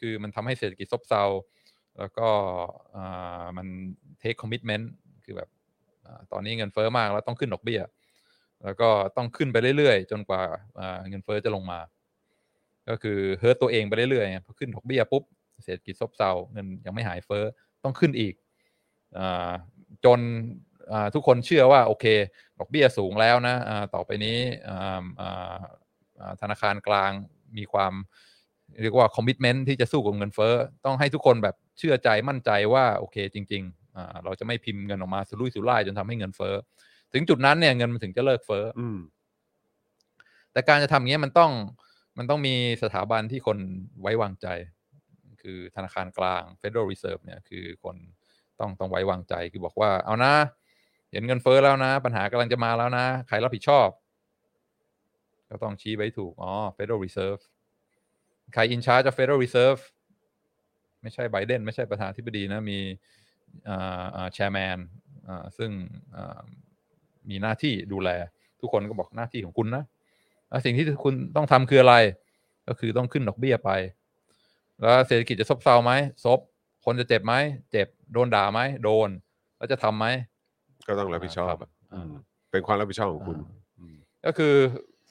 S2: คือมันทำให้เศรษฐกิจซบเซา แล้วก็อ่ามัน take commitment คือแบบอ่าตอนนี้เงินเฟอ้อมากแล้วต้องขึ้นดอกเบี้ย แล้วก็ต้องขึ้นไปเรื่อยๆ จนกว่าอ่าเงินเฟอ้อจะลงมา ก็คือเฮิร์ตตัวเองไปเรื่อยๆไงพอขึ้นดอกเบี้ยปุ๊บเศรษฐกิจซบเซาเงินยังไม่หายเฟอ้อต้องขึ้นอีกอาจนอ่าทุกคนเชื่อว่าโอเค ดอกเบี้ยสูงแล้วนะอ่าต่อไปนี้อ่าอ่าอ่าธนาคารกลางมีความเรียกว่าคอมมิชเมนที่จะสู้กับเงินเฟ้อ ต้องให้ทุกคนแบบเชื่อใจมั่นใจว่าโอเคจริงๆอ่าเราจะไม่พิมพ์เงินออกมาสุรุ่ยสุร่ายจนทำให้เงินเฟ้อ ถึงจุดนั้นเนี่ยเงินมันถึงจะเลิกเฟ้อ
S1: อืม
S2: แต่การจะทำอย่างเงี้ยมันต้องมันต้องมีสถาบันที่คนไว้วางใจ คือธนาคารกลาง Federal Reserve เนี่ยคือคนต้องต้องไว้วางใจคือบอกว่าเอานะ เห็นเงินเฟ้อแล้วนะ ปัญหากำลังจะมาแล้วนะ ใครรับผิดชอบ ก็ต้องชี้ไปให้ถูก อ๋อ Federal Reserve ใครอินชาร์จ Federal Reserve ไม่ใช่ไบเดนไม่ใช่ประธานาธิบดีนะ มีแชร์แมนซึ่งอ่ามีหน้าที่ดูแล ทุกคนก็บอกหน้าที่ของคุณนะแล้วสิ่งที่คุณต้องทำคืออะไร ก็คือต้องขึ้นดอกเบี้ยไป แล้วเศรษฐกิจจะซบเซาไหมซบ คนจะเจ็บไหม เจ็บ โดนด่าไหม โดน แล้วจะทำไหม
S1: ก็ต้องรับผิดชอบอะ
S2: อ่า
S1: อืมเป็นความรับผิดชอบของคุณ อืม
S2: ก็คือ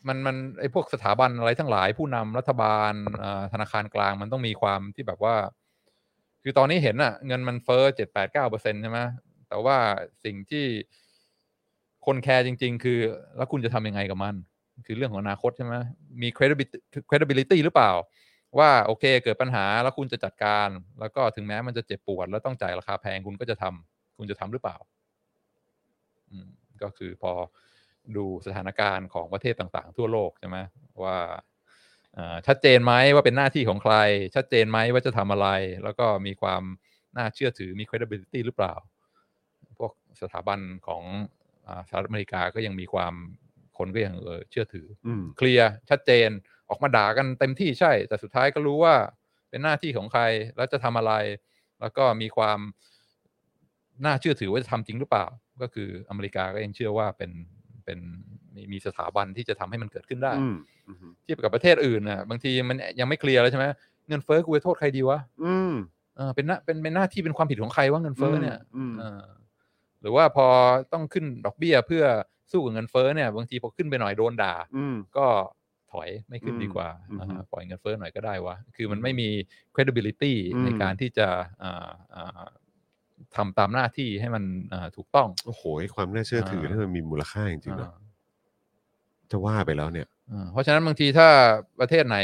S2: มันมันไอ้พวกสถาบันอะไรทั้งหลาย ผู้นำรัฐบาลเอ่อธนาคารกลางมันต้องมีความที่แบบว่า คือตอนนี้เห็นอะเงินมันเฟ้อเจ็ดแปดเก้าเปอร์เซ็นใช่ไหมแต่ว่าสิ่งที่คนแคร์จริง ๆ คือ แล้วคุณจะทำยังไงกับมัน คือเรื่องของอนาคตใช่ไหมมี credibility credibility หรือเปล่า ว่าโอเค เกิดปัญหาแล้วคุณจะจัดการ แล้วก็ถึงแม้มันจะเจ็บปวด แล้วต้องจ่ายราคาแพงคุณก็จะทำคุณจะทำหรือเปล่า อืมก็คือพอดูสถานการณ์ของประเทศต่างๆ ทั่วโลกใช่ไหมว่าเอ่อชัดเจนไหมว่าเป็นหน้าที่ของใคร ชัดเจนไหมว่าจะทำอะไร แล้วก็มีความน่าเชื่อถือมี credibility หรือเปล่า พวกสถาบันของอาสหรัฐอเมริกาก็ยังมีความคนก็ยังเออเชื่อถือ
S1: อืม
S2: เคลียร์ชัดเจนออกมาด่ากันเต็มที่ใช่ แต่สุดท้ายก็รู้ว่าเป็นหน้าที่ของใครแล้วจะทำอะไร แล้วก็มีความน่าเชื่อถือว่าจะทำจริงหรือเปล่า ก็คืออเมริกาก็ยังเชื่อว่าเป็นเป็นมีมีสถาบันที่จะทำให้มันเกิดขึ้นได้
S1: อืม อืม
S2: เทียบกับประเทศอื่นนะบางทีมันยังไม่เคลียร์เลยใช่ไหมเงินเฟ้อกูจะโทษใครดีวะ
S1: อืม
S2: เออเป็นหน้าเป็นเป็นหน้าที่เป็นความผิดของใครว่าเงินเฟ้อเนี่ย
S1: อืม
S2: เออหรือว่าพอต้องขึ้นดอกเบี้ยเพื่อสู้กับเงินเฟ้อเนี่ยบางทีพอขึ้นไปหน่อยโดนด่า
S1: อืม
S2: ก็ถอยไม่ขึ้นดีกว่า
S1: อืม
S2: อ่า
S1: อืม
S2: ปล่อยเงินเฟ้อหน่อยก็ได้วะ คือมันไม่มี credibility
S1: อืม
S2: ในการที่จะอ่าอ่าทำตามหน้าที่ให้มันอ่าถูกต้อง
S1: โอ้โห ความน่าเชื่อถือ
S2: อ่า
S1: นี่มันมีมูลค่าจริงๆนะ
S2: อ่า
S1: จะว่าไปแล้วเนี่ย
S2: อ่าเพราะฉะนั้นบางทีถ้าประเทศไหน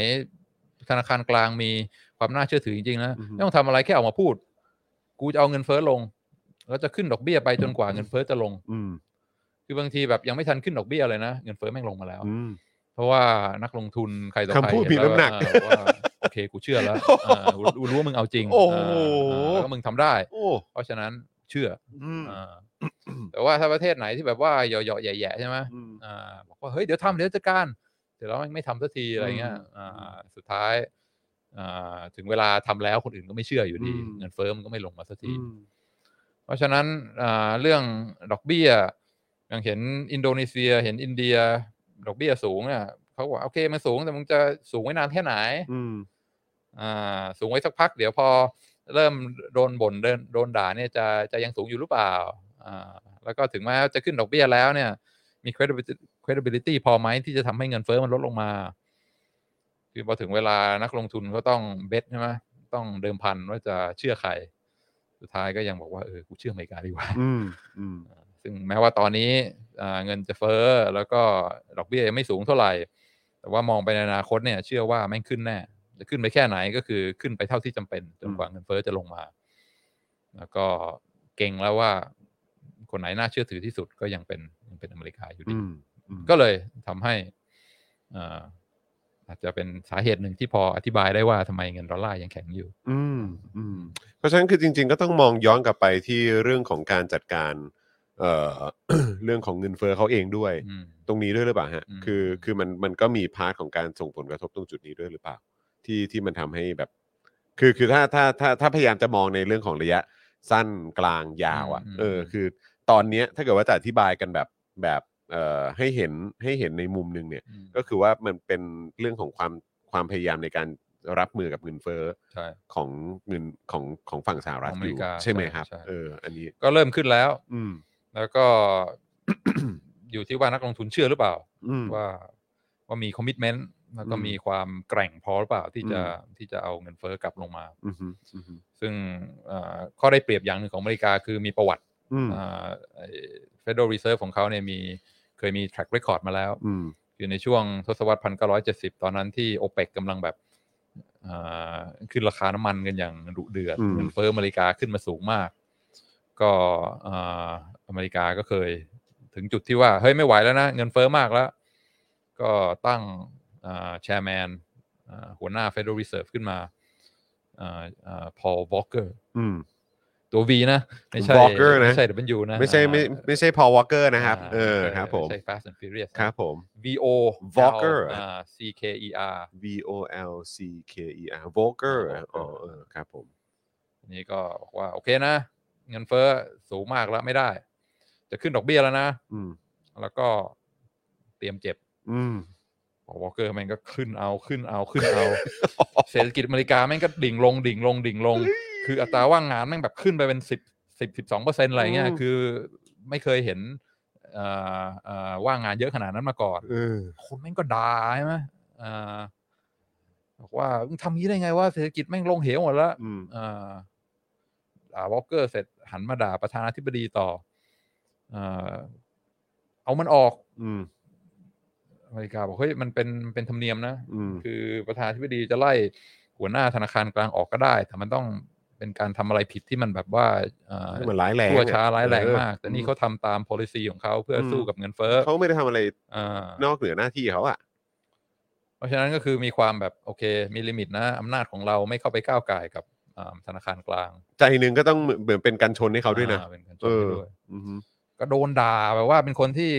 S2: ธนาคารกลางมีความน่าเชื่อถือจริงๆนะ
S1: อือฮึ
S2: ไม่ต้องทำอะไรแค่ออกมาพูด กูจะเอาเงินเฟ้อลง แล้วจะขึ้นดอกเบี้ยไปจนกว่าเงินเฟ้อจะลง
S1: อืม
S2: คือบางทีแบบยังไม่ทันขึ้นดอกเบี้ยเลยนะเงินเฟ้อแม่งลงมาแล้ว
S1: อืม
S2: เพราะว่านักลงทุนใครต่อใคร
S1: คำพูด
S2: เแล้ว
S1: มีน้ำหนัก
S2: เออว่าโอเคกูเชื่อแล้วเออกูกูรู้ว่ามึงเอาจริง
S1: โอ้โห
S2: เออเออแล้วมึงทำได้
S1: โอ้
S2: เพราะฉะนั้นเชื่อ
S1: อืม
S2: อเออแต่ว่าถ้าประเทศไหนที่แบบว่าเหยาะๆแย่ๆใช่ไหม
S1: อืม
S2: เออบอกว่าเฮ้ยเดี๋ยวทำเดี๋ยวจัดการเดี๋ยวเราไม่ทำสักทีอะไรเงี้ยเออสุดท้ายเอ่อถึงเวลาทำแล้วคนอื่นก็ไม่เชื่ออยู่ดี
S1: อืม
S2: เงินเฟ้อมันก็ไม่ลงมาสักที
S1: อืม
S2: เพราะฉะนั้นอ่าเรื่องดอกเบี้ย อย่างเห็นอินโดนีเซียเห็นอินเดียดอกเบี้ยสูงเนี่ยเขาบอกโอเคมันสูงแต่มึงจะสูงไว้นานแค่ไหน
S1: อืม
S2: อ่าสูงไว้สักพักเดี๋ยวพอเริ่มโดนบ่นเดินโดนด่าเนี่ยจะจะยังสูงอยู่หรือเปล่าอ่าแล้วก็ถึงแม้จะขึ้นดอกเบี้ยแล้วเนี่ย มี credibility credibility พอไหมที่จะทำให้เงินเฟ้อมันลดลงมา คือพอถึงเวลานักลงทุนก็ต้องเบสใช่ไหมต้องเดิมพันว่าจะเชื่อใคร สุดท้ายก็ยังบอกว่าเออกูเชื่ออเมริกาดีกว่า
S1: อืมอืม
S2: ซึ่งแม้ว่าตอนนี้อ่าเงินจะเฟ้อแล้วก็ดอกเบี้ยยังไม่สูงเท่าไหร่ แต่ว่ามองไปในอนาคตเนี่ย เชื่อว่าแม่งขึ้นแน่จะขึ้นไปแค่ไหนก็คือขึ้นไปเท่าที่จำเป็นจนกว่าเงินเฟ้อจะลงมา แล้วก็เก่งแล้วว่า คนไหนน่าเชื่อถือที่สุดก็ยังเป็นยังเป็นอเมริกาอยู่ดี
S1: อืมอืม
S2: ก็เลยทำให้อ่าอาจจะเป็นสาเหตุหนึ่งที่พออธิบายได้ว่าทำไมเงินดอลลาร์ยังแข็งอยู่
S1: อืมอืมเพราะฉะนั้นคือจริง ๆ ก็ต้องมองย้อนกลับไปที่เรื่องของการจัดการ เอ่อ เรื่องของเงินเฟ้อเขาเองด้วย
S2: อืม
S1: ตรงนี้ด้วยหรือเปล่าฮะ
S2: อืม
S1: คือ คือมัน มันก็มีพาร์ทของการส่งผลกระทบตรงจุดนี้ด้วยหรือเปล่า ที่ ที่มันทำให้แบบ คือ คือถ้า ถ้า ถ้า ถ้าพยายามจะมองในเรื่องของระยะสั้นกลางยาวอะ่ะ
S2: อืมอืม
S1: เออ คือ ตอนเนี้ยถ้าเกิดว่าจะอธิบายกันแบบ แบบ เอ่อ ให้เห็น ให้เห็นในมุมหนึงเนี่ย
S2: อืม
S1: ก็คือว่ามันเป็นเรื่องของความ ความพยายามในการรับมือกับเงินเฟ้อ
S2: ใช่
S1: ของเงินของของฝั่งสหรัฐ
S2: ขอ
S1: อ
S2: งอเมริ
S1: ยู่
S2: กา
S1: ใช่ไหม
S2: ใช่
S1: ครับ
S2: ใช่
S1: เออ อันนี้
S2: ก็เริ่มขึ้นแล้ว
S1: อืม
S2: แล้วก็ อยู่ที่ว่านักลงทุนเชื่อหรือเปล่า
S1: อืม
S2: ว่าว่ามีคอมมิชเมนต์แล้วก็
S1: อืม
S2: มีความแกร่งพอหรือเปล่าที่จะ
S1: อื
S2: ที่จะเอาเงินเฟ้อกลับลงมา
S1: อืมอืม
S2: ซึ่งเอ่อข้อได้เปรียบอย่างหนึ่งของอเมริกาคือมีประวัติ
S1: อืม
S2: เฟดเดอร์รีเซิร์ฟของเขาเนี่ยมีเคยมี track record มาแล้ว
S1: อืม
S2: อยู่ในช่วงทศวรรษ 1970 ตอนนั้นที่โอเปกกำลังแบบเอ่อขึ้นราคาน้ำมันกันอย่างดุเดือด
S1: อืม
S2: เงินเฟ้ออเมริกาขึ้นมาสูงมาก ก็เอ่ออเมริกาก็เคยถึงจุดที่ว่า เฮ้ยไม่ไหวแล้วนะ เงินเฟ้อมากแล้ว ก็ตั้งแชร์แมนหัวหน้า Federal Reserve ขึ้นมาพอลวอลเกอร์
S1: อืม
S2: ตัว V นะ ไม่ใช่
S1: Walker นะ
S2: ไม่ใช่ W นะ
S1: ไม่ใช่ไม่
S2: อ่า
S1: ไม่ใช่พอวอลเกอร์นะครับ
S2: า
S1: เออครับผม
S2: ไใช่ Fast and Furious นะ
S1: ครับผม
S2: VO
S1: Volcker
S2: อ่า CKER
S1: V O L C K E R Volcker อ๋อเออครับผม
S2: อันนี่ก็บอกว่า โอเคนะ เงินเฟ้อสูงมากแล้วไม่ได้ จะขึ้นดอกเบี้ยแล้วนะ
S1: อืม
S2: แล้วก็เตรียมเจ็บ
S1: อืม
S2: วอลเกอร์แม่งก็ขึ้นเอาขึ้นเอาขึ้นเอา เศรษฐกิจอเมริกาแม่งก็ดิ่งลงดิ่งลงดิ่งลง คืออัตราว่างงานแม่งแบบขึ้นไปเป็นสิบสิบสิบสองเปอร์เซ็นต์อะไรเงี้ย
S1: อืม
S2: คือไม่เคยเห็นเอ่อเอ่อว่างงานเยอะขนาดนั้นมาก่อน
S1: เออ
S2: คนแม่งก็ด่าใช่ไหมอ่าบอกว่ามึงทำงี้ได้ไงว่าเศรษฐกิจแม่งลงเหวหมดแล้ว
S1: อืม
S2: อ่าด่าวอลเกอร์เสร็จหันมาด่าประธานาธิบดีต่ออาเอามันออก
S1: อืม
S2: อเมริกาบอกเฮ้ยมันเป็นมันเป็นธรรมเนียมนะ
S1: อืม
S2: คือประธานาธิบดีจะไล่หัวหน้าธนาคารกลางออกก็ได้ แต่มันต้องเป็นการทำอะไรผิดที่มันแบบว่าอ่า
S1: มันร้ายแรง
S2: ชั่ว
S1: อะ
S2: ช้าร้ายแรง
S1: เออ
S2: มาก แต่นี่เขาทำตาม policy ของเขาเพื่ออ
S1: ม
S2: สู้กับเงินเฟ้อ
S1: เขาไม่ได้ทำอะไร
S2: อ่า
S1: นอกเหนือหน้าที่เขาอ่ะ
S2: เพราะฉะนั้นก็คือมีความแบบโอเค มีลิมิตนะอำนาจของเราไม่เข้าไปก้าวไก่ายกับอ่าธนาคารกลาง
S1: ใจหนึ่งก็ต้องเหมือนเป็นกันชนให้เขาด้วยนะ
S2: อ่เป็นการช
S1: เอน อ
S2: ด้วย
S1: อืม
S2: ก็โดนด่าแบบว่าเป็นคนที่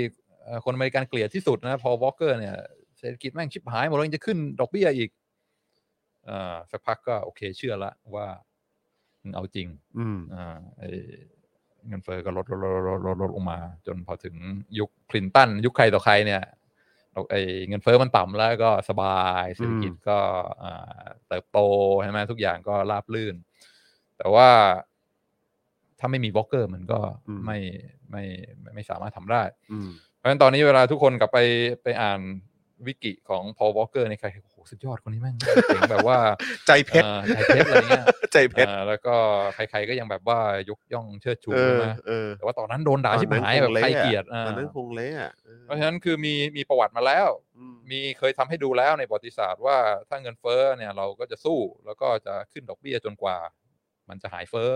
S2: เอ่อคนอเมริกันเกลียดที่สุดนะพอวอลเกอร์เนี่ยเศรษฐกิจแม่งชิบหายหมดแล้วยังจะขึ้นดอกเบี้ยอีกอาสักพักก็โอเคเชื่อละว่ามึงเอาจริง
S1: อืม
S2: อ่าไอ้เงินเฟ้อก็ลดลดลดลดลดลดลงมา จนพอถึงยุคคลินตันยุคใครต่อใครเนี่ยดอกไอ้เงินเฟ้อมันต่ำแล้วก็สบายเศรษฐกิจ ก็อ่าเติบโตใช่ไหมทุกอย่างก็ราบรื่น แต่ว่าถ้าไม่มีบล็อกเกอร์มันก็
S1: อืม
S2: ไม่ไม่ไม่ไม่สามารถทำได้
S1: อืม
S2: เพราะฉะนั้นตอนนี้เวลาทุกคนกลับไปไปอ่านวิกิของพอลบล็อกเกอร์ในยใครโอ้โหสุดยอดคนนี้แม่งเจ๋งแบบ ว่า
S1: ใจเพชร
S2: เอ่อใจเพชรอะไรเงี้ย
S1: ใจเพชร
S2: อ่าแล้วก็ใครๆก็ยังแบบว่ายกย่องเชิดชู
S1: เออ
S2: นะ
S1: เออ
S2: แต่ว่าตอนนั้นโดนด่าชิบหาย
S1: ต
S2: แบ
S1: อน
S2: บ
S1: นั้น
S2: ใคร
S1: คงะ
S2: เกลียดอ่า
S1: ตอนนั้นคงเละอ่ะออ
S2: เพราะฉะนั้นคือมีมีประวัติมาแล้ว
S1: อืม
S2: มีเคยทำให้ดูแล้วในประวัติศาสตร์ว่าถ้าเงินเฟ้อเนี่ยเราก็จะสู้แล้วก็จะขึ้นดอกเบี้ยจนกว่า มันจะหายเฟ้อ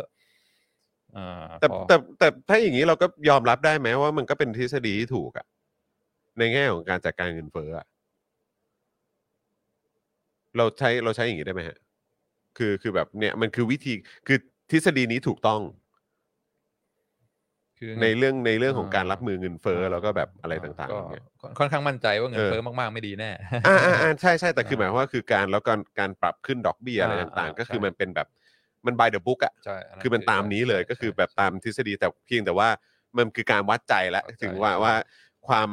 S2: อ่า
S1: แต่
S2: พอ
S1: แต่แต่ถ้าอย่างนี้เราก็ยอมรับได้ไหมว่ามันก็เป็นทฤษฎีที่ถูกอะในแง่ของการจัดการเงินเฟ้ออะเราใช้เราใช้อย่างนี้ได้ไหมฮะ คือคือแบบเนี่ยมันคือวิธีคือทฤษฎีนี้ถูกต้อง
S2: คือ
S1: ในเรื่องในเรื่องของการ
S2: า
S1: รับมือเงินเฟ้อแล้วก็แบบอะไร
S2: อ่
S1: ต่าง
S2: ก็
S1: ๆเนี่ย
S2: ค่อนค่อนข้างมั่นใจว่าเงิน
S1: เออ
S2: เฟ้อมากๆไม่ดีแน่
S1: อ่าอ่าอ่าใช่ใช่แต่คือหมายความว่าคือการแล้วการการปรับขึ้นดอกเบี้ยอะไร
S2: อ่า
S1: ต่าง
S2: อ่า
S1: ๆ ก็คือ
S2: ใช่
S1: มันเป็นแบบมัน by the book อะ
S2: ใช่อั
S1: คือมันตามนี้เลย
S2: ใช่
S1: ก็คือ
S2: ใช่
S1: แบบตามทฤษฎีแต่เพียงแต่ว่า มันคือการวัดใจแล้ว
S2: วัดใจ
S1: ถึงว่าว่าความ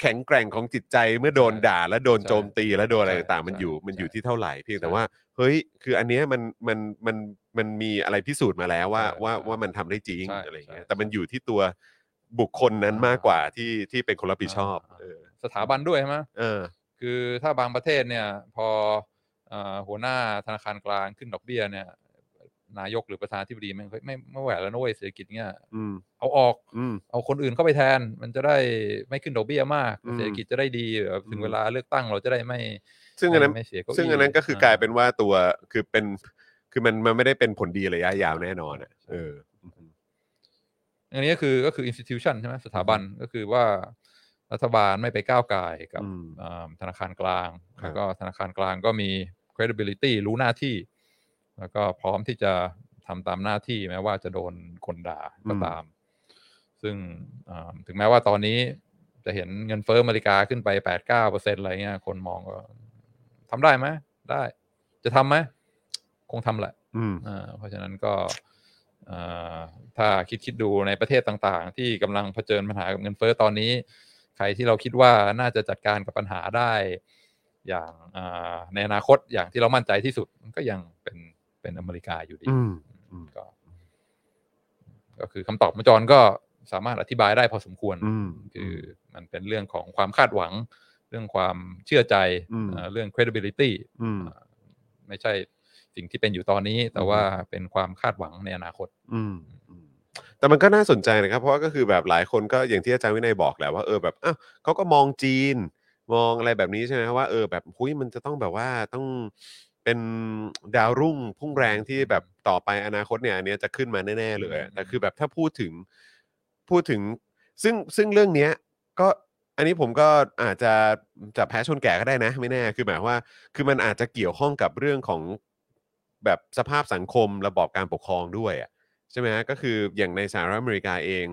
S1: แข็งแกร่งของจิตใจเมื่อโดน
S2: ใช่
S1: ด่า และโดน
S2: ใช่
S1: โจมตีและโดนอะไร
S2: ใช่
S1: ต่างๆมัน
S2: ใช่
S1: อยู่มันอยู่
S2: ใช่
S1: ที่เท่าไหร่เพียงแต่
S2: ใช่
S1: ว่าเฮ้ยคืออันเนี้ยมันมันมันมันมีอะไรพิสูจน์มาแล้วว่า
S2: ใช่
S1: ว่า
S2: ใช่
S1: ว่ามันทำได้จริง
S2: ใช่
S1: อะไรอย่างเงี้ย
S2: ใช่
S1: แต่มันอยู่ที่ตัวบุคคลนั้น
S2: อ่าม
S1: มากกว่าที่ที่เป็นคนรับผิดชอบ
S2: อ่า
S1: เออ
S2: สถาบันด้วยใช่ไหม
S1: เออ
S2: คือถ้าบางประเทศเนี่ยพอเอ่อหัวหน้าธนาคารกลางขึ้นดอกเบี้ยเนี่ย นายกหรือประธานาธิบดีแมันเฮ้ยไม่ไม่ไหวแล้วนะเว้ยเศรษฐกิจเนี่ย
S1: อืม
S2: เอาออก
S1: อืม
S2: เอาคนอื่นเข้าไปแทน มันจะได้ไม่ขึ้นดอกเบี้ยมาก
S1: อืม
S2: เศรษฐกิจจะได้ดีแบบถึ
S1: อื
S2: ง
S1: ม
S2: เวลาเลือกตั้งเราจะได้ไม่
S1: ซึ่งอันนั้น
S2: ไม่เสียเก้า
S1: ซึ่งอันนั้นก็คือกลายเป็นว่าตัวคือเป็นคือมันมันไม่ได้เป็นผลดีระยะยาวแน่นอนอ่ะเออ
S2: อันนี้ก็คือก็คือ institution ใช่ไหมสถาบันก็คือว่ารัฐบาลไม่ไปก้าวไก่ายกับ
S1: อืม
S2: เอ่อธนาคารกลาง
S1: ครับ
S2: แล้วก็ธนาคารกลางก็มี credibility รู้หน้าที่ แล้วก็พร้อมที่จะทำตามหน้าที่แม้ว่าจะโดนคนด่าก็ตาม ซึ่งเอ่อถึงแม้ว่าตอนนี้จะเห็นเงินเฟ้ออเมริกาขึ้นไปแปดเก้าเปอร์เซ็นต์อะไรเงี้ยคนมองก็ทำได้ไหมได้ จะทำไหมคงทำแหละ
S1: อืม
S2: อ่าเพราะฉะนั้นก็อ่าถ้าคิดคิดดูในประเทศต่างๆ ที่กำลังเผชิญปัญหากับเงินเฟ้อตอนนี้ ใครที่เราคิดว่าน่าจะจัดการกับปัญหาได้ อย่างอ่าในอนาคตอย่างที่เรามั่นใจที่สุดมันก็ยังเป็นเป็นอเมริกาอยู่ดี
S1: อืมอืม
S2: ก็ก็คือคำตอบของจอห์นก็สามารถอธิบายได้พอสมควร
S1: อืม
S2: คือมันเป็นเรื่องของความคาดหวัง เรื่องความเชื่อใจ
S1: อืม
S2: อ่าเรื่อง credibility
S1: อืม
S2: อ่าไม่ใช่สิ่งที่เป็นอยู่ตอนนี้ แต่
S1: อืม
S2: ว่าเป็นความคาดหวังในอนาคต
S1: อืมอืมแต่มันก็น่าสนใจนะครับ เพราะว่าก็คือแบบหลายคนก็อย่างที่อาจารย์วินัยบอกแหละว่าเออแบบอ้าวเขาก็มองจีน มองอะไรแบบนี้ใช่ไหมว่าเออแบบหุ้ยมันจะต้องแบบว่าต้องเป็นดาวรุ่งพุ่งแรงที่แบบต่อไปอนาคตเนี่ยอันเนี้ยจะขึ้นมาแน่ๆเลย
S2: อืม
S1: แต่คือแบบถ้าพูดถึงพูดถึง ซึ่งซึ่งเรื่องเนี้ยก็อันนี้ผมก็อาจจะจะแพ้ชนแก่ก็ได้นะ ไม่แน่คือหมายว่า คือมันอาจจะเกี่ยวข้องกับเรื่องของแบบสภาพสังคมระบอบการปกครองด้วยอะใช่ไหมฮะก็คืออย่างในสหรัฐอเมริกาเอง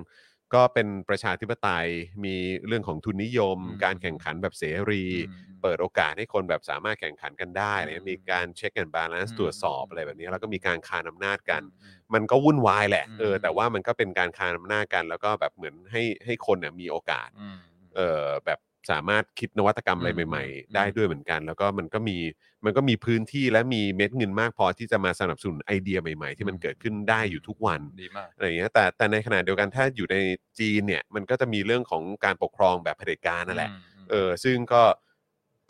S1: ก็เป็นประชาธิปไตยมีเรื่องของทุนนิยม
S2: อืม
S1: การแข่งขันแบบเสรี
S2: อืม
S1: เปิดโอกาสให้คนแบบสามารถแข่งขันกันได้อะไรเงี้ย
S2: อืม
S1: มีการเช็คกันบาลานซ์
S2: อืม
S1: ตรวจสอบอะไรแบบนี้ แล้วก็มีการคานอำนาจกัน
S2: อืม
S1: มันก็วุ่นวายแหละเอออ
S2: ม
S1: แต่ว่ามันก็เป็นการคานอำนาจกัน แล้วก็แบบเหมือนให้ให้คนเนี่ยมีโอกาส
S2: อืม
S1: เอ่อแบบสามารถคิดนวัตกรรมอะไร
S2: อืม
S1: ใหม่
S2: อืม
S1: ๆ ได้ด้วยเหมือนกัน แล้วก็มันก็มีมันก็มีพื้นที่และมีเม็ดเงินมากพอที่จะมาสนับสนุนไอเดียใหม่ ๆ ที่มัน
S2: อืม
S1: เกิดขึ้นได้อยู่ทุกวัน
S2: ดีมาก
S1: อะไรอย่างเงี้ยแต่แต่ในขณะเดียวกันถ้าอยู่ในจีนเนี่ยมันก็จะมีเรื่องของการปกครองแบบเผด็จการนั่นแหละเออซึ่งก็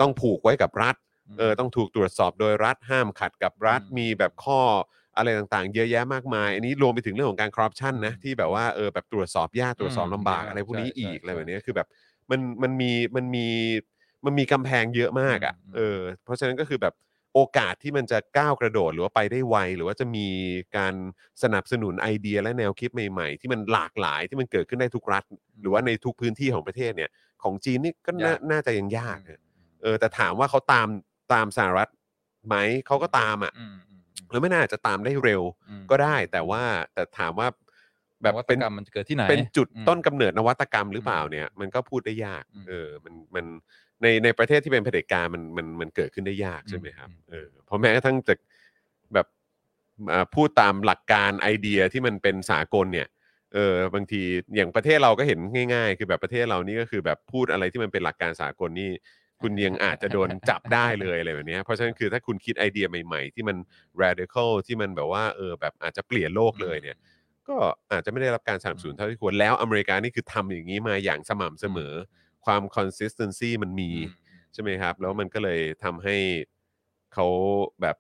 S1: ต้องผูกไว้กับรัฐเออต้องถูกตรวจสอบโดยรัฐห้ามขัดกับรัฐ
S2: อืม
S1: มีแบบข้ออะไรต่างๆ เยอะแยะมากมาย อันนี้รวมไปถึงเรื่องของการคอร์รัปชันนะ
S2: อืม
S1: ที่แบบว่าเออแบบตรวจสอบยากตรวจสอบลำบากอะไรพวกนี้
S2: ใช่ใช่
S1: อีกอะไร
S2: ใช่
S1: แบบเนี้ยคือแบบ มันมันมีมันมีมันมีกำแพงเยอะมากอะ่ะ
S2: อืมอืม
S1: เออเพราะฉะนั้นก็คือแบบโอกาสที่มันจะก้าวกระโดดหรือว่าไปได้ไว หรือว่าจะมีการสนับสนุนไอเดียและแนวคิดใหม่ๆ ที่มันหลากหลายที่มันเกิดขึ้นได้ทุกรัฐ หรือว่าในทุกพื้นที่ของประเทศเนี่ย ของจีนนี่ก็น่าย
S2: าก
S1: น่าจะยังยาก
S2: อื
S1: อะ
S2: ม
S1: เออแต่ถามว่าเขาตามตามสหรัฐไหมเขาก็ตามอะ่ะ
S2: อืมอืมอืม
S1: แล้วไม่น่าจะตามได้เร็ว
S2: อืม
S1: ก็ได้ แต่ว่าแต่ถามว่าแบบ
S2: นวัต
S1: เป็น
S2: กรรมมันจะเกิดที่ไหน
S1: เป็นจุด
S2: อืม
S1: ต้นกำเนิดนวัตกรรมหรือเปล่า
S2: อืม
S1: เนี่ยมันก็พูดได้ยาก
S2: อืม
S1: เออมันมันในในประเทศที่เป็นเผด็จการมันมันมันเกิดขึ้นได้ยากใช่ไหมครับ
S2: อืม
S1: เออเพราะแม้กระทั่งจะแบบอ่าพูดตามหลักการไอเดียที่มันเป็นสากลเนี่ยเออบางทีอย่างประเทศเราก็เห็นง่าย ๆ คือแบบประเทศเรานี่ก็คือแบบพูดอะไรที่มันเป็นหลักการสากลนี่ คุณยังอาจจะโดนจับได้เลยอะไรแบบเนี้ยเพราะฉะนั้นคือถ้าคุณคิดไอเดียใหม่ ๆ ที่มัน radical ที่มันแบบว่าเออแบบอาจจะเปลี่ยนโลกเลยเนี่ย ก็อาจจะไม่ได้รับการสนับสนุนเท่าที่ควร แล้วอเมริกานี่คือทำอย่างนี้มาอย่างสม่ำเสมอ ความ consistency มันมี
S2: อืม
S1: ใช่ไหมครับ แล้วมันก็เลยทำให้เขาแบบ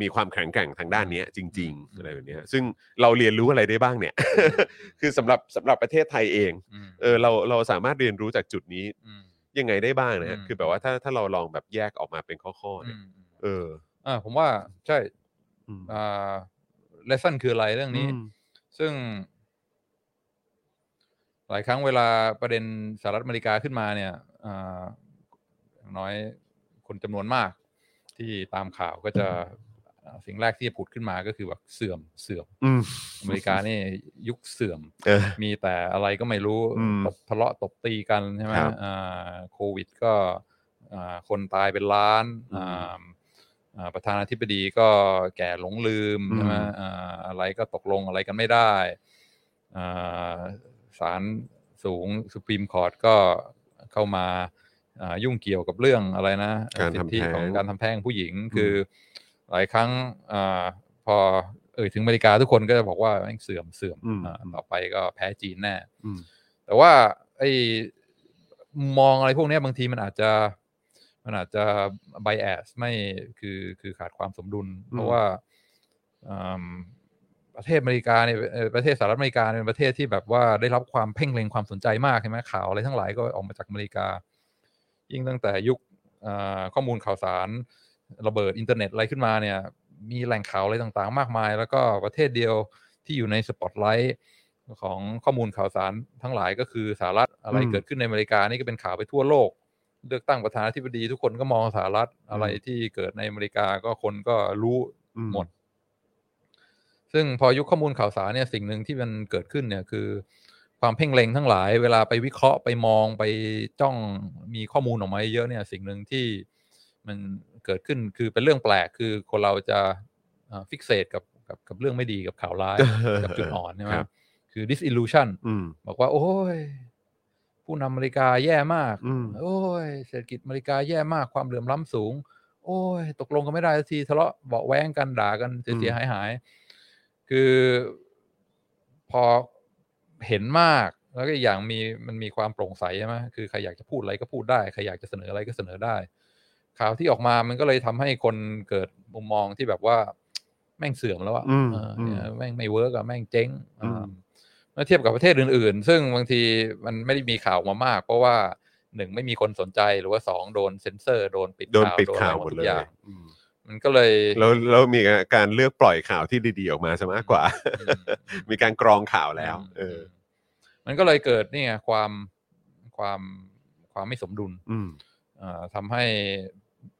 S1: มีความแข็งแกร่งทางด้านเนี้ยจริงๆ
S2: อืม
S1: อะไรแบบเนี้ยซึ่งเราเรียนรู้อะไรได้บ้างเนี่ย คือสำหรับสำหรับประเทศไทยเอง
S2: อืม
S1: เออเราเราสามารถเรียนรู้จากจุดนี้
S2: ม
S1: ยังไงได้บ้างนะฮะ
S2: อืม
S1: คือแบบว่าถ้าถ้าเราลองแบบแยกออกมาเป็นข้อๆ
S2: อื
S1: เนี่ย
S2: มอืม
S1: เออ
S2: อ่าผมว่าใช่
S1: อืม
S2: อ่าเลสันคืออะไรเรื่องนี้
S1: อืม
S2: ซึ่ง หลายครั้งเวลาประเด็นสหรัฐอเมริกาขึ้นมาเนี่ยอ่าอย่างน้อยคนจำนวนมาก ที่ตามข่าวก็จะอ่าสิ่งแรกที่จะผุดขึ้นมาก็คือแบบเสื่อมเสื่อม
S1: อืม
S2: อเมริกานี่ยุคเสื่อม
S1: เออ
S2: มีแต่อะไรก็ไม่รู้
S1: อืม
S2: ตบทะเลาะตบตีกันใช่ไหม
S1: ครับ
S2: อ่าโควิดก็อ่าคนตายเป็นล้าน
S1: อืม
S2: อ่าอ่าประธานาธิบดีก็แก่หลงลืม
S1: อืม
S2: ใช่ไหมอ่าอะไรก็ตกลงอะไรกันไม่ได้อ่า ศาลสูงสุพรีมคอร์ตก็เข้ามาอ่ายุ่งเกี่ยวกับเรื่องอะไรนะ
S1: การ
S2: สิท
S1: ทำ
S2: ธิ
S1: แท้ง
S2: ของการทำแท้งผู้หญิงคือหลายครั้งอาพอเอ่ยถึงอเมริกาทุกคนก็จะบอกว่าแม่งเสื่อมเสื่อม
S1: อืม
S2: อ่าต่อไปก็แพ้จีนแน่
S1: อืม
S2: แต่ว่าไอ้มองอะไรพวกเนี้ยบางทีมันอาจจะมันอาจจะไบแอสไม่คือคือขาดความสมดุล เพราะว่าอืมประเทศอเมริกาเนี่ยเอ่อประเทศสหรัฐอเมริกาเนี่ยเป็นประเทศที่แบบว่าได้รับความเพ่งเล็งความสนใจมากใช่ไหมข่าวอะไรทั้งหลายก็ออกมาจากอเมริกา ยิ่งตั้งแต่ยุคอ่าข้อมูลข่าวสารระเบิดอินเทอร์เน็ตอะไรขึ้นมาเนี่ย มีแหล่งข่าวอะไรต่างๆ มากมาย แล้วก็ประเทศเดียวที่อยู่ในสปอตไลท์ของข้อมูลข่าวสารทั้งหลายก็คือสหรัฐอะไร
S1: อืม
S2: เกิดขึ้นในอเมริกานี่ก็เป็นข่าวไปทั่วโลก เลือกตั้งประธานาธิบดีทุกคนก็มองสหรัฐอะไรที่เกิดในอเมริกาก็คนก็รู้
S1: อืม
S2: หมด ซึ่งพอยุคข้อมูลข่าวสารเนี่ยสิ่งหนึ่งที่มันเกิดขึ้นเนี่ยคือ ความเพ่งเล็งทั้งหลาย เวลาไปวิเคราะห์ไปมองไปจ้องมีข้อมูลออกมาเยอะเนี่ยสิ่งหนึ่งที่มันเกิดขึ้นคือเป็นเรื่องแปลกคือคนเราจะฟิกเซตกับกับกับเรื่องไม่ดีกับข่าวร้าย กับจุดอ่อนใช่ไหม
S1: ครับ
S2: คือ disillusion
S1: อืม
S2: บอกว่า โอ้ย ผู้นำอเมริกาแย่มาก
S1: อืม
S2: โอ้ย เศรษฐกิจอเมริกาแย่มากความเหลื่อมล้ำสูง โอ้ย ตกลงกันไม่ได้สักทีทะเลาะเบาะแว้งกันด่ากัน
S1: อืม
S2: เสียหายหายๆคือพอเห็นมากแล้วก็อีกอย่างมีมันมีความโปร่งใสใช่ไหมคือใครอยากจะพูดอะไรก็พูดได้ใครอยากจะเสนออะไรก็เสนอได้ ข่าวที่ออกมามันก็เลยทำให้คนเกิดมุมมองที่แบบว่า แม่งเสื่อมแล้วอะ
S1: อืม
S2: เอออ
S1: ม
S2: เนี่ยแม่งไม่เวิร์กอะแม่งเจ๊ง
S1: อืม
S2: อ่า เมื่อเทียบกับประเทศอื่น ๆ ซึ่งบางทีมันไม่ได้มีข่าวมามาก เพราะว่าหนึ่งไม่มีคนสนใจหรือว่าสองโดนเซ็นเซอร์โดนปิด
S1: โดน
S2: ข่าว
S1: ปิด
S2: โอะไร
S1: ข่าวหมด
S2: ทุ
S1: เล
S2: ก
S1: ย
S2: อย่าง
S1: อืม
S2: มันก็เลย
S1: แล้วแล้วมีการเลือกปล่อยข่าวที่ดีๆออกมาซะมากกว่า
S2: อืม
S1: มีการกรองข่าวแล้ว เออ
S2: มันก็เลยเกิดเนี่ยความความความไม่สมดุล
S1: อืม
S2: เอ่อทำให้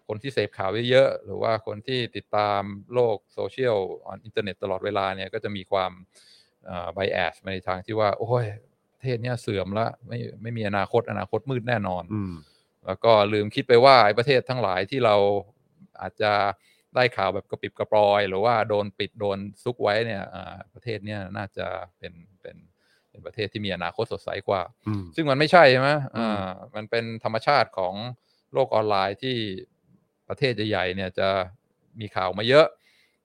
S2: คนที่เสพข่าวเยอะๆหรือว่าคนที่ติดตามโลกโซเชียลออนอินเทอร์เน็ตตลอดเวลาเนี่ยก็จะมีความไบแอสในทางที่ว่า โอ้ยประเทศเนี่ยเสื่อมละไม่ไม่มีอนาคตอนาคตมืดแน่นอน
S1: อืม
S2: แล้วก็ลืมคิดไปว่าไอ้ประเทศทั้งหลายที่เราอาจจะได้ข่าวแบบกระปิบกระปรอย หรือว่าโดนปิดโดนซุกไว้เนี่ยอ่าประเทศเนี่ยน่าจะเป็นเป็นเป็นประเทศที่มีอนาคตสดใสกว่า
S1: อืม
S2: ซึ่งมันไม่ใช่ใช่ไหม
S1: อืม
S2: อ่า มันเป็นธรรมชาติของโลกออนไลน์ที่ประเทศใหญ่ๆเนี่ยจะมีข่าวมาเยอะ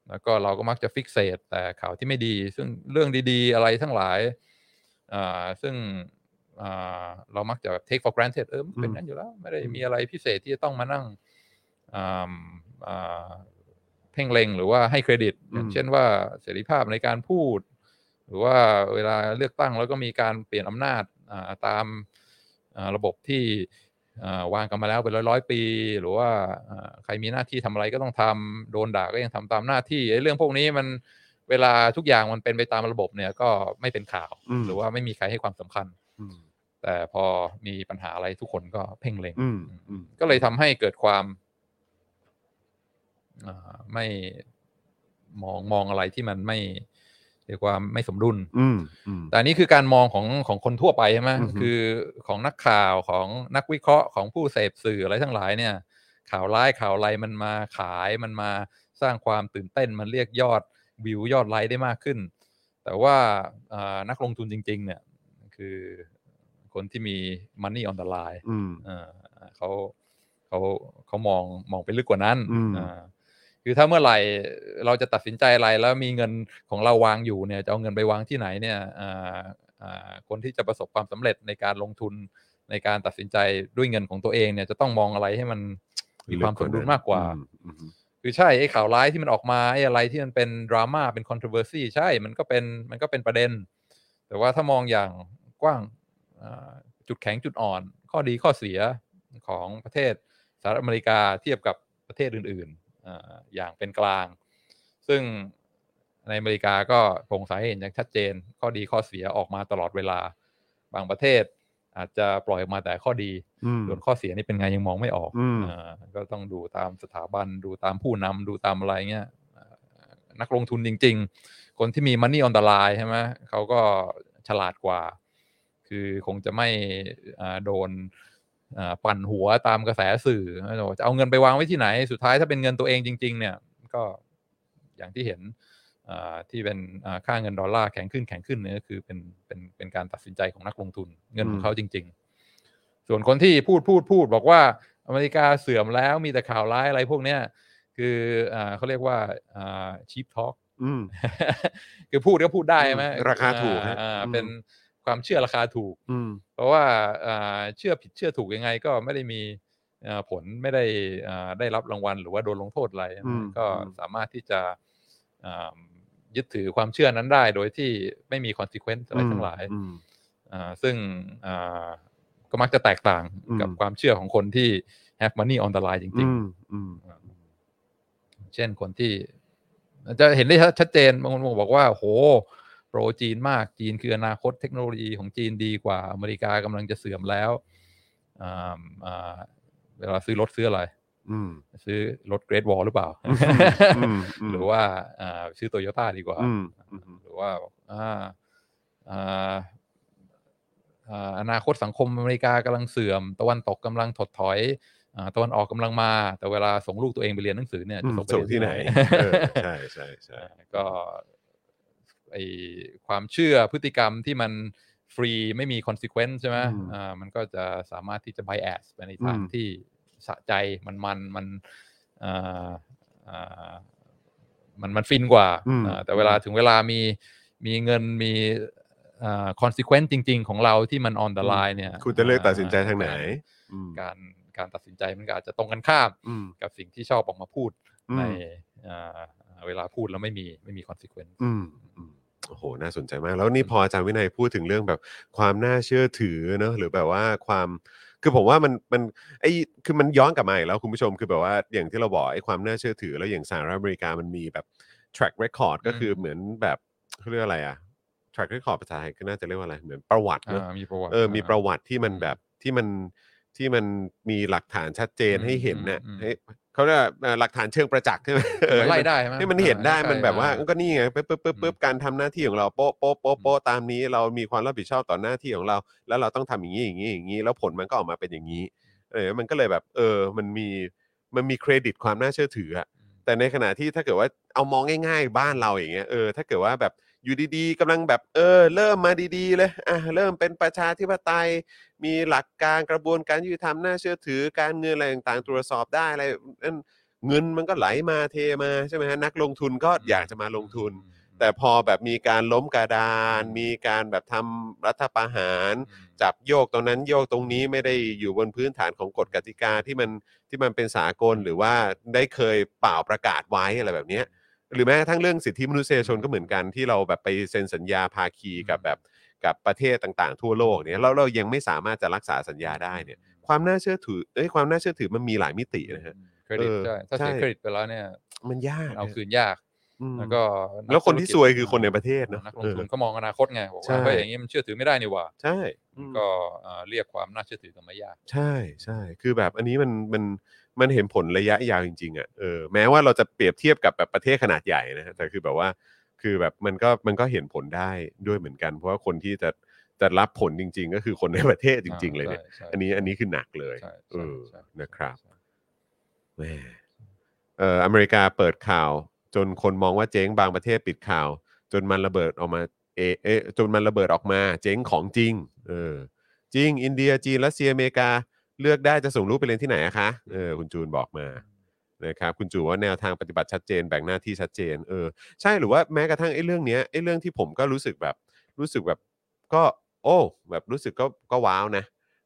S2: แล้วก็เราก็มักจะฟิกเซตแต่ข่าวที่ไม่ดี ซึ่งเรื่องดีๆ อะไรทั้งหลาย อ่า ซึ่งอ่าเรามักจะแบบ take for granted เออมันเป็นนั้นอยู่แล้ว ไม่ได้มีอะไรพิเศษที่จะต้องมานั่งอ่าอ่าเพ่งเล็งหรือว่าให้เครดิต อย่าง
S1: อืม
S2: เช่นว่าเสรีภาพในการพูด หรือว่าเวลาเลือกตั้งแล้วก็มีการเปลี่ยนอำนาจอ่าตามอ่าระบบที่อ่าวางกันมาแล้วเป็นร้อยร้อยๆปี หรือว่าอ่าใครมีหน้าที่ทำอะไรก็ต้องทำโดนด่าก็ยังทำตามหน้าที่ไอ้เรื่องพวกนี้มันเวลาทุกอย่างมันเป็นไปตามระบบเนี่ยก็ไม่เป็นข่าว
S1: อืม
S2: หรือว่าไม่มีใครให้ความสำคัญ
S1: อืม
S2: แต่พอมีปัญหาอะไรทุกคนก็เพ่งเล็ง
S1: อืมอืม
S2: ก็เลยทำให้เกิดความอ่าไม่มองมองอะไรที่มันไม่เรียกว่าไม่สมดุล
S1: อืมอืม
S2: แต่อันนี่คือการมองของของคนทั่วไปใช่ไหม
S1: อือฮึ
S2: คือของนักข่าวของนักวิเคราะห์ของผู้เสพสื่ออะไรทั้งหลายเนี่ย ข่าวร้ายข่าวอะไรมันมาขายมันมาสร้างความตื่นเต้นมันเรียกยอดวิวยอดไลค์ได้มากขึ้น แต่ว่าอ่านักลงทุนจริง ๆ เนี่ย คือคนที่มี Money on the Line
S1: อืม
S2: อ่าเขาเขาเขามองมองไปลึกกว่านั้น
S1: อืม
S2: อ่าคือถ้าเมื่อไหร่เราจะตัดสินใจอะไรแล้วมีเงินของเราวางอยู่เนี่ยจะเอาเงินไปวางที่ไหนเนี่ยอ่าอ่าคนที่จะประสบความสำเร็จในการลงทุนในการตัดสินใจด้วยเงินของตัวเองเนี่ยจะต้องมองอะไรให้มันมีความสมดุลมากกว่า
S1: อืม
S2: คือใช่ไอ้ข่าวร้ายที่มันออกมาไอ้อะไรที่มันเป็นดราม่าเป็น controversy ใช่มันก็เป็นมันก็เป็นประเด็น แต่ว่าถ้ามองอย่างกว้างอ่าจุดแข็งจุดอ่อน ข้อดีข้อเสียของประเทศสหรัฐอเมริกาเทียบกับประเทศอื่นๆอ่าอย่างเป็นกลาง ซึ่งในอเมริกาก็โปร่งใสเห็นอย่างชัดเจน ข้อดีข้อเสียออกมาตลอดเวลา บางประเทศอาจจะปล่อยออกมาแต่ข้อดี
S1: อืม
S2: ส่วนข้อเสียนี่เป็นไงยังมองไม่ออก
S1: อืม
S2: อ่าก็ต้องดูตามสถาบันดูตามผู้นำดูตามอะไรเงี้ยอ่านักลงทุนจริง ๆ คนที่มีมันนี่ออน h e ไลน์ใช่ไหมเขาก็ฉลาดกว่า คือคงจะไม่อ่าโดนอ่าปั่นหัวตามกระแสสื่อจะเอาเงินไปวางไว้ที่ไหน สุดท้ายถ้าเป็นเงินตัวเองจริง ๆ เนี่ย ก็อย่างที่เห็น อ่าที่เป็นอ่าค่าเงินดอลลาร์แข็งขึ้นแข็งขึ้นเนี่ยก็คือเป็นเป็นเป็นการตัดสินใจของนักลงทุนเงินขอ
S1: อื
S2: ง
S1: ม
S2: เขาจริง ๆ ส่วนคนที่พูดพูดพูดบอกว่าอเมริกาเสื่อมแล้วมีแต่ข่าวร้ายอะไรพวกเนี้ยคืออ่าเขาเรียกว่าชีพทอ l k
S1: อืม
S2: คือพูดก็พูดได้ใช่ไหม
S1: อืมราคาถูกฮะ
S2: อ่า
S1: อืม
S2: เป็นความเชื่อราคาถูก
S1: อืม
S2: เพราะว่าอ่าเชื่อผิดเชื่อถูกยังไงก็ไม่ได้มีเอ่อผลไม่ได้อ่าได้รับรางวัลหรือว่าโดนลงโทษอะไรนะ
S1: อืม
S2: ก็
S1: อืม
S2: สามารถที่จะอ่ายึดถือความเชื่อนั้นได้ โดยที่ไม่มี consequence อะไรทั้งหลาย
S1: อืม
S2: อ่าซึ่งอ่าก็มักจะแตกต่างกับ
S1: อืม
S2: ความเชื่อของคนที่ have money on the line จริ
S1: อื
S2: งๆ
S1: มอืม
S2: เช่นคนที่ จะเห็นได้ชัดเจนบางคนบอกว่าโหโปรจีนมากจีนคืออนาคตเทคโนโลยีของจีนดีกว่า อเมริกากำลังจะเสื่อมแล้วอ่าอ่าเวลาซื้อรถซื้ออะไร
S1: อืม
S2: ซื้อรถเกรดวอลหรือเปล่า
S1: อืมอืม
S2: หรือว่าอ่าซื้อโตโยต้าดีกว่า
S1: อืม
S2: หรือว่าอ่าอ่าอ่าอนาคตสังคมอเมริกากำลังเสื่อม ตะวันตกกำลังถดถอยอาตะวันออกกำลังมา แต่เวลาส่งลูกตัวเองไปเรียนหนังสือเนี่ย
S1: อื
S2: จะ
S1: ม
S2: ส่งไป
S1: ส่ง
S2: เรีย
S1: ที่ไหนเออใช่ใช่ใช่
S2: อ่าก็ไอความเชื่อพฤติกรรมที่มันฟรีไม่มีคอนซ e เควนซ์ใช่ไหม
S1: อืม
S2: อ่ามันก็จะสามารถที่จะไบแอสไปในทาง
S1: อืม
S2: ที่สะใจมันมันมันอ่าอ่ามันมันฟินกว่า
S1: อืม
S2: อ่า แต่เวลาถึงเวลามีมีเงินมีคอนซ e เควนซ์จริง ๆ ของเราที่มัน on the line เนี่ย
S1: คุณจะเลือกตัดสินใจทางไหน อืม
S2: การการตัดสินใจมันก็อาจจะตรงกันข้าม
S1: อืม
S2: กับสิ่งที่ชอบออกมาพูด
S1: อื
S2: ใน
S1: ม
S2: อ่าเวลาพูดแล้วไม่มีไม่มีคอนซ e เควนซ์
S1: อืมอืมโอ้โห น่าสนใจมาก แล้วนี่พออาจารย์วินัยพูดถึงเรื่องแบบความน่าเชื่อถือเนอะหรือแบบว่าความ คือผมว่ามันมันไอ้คือมันย้อนกลับมาอีกแล้วคุณผู้ชมคือแบบว่าอย่างที่เราบอกไอ้ความน่าเชื่อถือ แล้วอย่างสหรัฐอเมริกามันมีแบบ track record ก็คือเหมือนแบบเขาเรียกอะไรอะ track record ภาษาไทยก็น่าจะเรียกว่าอะไรเหมือนประวัติเนอะ
S2: อ่ามีประวัติ
S1: เออ มีประวัติที่มัน
S2: อืม
S1: แบบที่มันที่มันมีหลักฐานชัดเจน
S2: อืม
S1: ให้เห็นเนี่ย
S2: อืมอืม
S1: ให้เขาเรียกว่าเอ่อหลักฐานเชิงประจักษ์ใช่ไหมเออ
S2: มันไล่ได้ใช่ไหม
S1: ให้มันเห็นได้
S2: อ่า
S1: มันแบบว่า
S2: ใช่
S1: ก็นี่ไงปึ๊บปึ๊บปึ๊บปึ๊บการทำหน้าที่ของเราโป๊ะโป๊ะโป๊ะโป๊ะตามนี้ เรามีความรับผิดชอบต่อหน้าที่ของเรา แล้วเราต้องทำอย่างนี้อย่างนี้อย่างนี้ แล้วผลมันก็ออกมาเป็นอย่างนี้เออมันก็เลยแบบ เออ มันมีมันมีเครดิตความน่าเชื่อถืออะ แต่ในขณะที่ถ้าเกิดว่าเอามองง่ายๆ บ้านเราอย่างเงี้ยเออถ้าเกิดว่าแบบอยู่ดีๆกำลังแบบเออ เริ่มมาดีๆเลยอ่ะเริ่มเป็นประชาธิปไตย มีหลักการกระบวนการยุติธรรมน่าเชื่อถือ การเงินอะไรต่างๆ ตรวจสอบได้อะไรนั่นเงินมันก็ไหลมาเทมาใช่ไหมฮะนักลงทุนก็อยากจะมาลงทุน แต่พอแบบมีการล้มกระดาน มีการแบบทำรัฐประหาร
S2: อืม
S1: จับโยกตรงนั้นโยกตรงนี้ไม่ได้อยู่บนพื้นฐานของกฎกติกาที่มันที่มันเป็นสากลหรือว่าได้เคยเป่าประกาศไว้อะไรแบบเนี้ยหรือแม้กระทั้งเรื่องสิทธิมนุษยชนก็เหมือนกันที่เราแบบไปเซ็นสัญญาภาคีกับแบบกับประเทศต่างๆ ทั่วโลกเนี่ยเราเรายังไม่สามารถจะรักษาสัญญาได้เนี่ยความน่าเชื่อถือเอ้ยความน่าเชื่อถือมันมีหลายมิตินะฮะ
S2: เครดิต
S1: เออ
S2: ใช่ถ้า
S1: ใช่
S2: เสียเครดิตไปแล้วเนี่ย
S1: มันยาก
S2: เอา
S1: ฮะ
S2: คืนยาก
S1: อืม
S2: แล้วก็ก
S1: แล้วคนที่
S2: ธุรกิจ
S1: ซวยคือคนในประเทศเนอะ
S2: นักลงทุนก็มองอนาคตไงบอก
S1: ใช่
S2: ว่าเฮ้ยอย่างนี้มันเชื่อถือไม่ได้นี่หว่า
S1: ใช่ก็
S2: ก็เอ่อเรียกความน่าเชื่อถือกลันมายาก
S1: ใช่ใช่คือแบบอันนี้มันมันมันเห็นผลระยะยาวจริงๆอ่ะเออแม้ว่าเราจะเปรียบเทียบกับแบบประเทศขนาดใหญ่นะฮะแต่คือแบบว่าคือแบบมันก็มันก็เห็นผลได้ด้วยเหมือนกัน เพราะว่าคนที่จะจะรับผลจริง ๆ ก็คือคนในประเทศจริง ๆ เลยเนี่ย
S2: ใช่ใช่
S1: อันนี้อันนี้คือหนักเลย
S2: ใช่ใช่
S1: เออ
S2: ใช่
S1: นะครับ
S2: ใช่
S1: แหมเอออเมริกาเปิดข่าว จนคนมองว่าเจ๊งบางประเทศปิดข่าว จนมันระเบิดออกมาเอเอะจนมันระเบิดออกมาเจ๊งของจริงเออจริง อินเดียจีนรัสเซียอเมริกาเลือกได้จะส่งลูกไปเรียนที่ไหนอะคะเออคุณจูนบอกมานะครับคุณจูนว่าแนวทางปฏิบัติชัดเจนแบ่งหน้าที่ชัดเจนเออใช่หรือว่าแม้กระทั่งไอ้เรื่องเนี้ยไอ้เรื่องที่ผมก็รู้สึกแบบรู้สึกแบบก็โอ้แบบรู้สึกก็ก็ว้าวนะ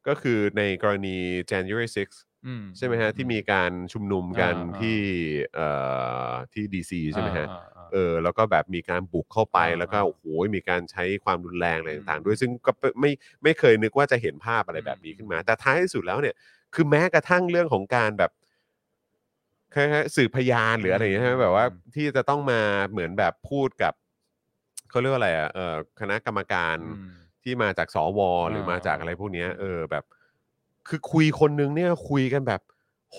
S1: ก็คือในกรณี January 6
S2: อื
S1: ใช่ไหมฮะ ที่มีการชุมนุมกันที่เอ่อที่ดีซีใช่ไหมฮะ
S2: อ่าอ่า
S1: เอ
S2: อ่า
S1: อแล้วก็แบบมีการบุกเข้าไป
S2: อ่า
S1: แล้วก็
S2: อ่า
S1: โอ้โหมีการใช้ความรุนแรงอะไรต่าง
S2: อื
S1: ๆ
S2: ม
S1: ด้วยซึ่งก็ไม่ไม่เคยนึกว่าจะเห็นภาพอะไรแบบนี้ขึ้นมา แต่ท้ายที่สุดแล้วเนี่ย คือแม้กระทั่งเรื่องของการแบบคล้ายๆสื่อพยานหรืออะไรอย่างเงี้ยใช่ไหมแบบว่า
S2: อืม
S1: ที่จะต้องมาเหมือนแบบพูดกับเขาเรียกว่าอะไรอ่ะเอ่อคณะกรรมการ ที่มาจากสวหรือมาจากอะไรพวกเนี้ยเออแบบ คือคุยคนนึงเนี่ยคุยกันแบบ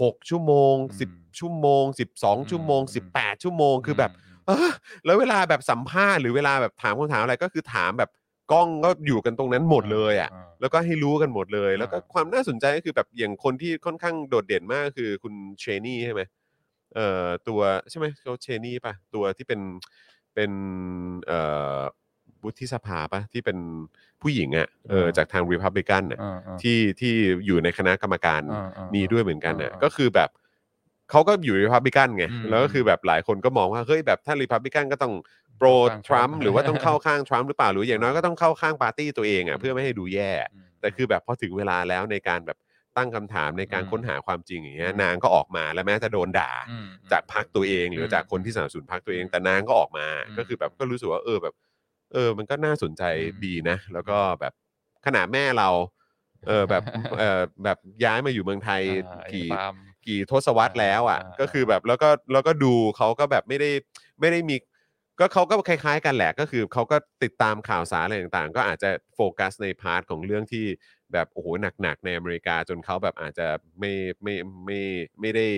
S1: หกชั่วโมง
S2: อืม
S1: สิบชั่วโมงสิบสองชั่วโมง
S2: อืม
S1: สิบแปดชั่วโมงคือแบบ
S2: ม
S1: เอ้อแล้วเวลาแบบสัมภาษณ์หรือเวลาแบบถามคำถามอะไรก็คือถามแบบกล้องก็อยู่กันตรงนั้นหมดเลยอ่ะ แล้วก็ให้รู้กันหมดเลย แล้วก็
S2: อ่า
S1: ความน่าสนใจก็คือแบบอย่างคนที่ค่อนข้างโดดเด่นมากคือคุณเชนี่ใช่ไหมเอ่อตัวใช่ไหมเขาเชนี่ป่ะ ตัวที่เป็น เป็นเอ่อวุฒิสภาปะที่เป็นผู้หญิงอะ่ะเออจากทางริพับลิกันน่ะ
S2: อ่าอ่า
S1: ที่ที่อยู่ในคณะกรรมการ
S2: อ่าอ่า
S1: มีด้วยเหมือนกันน่ะ
S2: อ่า
S1: ก็คือแบบเขาก็อยู่ริพับลิกันไง
S2: อืม
S1: แล้วก็คือแบบหลายคนก็มองว่าเฮ้ยแบบถ้าริพับลิกันก็ต้องโปร
S2: ข้าง
S1: ทรัมป์
S2: ทรัมป์
S1: หรือว่าต้องเข้าข้างทรัมป์หรือเปล่าหรืออย่างน้อยก็ต้องเข้าข้างปาร์ตี้ตัวเอง
S2: อื
S1: อ่ะ
S2: ม
S1: เพื่อไม่ให้ดูแย่
S2: อืม
S1: แต่คือแบบพอถึงเวลาแล้วในการแบบตั้งคำถามในการ
S2: อืม
S1: ค้นหาความจริงอย่างเงี้ย
S2: อืม
S1: นางก็ออกมาและแม้จะโดนด่า
S2: อืม
S1: จากพรรคตัวเองหรือ
S2: ม
S1: จากคนที่สนับสนุนพรรคตัวเอง
S2: อืม
S1: แต่นางก็ออกมา
S2: อืม
S1: ก็คือแบบก็รู้สึกว่าเออแบบ เออ มันก็น่าสนใจ
S2: อืม
S1: ดีนะ แล้วก็แบบขนาดแม่เรา เออแบบ เออแบบย้ายมาอยู่เมืองไทย
S2: า
S1: กี่
S2: ไอ้ปาล์ม
S1: กี่ทศวรรษแล้วอ่ะ
S2: อ่า
S1: ก็คือแบบแล้วก็แล้วก็ดูเขาก็แบบไม่ได้ไม่ได้มี ก็เขาก็คล้าย ๆ กันแหละก็คือเขาก็ติดตามข่าวสารอะไรต่างๆ ก็อาจจะโฟกัสในพาร์ทของเรื่องที่แบบโอ้โหหนักๆในอเมริกาจนเขาแบบอาจจะไม่ไม่ไม่ไม่ได้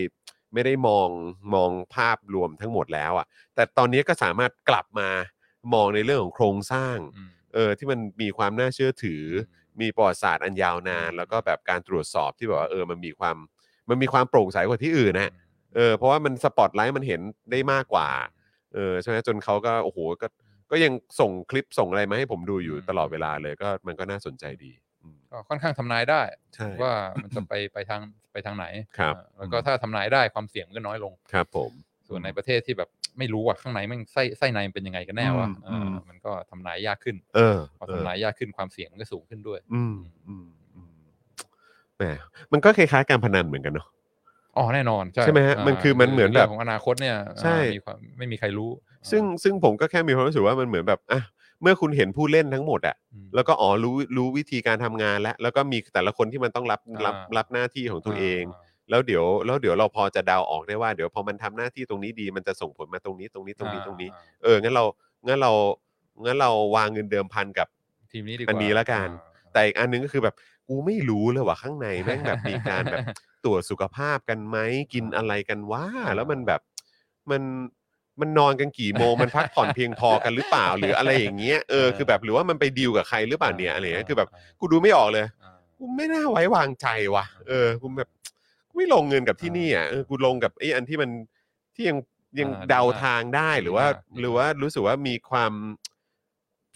S1: ไม่ได้มองมองภาพรวมทั้งหมดแล้วอะ่ะ แต่ตอนนี้ก็สามารถกลับมามองในเรื่องของโครงสร้างเออที่มันมีความน่าเชื่อถือ มีประวัติศาสตร์อันยาวนาน
S2: อืม
S1: แล้วก็แบบการตรวจสอบที่แบบว่าเออมันมีความมันมีความโปร่งใสกว่าที่อื่นนะ เออเพราะว่ามันสปอตไลท์มันเห็นได้มากกว่าเออใช่ไหมจนเขาก็โอ้โหก็ก็ยังส่งคลิปส่งอะไรมาให้ผมดูอยู่
S2: อืม
S1: ตลอดเวลาเลยก็มันก็น่าสนใจดีอืม
S2: ก็ค่อนข้างทำนายได้
S1: ใช่
S2: ว่ามันจะไปไปทางไปทางไหน
S1: ครับ
S2: เออแล้วก็
S1: อืม
S2: ถ้าทำนายได้ความเสี่ยงมันก็น้อยลง
S1: ครับผม
S2: ส่วนในประเทศที่แบบไม่รู้ว่าข้างในมันไส้ไส้ในมันเป็นยังไงกันแน่วะ
S1: อืมอืม
S2: เออมันก็ทำนายยากขึ้น
S1: เออ
S2: พอ
S1: เออ
S2: ทำนายยากขึ้นความเสี่ยงมันก็สูงขึ้นด้วย
S1: อืมอืมอืมแหมมันก็คล้ายๆการพนันเหมือนกันเนาะ
S2: อ๋อแน่นอนใช่
S1: ใช่ไหมฮะ
S2: า
S1: มันคือมันเหมือนแบบ
S2: รื่งของอนาคตเนี่ย
S1: ใช่
S2: อ่ามีความไม่มีใครรู้
S1: ซึ่งซึ่งผมก็แค่มีความรู้สึกว่ามันเหมือนแบบอ่ะเมื่อคุณเห็นผู้เล่นทั้งหมดอะ
S2: อืม
S1: แล้วก็อ๋อรู้รู้วิธีการทำงานแล้ว แล้วก็มีแต่ละคนที่มันต้องรับรับ
S2: อ่ารั
S1: รับหน้าที่ของตัวเอง
S2: า
S1: แล้วเดี๋ยวแล้วเดี๋ยวเราพอจะเดาออกได้ว่าเดี๋ยวพอมันทำหน้าที่ตรงนี้ดีมันจะส่งผลมาตรงนี้ตรงนี้ตรงนี้ตรงนี้ เอองั้นเรางั้นเรางั้นเราวางเงินเดิมพันกับ
S2: ทีมนี้ดีก
S1: อั
S2: ว่าั
S1: นนี้ละกัน แต่อีกอันนึงก็คือแบบกูไม่รู้เลยว่าข้างในแม่งแบบมีการแบบ ตรวจสุขภาพกันไหมกินอะไรกันวะแล้วมันแบบมันมันนอนกันกี่โมงมันพักผ่อนเพียงพอกันหรือเปล่า หรืออะไรอย่างเงี้ยเออคือแบบหรือว่ามันไปดีลกับใครหรือเปล่าเนี่ยอะไรเงี้ยคือแบบกูดูไม่ออกเลย กูไม่น่าไว้วางใจว่ะ เออ กูแบบกูไม่ลงเงินกับที่นี่อ่ะ เออ กูลงกับไอ้อันที่มันที่ยังยัง
S2: อ่า
S1: เดา
S2: ดีมาก
S1: ทางได้หรือว่า
S2: ดีมาก
S1: หรือว่ารู้สึกว่ามีความ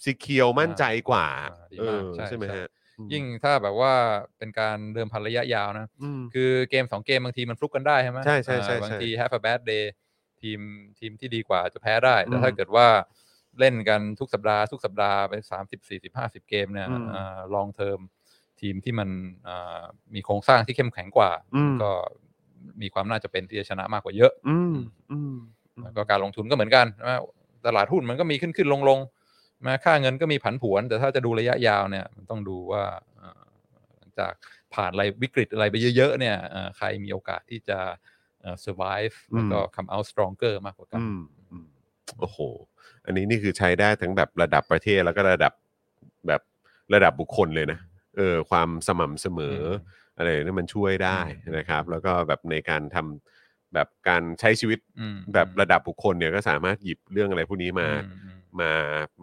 S1: สิเคียวมั่นใจกว่า
S2: อ่าดี
S1: เอ
S2: มาก
S1: อ
S2: ใช่
S1: ใช่ไหม
S2: ใช่
S1: ฮะ
S2: ยิ่งถ้าแบบว่าเป็นการเดิมพันระยะยาวนะ
S1: อืม
S2: คือเกมสองเกมบางทีมันฟลุกกันได้ใช่ไหม
S1: ใช่ใช่ใช่
S2: อ่าบาง
S1: ใช่
S2: ที have a bad day ทีมทีมที่ดีกว่าจะแพ้ได้ แต่
S1: อืม
S2: ถ้าเกิดว่าเล่นกันทุกสัปดาห์ทุกสัปดาห์ไปสามสิบสี่สิบห้าสิบเกมเนี่ย
S1: อืม
S2: ลองเทอมทีมที่มันอ่ามีโครงสร้างที่เข้มแข็งกว่า
S1: อืม
S2: ก็มีความน่าจะเป็นที่จะชนะมากกว่าเยอะ
S1: อืมอืม
S2: แล้วก็การลงทุนก็เหมือนกันนะตลาดหุ้นมันก็มีขึ้นขึ้นลงลงนะค่าเงินก็มีผันผวน แต่ถ้าจะดูระยะยาวเนี่ยมันต้องดูว่าเอ่อหลังจากผ่านอะไรวิกฤตอะไรไปเยอะ ๆ เนี่ยเอ่อใครมีโอกาสที่จะเอ่อ survive
S1: อืม
S2: แล้วก็ come out stronger มากกว่ากัน
S1: อืมอืมโอ้โห อันนี้นี่คือใช้ได้ทั้งแบบระดับประเทศแล้วก็ระดับแบบระดับบุคคลเลยนะ เออ ความสม่ำเสมอ อะไรนี่มันช่วยได้
S2: อืม
S1: นะครับ แล้วก็แบบในการทำแบบการใช้ชีวิต
S2: อืม
S1: แบบระดับบุคคลเนี่ยก็สามารถหยิบเรื่องอะไรพวกนี้มา
S2: อืมอืม
S1: มา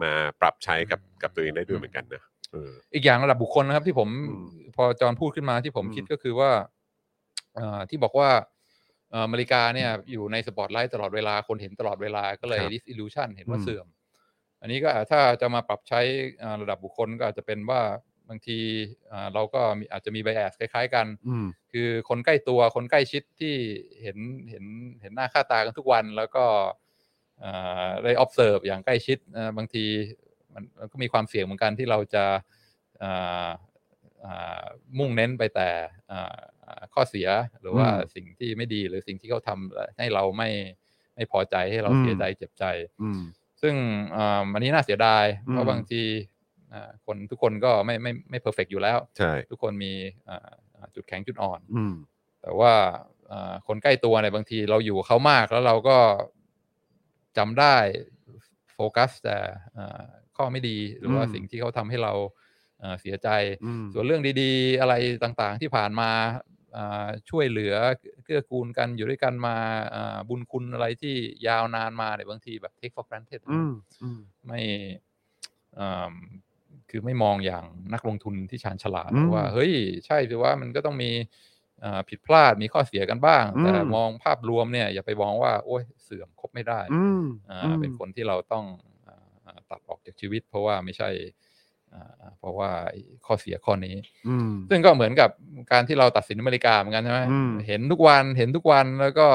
S1: มาปรับใช้กับ
S2: อืม
S1: กับตัวเองได้ด้วยเหมือนกันนะเออ
S2: อีกอย่างระดับบุคคลนะครับที่ผม
S1: อืม
S2: พอจอห์นพูดขึ้นมาที่ผม
S1: อืม
S2: คิดก็คือว่าเอ่อที่บอกว่าเอ่ออเมริกาเนี่ยอยู่ในสปอตไลท์ตลอดเวลาคนเห็นตลอดเวลาก็เลย
S1: ครับ
S2: disillusion เห็น
S1: อื
S2: ว่าม เสื่อม อันนี้ก็อาจถ้าจะมาปรับใช้เอ่อระดับบุคคลก็อาจจะเป็นว่าบางทีเอ่อเราก็มีอาจจะมี bias คล้ายๆกัน
S1: อืม
S2: คือคนใกล้ตัวคนใกล้ชิดที่เห็นเห็นเห็นหน้าค่าตากันทุกวันแล้วก็เอ่อได้ observe อย่างใกล้ชิดเอ่อบางทีมันมันก็มีความเสี่ยงเหมือนกันที่เราจะเอ่อเอ่อมุ่งเน้นไปแต่เอ่อเอ่อข้อเสียหรือว่า
S1: อืม
S2: สิ่งที่ไม่ดีหรือสิ่งที่เขาทำให้เราไม่ไม่พอใจให้เราเสีย
S1: อืม
S2: ใจเจ็บใจ
S1: อืม
S2: ซึ่งเอ่ออันนี้น่าเสียดาย เพ
S1: อื
S2: ราะ
S1: ม
S2: บางทีอ่าคนทุกคนก็ไม่ไม่ไม่เพอร์เฟกอยู่แล้ว
S1: ใช่
S2: ทุกคนมีอ่าอ่าจุดแข็งจุดอ่อน
S1: อืม
S2: แต่ว่าเอ่อคนใกล้ตัวในยบางทีเราอยู่กับเขามากแล้วเราก็จำได้โฟกัสแต่เอ่อข้อไม่ดีหรือว่า
S1: อืม
S2: สิ่งที่เขาทำให้เราเอ่อเสียใจ
S1: อืม
S2: ส่วนเรื่องดีๆ อะไรต่างๆที่ผ่านมาอ่าช่วยเหลือเกื้อกูลกันอยู่ด้วยกันมาอ่าบุญคุณอะไรที่ยาวนานมาเนี่ยบางทีแบบ take for granted
S1: อืมอืม
S2: ไม่อ่าคือไม่มองอย่างนักลงทุนที่ชาญฉลาด
S1: อืม
S2: ว่า เฮ้ย ใช่สิว่ามันก็ต้องมี อ่าผิดพลาดมีข้อเสียกันบ้าง
S1: อืม
S2: แต่มองภาพรวมเนี่ยอย่าไปมองว่าโอ้ยเสื่อมครบไม่ได้
S1: อืม
S2: อ่า
S1: อืม
S2: เป็นคนที่เราต้องอ่าตัดออกจากชีวิต เพราะว่าไม่ใช่อ่าเพราะว่าข้อเสียข้อนี้
S1: อืม
S2: ซึ่งก็เหมือนกับการที่เราตัดสินอเมริกาเหมือนกันใช่ไหม
S1: อืม
S2: เห็นทุกวันเห็นทุกวันแล้วก็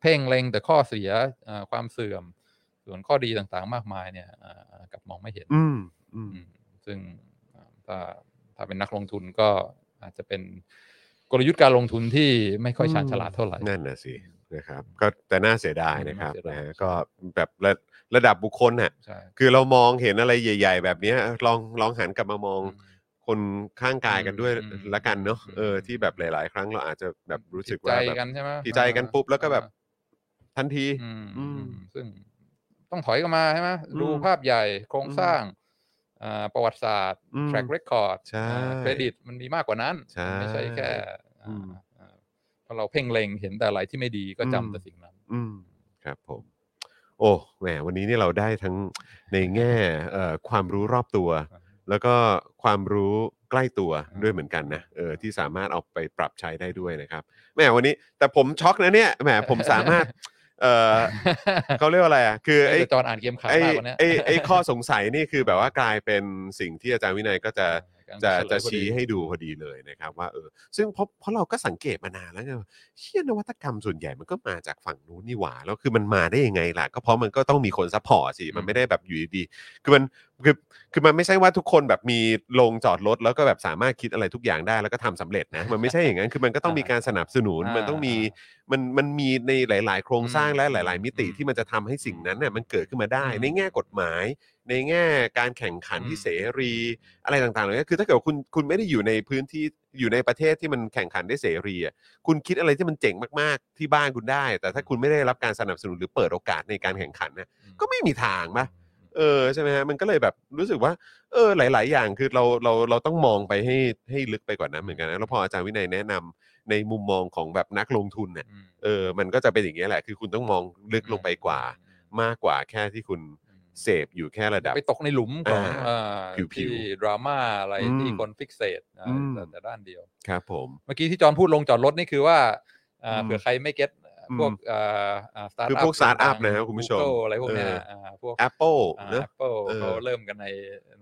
S2: เพ่งเล็งแต่ข้อเสียอ่าความเสื่อม ส่วนข้อดีต่างๆมากมายเนี่ยอ่ากลับมองไม่เห็น
S1: อืมอืม
S2: อืมซึ่งอ่าถ้าถ้าเป็นนักลงทุนก็อาจจะเป็นกลยุทธ์การลงทุนที่ไม่ค่อยชาญฉลาดเท่าไหร่
S1: นั่นน่ะสินะครับก็แต่น่าเสียดายนะครับ
S2: น่าเสียดา
S1: นะ
S2: ย
S1: ฮะก็แบบระระดับบุคคลน่ะ
S2: ใช่
S1: คือเรามองเห็นอะไรใหญ่ ๆ แบบเนี้ยลองลองหันกลับมามองคนข้างกายกันด้วย
S2: อืม
S1: ละกันเนาะ
S2: อืม
S1: เออที่แบบหลาย ๆ ครั้งเราอาจจะแบบรู้สึก
S2: ผิด
S1: ว่า
S2: ใจ
S1: แบบ
S2: กันใช่ไหม
S1: ผิดใจกันปุ๊บแล้วก็แบบ
S2: อ่า
S1: ทันที
S2: อืม
S1: อืม
S2: ซึ่งต้องถอยกลับมาใช่ไหมดู
S1: อืม
S2: ภาพใหญ่โครง
S1: อืม
S2: สร้างอ่าประวัติศาสตร์
S1: อืม
S2: track record
S1: ใช่
S2: อ่าเครดิตมันมีมากกว่านั้น
S1: ใช่
S2: ไม่ใช่แค่
S1: อืม
S2: อ่าอ่าเพราะเราเพ่งเล็งเห็นแต่อะไรที่ไม่ดีก็
S1: อืม
S2: จำแต่สิ่งนั้น
S1: อืมครับผม โอ้แหมวันนี้เนี่ยเราได้ทั้งในแง่เอ่อความรู้รอบตัว แล้วก็ความรู้ใกล้ตัวด้วยเหมือนกันนะเออที่สามารถเอาไปปรับใช้ได้ด้วยนะครับแหมวันนี้แต่ผมช็อกนะเนี่ยแหมผมสามารถ เออ เขาเรียกว่าอะไรอ่ะคือ
S2: ไอ้
S1: ไอ้
S2: จอนอ่านเกมขาด
S1: ไอ้
S2: มากกว่าเนี้ย
S1: ไอ้ ไอ้ข้อสงสัยนี่คือแบบว่ากลายเป็นสิ่งที่อาจารย์วินัยก็จะ
S2: กำลัง
S1: จะจะ
S2: เฉลยพอดี
S1: ชี้ให้ดูพอดีเลยนะครับ ว่าเออซึ่งเพราะเพราะเราก็สังเกตมานานแล้วไงว่าเชี่ยนวัตกรรมส่วนใหญ่มันก็มาจากฝั่งนู้นนี่หว่า แล้วคือมันมาได้ยังไงล่ะ ก็เพราะมันก็ต้องมีคนซัพพอร์ตสิ มันไม่ได้แบบอยู่ดีๆคือมันคือคือมันไม่ใช่ว่าทุกคนแบบมีลงจอดรถแล้วก็แบบสามารถคิดอะไรทุกอย่างได้แล้วก็ทำสำเร็จนะมันไม่ใช่อย่างนั้นคือมันก็ ต้องมีการสนับสนุนมันต้องมี
S2: า
S1: มันมันมีในหลาย ๆ โครงสร้าง
S2: อืม
S1: และหลาย ๆ มิติ
S2: อืม
S1: ที่มันจะทำให้สิ่งนั้นเนี่ยมันเกิดขึ้นมาได้
S2: อืม
S1: ในแง่กฎหมาย ในแง่การแข่งขันที่
S2: อืม
S1: เสรีอะไรต่างๆเหลยคือถ้าเกิดว่าคุณคุณไม่ได้อยู่ในพื้นที่อยู่ในประเทศที่มันแข่งขันได้เสรีอะคุณคิดอะไรที่มันเจ๋งมาก ๆ ที่บ้านคุณได้ แต่ถ้าคุณไม่ได้รับการสนับสนุนหรือเปิดโอกาสในการแข่งขันเนี่ยก็ไม่มีทางปะ เออใช่ไหมฮะมันก็เลยแบบรู้สึกว่า เออหลาย ๆ อย่างคือเราเราเราต้องมองไปให้ให้ลึกไปกว่านั้นเหมือนกันนะแล้วพออาจารย์วินัยแนะนำในมุมมองของแบบนักลงทุนเนี่ย
S2: อืม
S1: เออมันก็จะเป็นอย่างนี้ยแหละ คือคุณต้องมองลึกลงไปกว่า มากกว่าแค่ที่คุณเสพอยู่แค่ระดับ
S2: ไปตกในหลุมของ
S1: อ่า
S2: เอ่อ
S1: ผิวๆ
S2: ที่ดราม่าอะไรที่
S1: อืม
S2: คนฟิกเซตอ่า
S1: อืม
S2: แต่แต่ด้านเดียว
S1: ครับผม
S2: เมื่อกี้ที่จอห์นพูดลงจอดรถนี่คือว่าอ่า
S1: อืม
S2: เผื่อใครไม่เก็ต
S1: อืม
S2: พวกอ่าอ่า startup
S1: คือพวก startup
S2: ต่งๆ
S1: นะครับคุณผู้ชม
S2: Google อะไรพวกเนี้ยอ่าพวก
S1: Apple เนอะ
S2: Apple
S1: เออ
S2: เขาเริ่มกันใน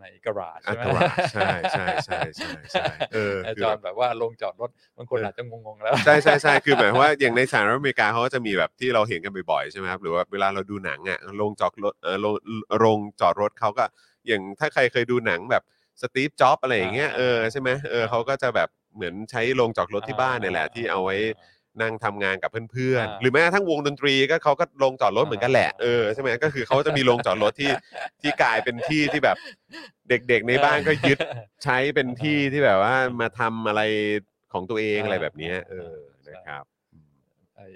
S2: ในกราจ
S1: อั
S2: ใช่ไหม
S1: ตราใช่ใช่ใช่ใช่ใช่เออ
S2: แต่
S1: คือ
S2: จอ
S1: แบ
S2: ห์น
S1: บ
S2: แบบว่าลงจอดรถบางคน
S1: เอออ
S2: อาจจะงงๆแล้ว
S1: ใช่ใช่ใช่คือหมายความว่าอย่างในสหรัฐอเมริกาเขาก็จะมีแบบที่เราเห็นกันบ่อยๆใช่ไหมครับหรือว่าเวลาเราดูหนังอ่ะโรงจอดรถเออโรงโรงจอดรถเขาก็อย่างถ้าใครเคยดูหนังแบบสตีฟจ็อบอะไรอย่างเงี้ย
S2: อ่า
S1: เออใช่ไหมเออเขาก็จะแบบเหมือนใช้โรงจอดรถที่บ้านเนี่ยแหละที่เอาไว้นั่งทำงานกับเพื่อนๆ
S2: อ่า
S1: หรือแม้กระทั่งวงดนตรีก็เขาก็โรงจอดรถเหมือนกันแหละ
S2: อ่า
S1: เออใช่ไหมก็คือเขาจะมีโรงจอดรถที่ที่กลายเป็นที่ที่แบบเด็กๆในบ้านก็ยึด ใช้เป็นที่ที่แบบว่ามาทำอะไรของตัวเองอะไรแบบเนี้ยเออนะครับ
S2: ไอ้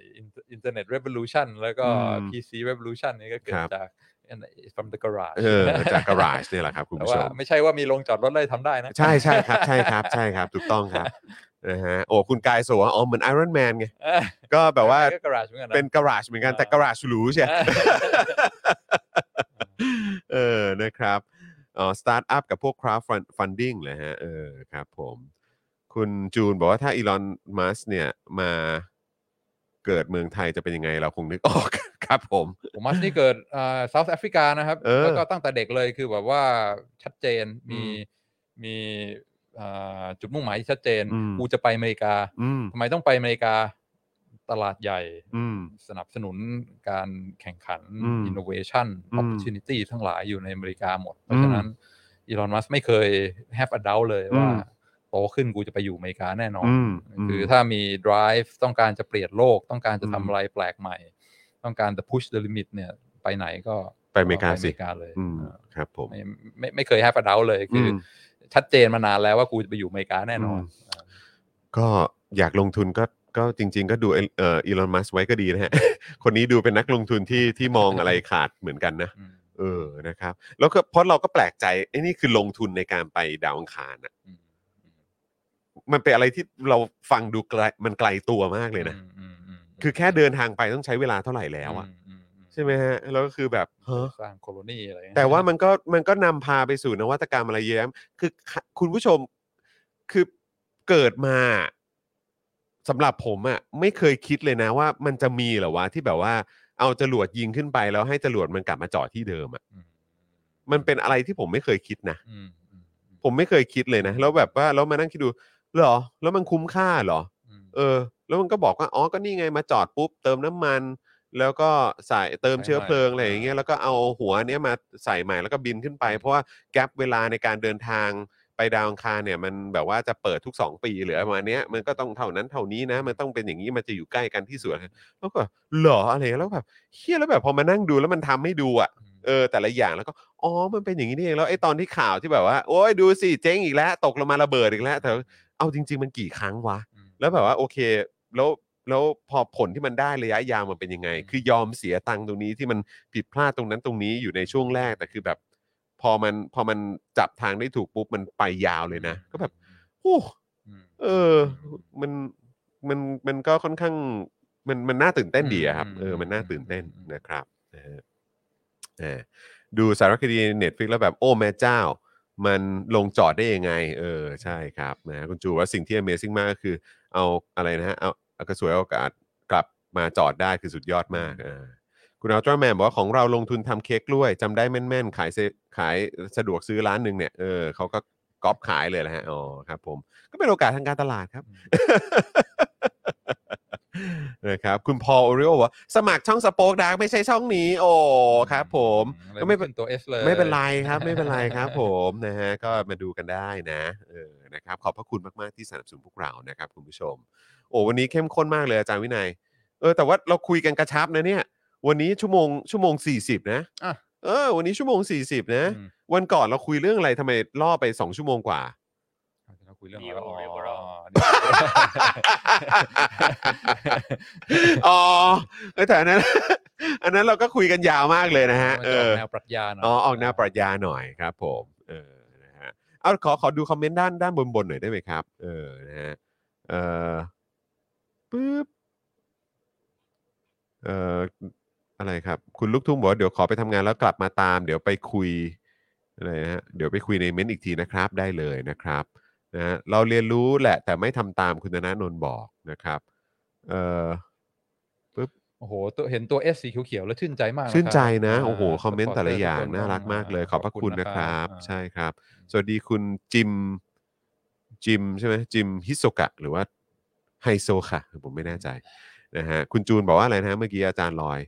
S2: อินเทอร์เน็ตเรวิลูชันแล้วก็
S1: อืม
S2: PC Revolution นี่ก็เกิ
S1: ค
S2: ด
S1: รับ
S2: จาก from the garage
S1: เออจากการาจเนี่ยแหละครับคุณ
S2: แต่
S1: ผู้ช
S2: ว่าม ไม่ใช่ว่ามีโรงจอดรถเลยทำได้นะ
S1: ใช่ใช่ครับใช่ครับใช่ครับถูกต้องครับนะฮะโอ้คุณกายสวาอ๋อเหมือนไอรอนแมนไง
S2: เอ อ
S1: ก็แบบว่า
S2: ก็ garage เหมือนกันะ
S1: เป็นการาจเหมือนกันแต่การาจหรูใช่ เออ นะครับอ๋อสตาร์ทอัพกับพวก crowd fund- funding เลยฮะ เออ ครับผม คุณจูนบอกว่าถ้าอีลอนมัสเนี่ยมาเกิดเมืองไทยจะเป็นยังไงเราคงนึกออก ครับผม
S2: ผมมัสนี่เกิดเอ่อเซาท์แอฟริกานะครับ
S1: เออ
S2: แล้วก็ตั้งแต่เด็กเลยคือแบบว่าชัดเจนมี
S1: อืม
S2: มีเอ่อจุดมุ่งหมายที่ชัดเจน
S1: อืม
S2: กูจะไปอเมริกา
S1: อืม
S2: ทำไมต้องไปอเมริกาตลาดใหญ่
S1: อืม
S2: สนับสนุนการแข่งขัน
S1: อืม
S2: innovation
S1: อืม
S2: opportunity ทั้งหลายอยู่ในอเมริกาหมด เพราะฉะนั้นอีลอนมัสไม่เคย have a doubt เลยว่า
S1: อืม
S2: โตขึ้นกูจะไปอยู่อเมริกาแน่นอน
S1: อืมม
S2: คือถ้ามี drive ต้องการจะเปลี่ยนโลก ต้องการจะ
S1: อืม
S2: ทำอะไรแปลกใหม่ ต้องการจะ push the limit เนี่ย ไปไหนก็
S1: ไปอเมริกาสิ
S2: ไปอเมริกาเลย
S1: อืม
S2: อ่า
S1: ครับผม
S2: ไม่ไม่ไม่เคยแฮปปี้ดาวเลยคืออ
S1: ม
S2: ชัดเจนมานานแล้วว่ากูจะไปอยู่อเมริกาแน่นอน
S1: อืม ก็อยากลงทุนก็ ก็จริง ๆ ก็ดูเอ่ออีลอนมัสไว้ก็ดีนะฮ ะ คนนี้ดูเป็นนักลงทุนที่ ที่มองอะไรขาดเหมือนกันนะ
S2: อืม
S1: เออ นะครับ แล้วก็เพราะเราก็แปลกใจไอ้นี่คือลงทุนในการไปดาวอังคารอะ
S2: อืม
S1: มันเป็นอะไรที่เราฟังดูไกลมันไกลตัวมากเลยนะ
S2: มมม
S1: คือแค่เดินทางไปต้องใช้เวลาเท่าไหร่แล้วอะ
S2: มมอื
S1: ใช่ไหมฮะ แล้วก็คือแบบเฮ้อ
S2: สร้างโคโลนีอะไรเงี้ย
S1: แต่ว่ามันก็มันก็นำพาไปสู่นวัตกรรมอะไรเยอะแยะคือคุณผู้ชมคือเกิดมา สำหรับผมอะ่ะไม่เคยคิดเลยนะว่ามันจะมีเหรอวะที่แบบว่าเอาจรวดยิงขึ้นไปแล้วให้จรวดมันกลับมาจอดที่เดิมอะ่ะ
S2: อืม
S1: มันเป็นอะไรที่ผมไม่เคยคิดนะ
S2: อืมอืมอืม
S1: ผมไม่เคยคิดเลยนะ แล้วแบบว่าแล้วมานั่งคิดดูเหรอ แล้วมันคุ้มค่าเหรอ
S2: อืม
S1: เออ แล้วมันก็บอกว่าอ๋อก็นี่ไงมาจอดปุ๊บ เติมน้ำมัน แล้วก็ใส่เติม
S2: ใส่
S1: เชื้อเพลิง
S2: ใหม่
S1: อะไรอย่างเงี้ยแล้วก็เอาหัวเนี้ยมาใส่ใหม่แล้วก็บินขึ้นไป เพราะว่าแกลบเวลาในการเดินทางไปดาวอังคารเนี่ย มันแบบว่าจะเปิดทุก 2 ปีหรืออะไรประมาณเนี้ยมันก็ต้องเท่านั้นเท่านี้นะ มันต้องเป็นอย่างนี้มันจะอยู่ใกล้กันที่สุดแล้วก็เหรออะไรแล้วแบบเฮียแล้วแบบพอมานั่งดูแล้วมันทำให้ดูอ่ะ เออแต่ละอย่างแล้วก็อ๋อมันเป็นอย่างนี้นี่เองแล้วไอ้ตอนที่ข่าวที่แบบว่าโอ้ยดูสิเจ๊งอีกแล้ว ตกลงมาระเบิดอีกแล้ว แต่เอาจริง ๆ มันกี่ครั้งวะ แล้วแบบว่าโอเคแล้วแล้วพอผลที่มันได้ระยะยาวมันเป็นยังไง
S2: อืม
S1: คือยอมเสียตังค์ตรงนี้ที่มันผิดพลาดตรงนั้นตรงนี้อยู่ในช่วงแรกแต่คือแบบ พอมันพอมันจับทางได้ถูกปุ๊บมันไปยาวเลยนะ ก็แบบโอ้
S2: ม
S1: เออ มันมันมันก็ค่อนข้างมันมันน่าตื่นเต้นดีอะครับเออมันน่าตื่นเต้นนะครับนะฮะเออดูสารคดีเน็ตฟิกแล้วแบบโอ้แม่เจ้า มันลงจอดได้ยังไง เออใช่ครับนะคุณจูว่าสิ่งที่ Amazing มากก็คือ เอาอะไรนะฮะเอาเอากระสวยโอกาสกลับมาจอดได้คือสุดยอดมากอ่าคุณอัลตร้าแมนบอกว่าของเราลงทุนทำเค้กกล้วยจำได้แม่นๆ ขายเซขายสะดวกซื้อร้านหนึ่งเนี่ยเออเขาก็ก๊อปขายเลยนะฮะ อ๋อครับผม ก็เป็นโอกาสทางการตลาดครับ นะครับ คุณพอลโอริโอว่าสมัครช่องสป o อ e ดาร์ไม่ใช่ช่องนี้ โอ้ครับผม
S2: เลย
S1: ก็ไม่
S2: เป็นตัวเอสเลย
S1: ไม่เป็นไรครับไม่เป็นไรครับผม นะฮะก็มาดูกันได้นะเออนะครับขอบพระคุณมาก ๆ ที่สนับสนุนพวกเรานะครับคุณผู้ชม โอ้วันนี้เข้มข้นมากเลยอาจารย์วินัย เออแต่ว่าเราคุยกันกระชับนะเนี่ย วันนี้ชั่วโมงชั่วโมง 40 นะ
S2: อ่ะ
S1: เออ วันนี้ชั่วโมง 40 นะ
S2: อืม
S1: วันก่อนเราคุยเรื่องอะไรทำไมล่อไป 2 ชั่วโมงกว่า
S2: เราคุยเรื่อง
S3: Neo
S2: อ๋อ
S3: Liberal
S1: อ๋อเออแต่อันนั้น อันนั้นเราก็คุยกันยาวมากเลยนะฮะ
S2: มัน
S1: เอ
S2: จออ
S1: อ
S2: กแนวปรัชญาหน่อย
S1: อ๋อออกแนวปรัชญาหน่อยครับผมเออนะฮะเอาขอขอดูคอมเมนต์ด้านด้านบนบนๆหน่อยได้ไหมครับ เออนะฮะเออปึ๊บเอออะไรครับ คุณลูกทุ่งบอกว่าเดี๋ยวขอไปทำงานแล้วกลับมาตาม เดี๋ยวไปคุยอะไรนะฮะเดี๋ยวไปคุยในเม้นต์อีกทีนะครับได้เลยนะครับนะฮะเราเรียนรู้แหละ แต่ไม่ทำตามคุณธนาโนนบอกนะครับเออ
S2: โอ้โหตัวเห็นตัวเอสสีเขียวๆแล้วชื่นใจมากะครับ
S1: ชื่นใจนะ
S2: า
S1: โอ้โห คอมเมนต์
S2: สป
S1: แต่
S2: ร์
S1: ละ
S2: เซร์
S1: อย่าง
S2: ทุคน
S1: น่ารักมากเลย ขอบพระคุณนะครับ
S2: อ่า
S1: ใช่ครับ สวัสดีคุณจิม จิมใช่ไหมจิมฮิโซกะ หรือว่าไฮโซค่ะ ผมไม่แน่ใจนะฮะคุณจูนบอกว่าอะไรนะเมื่อกี้อาจารย์ลอย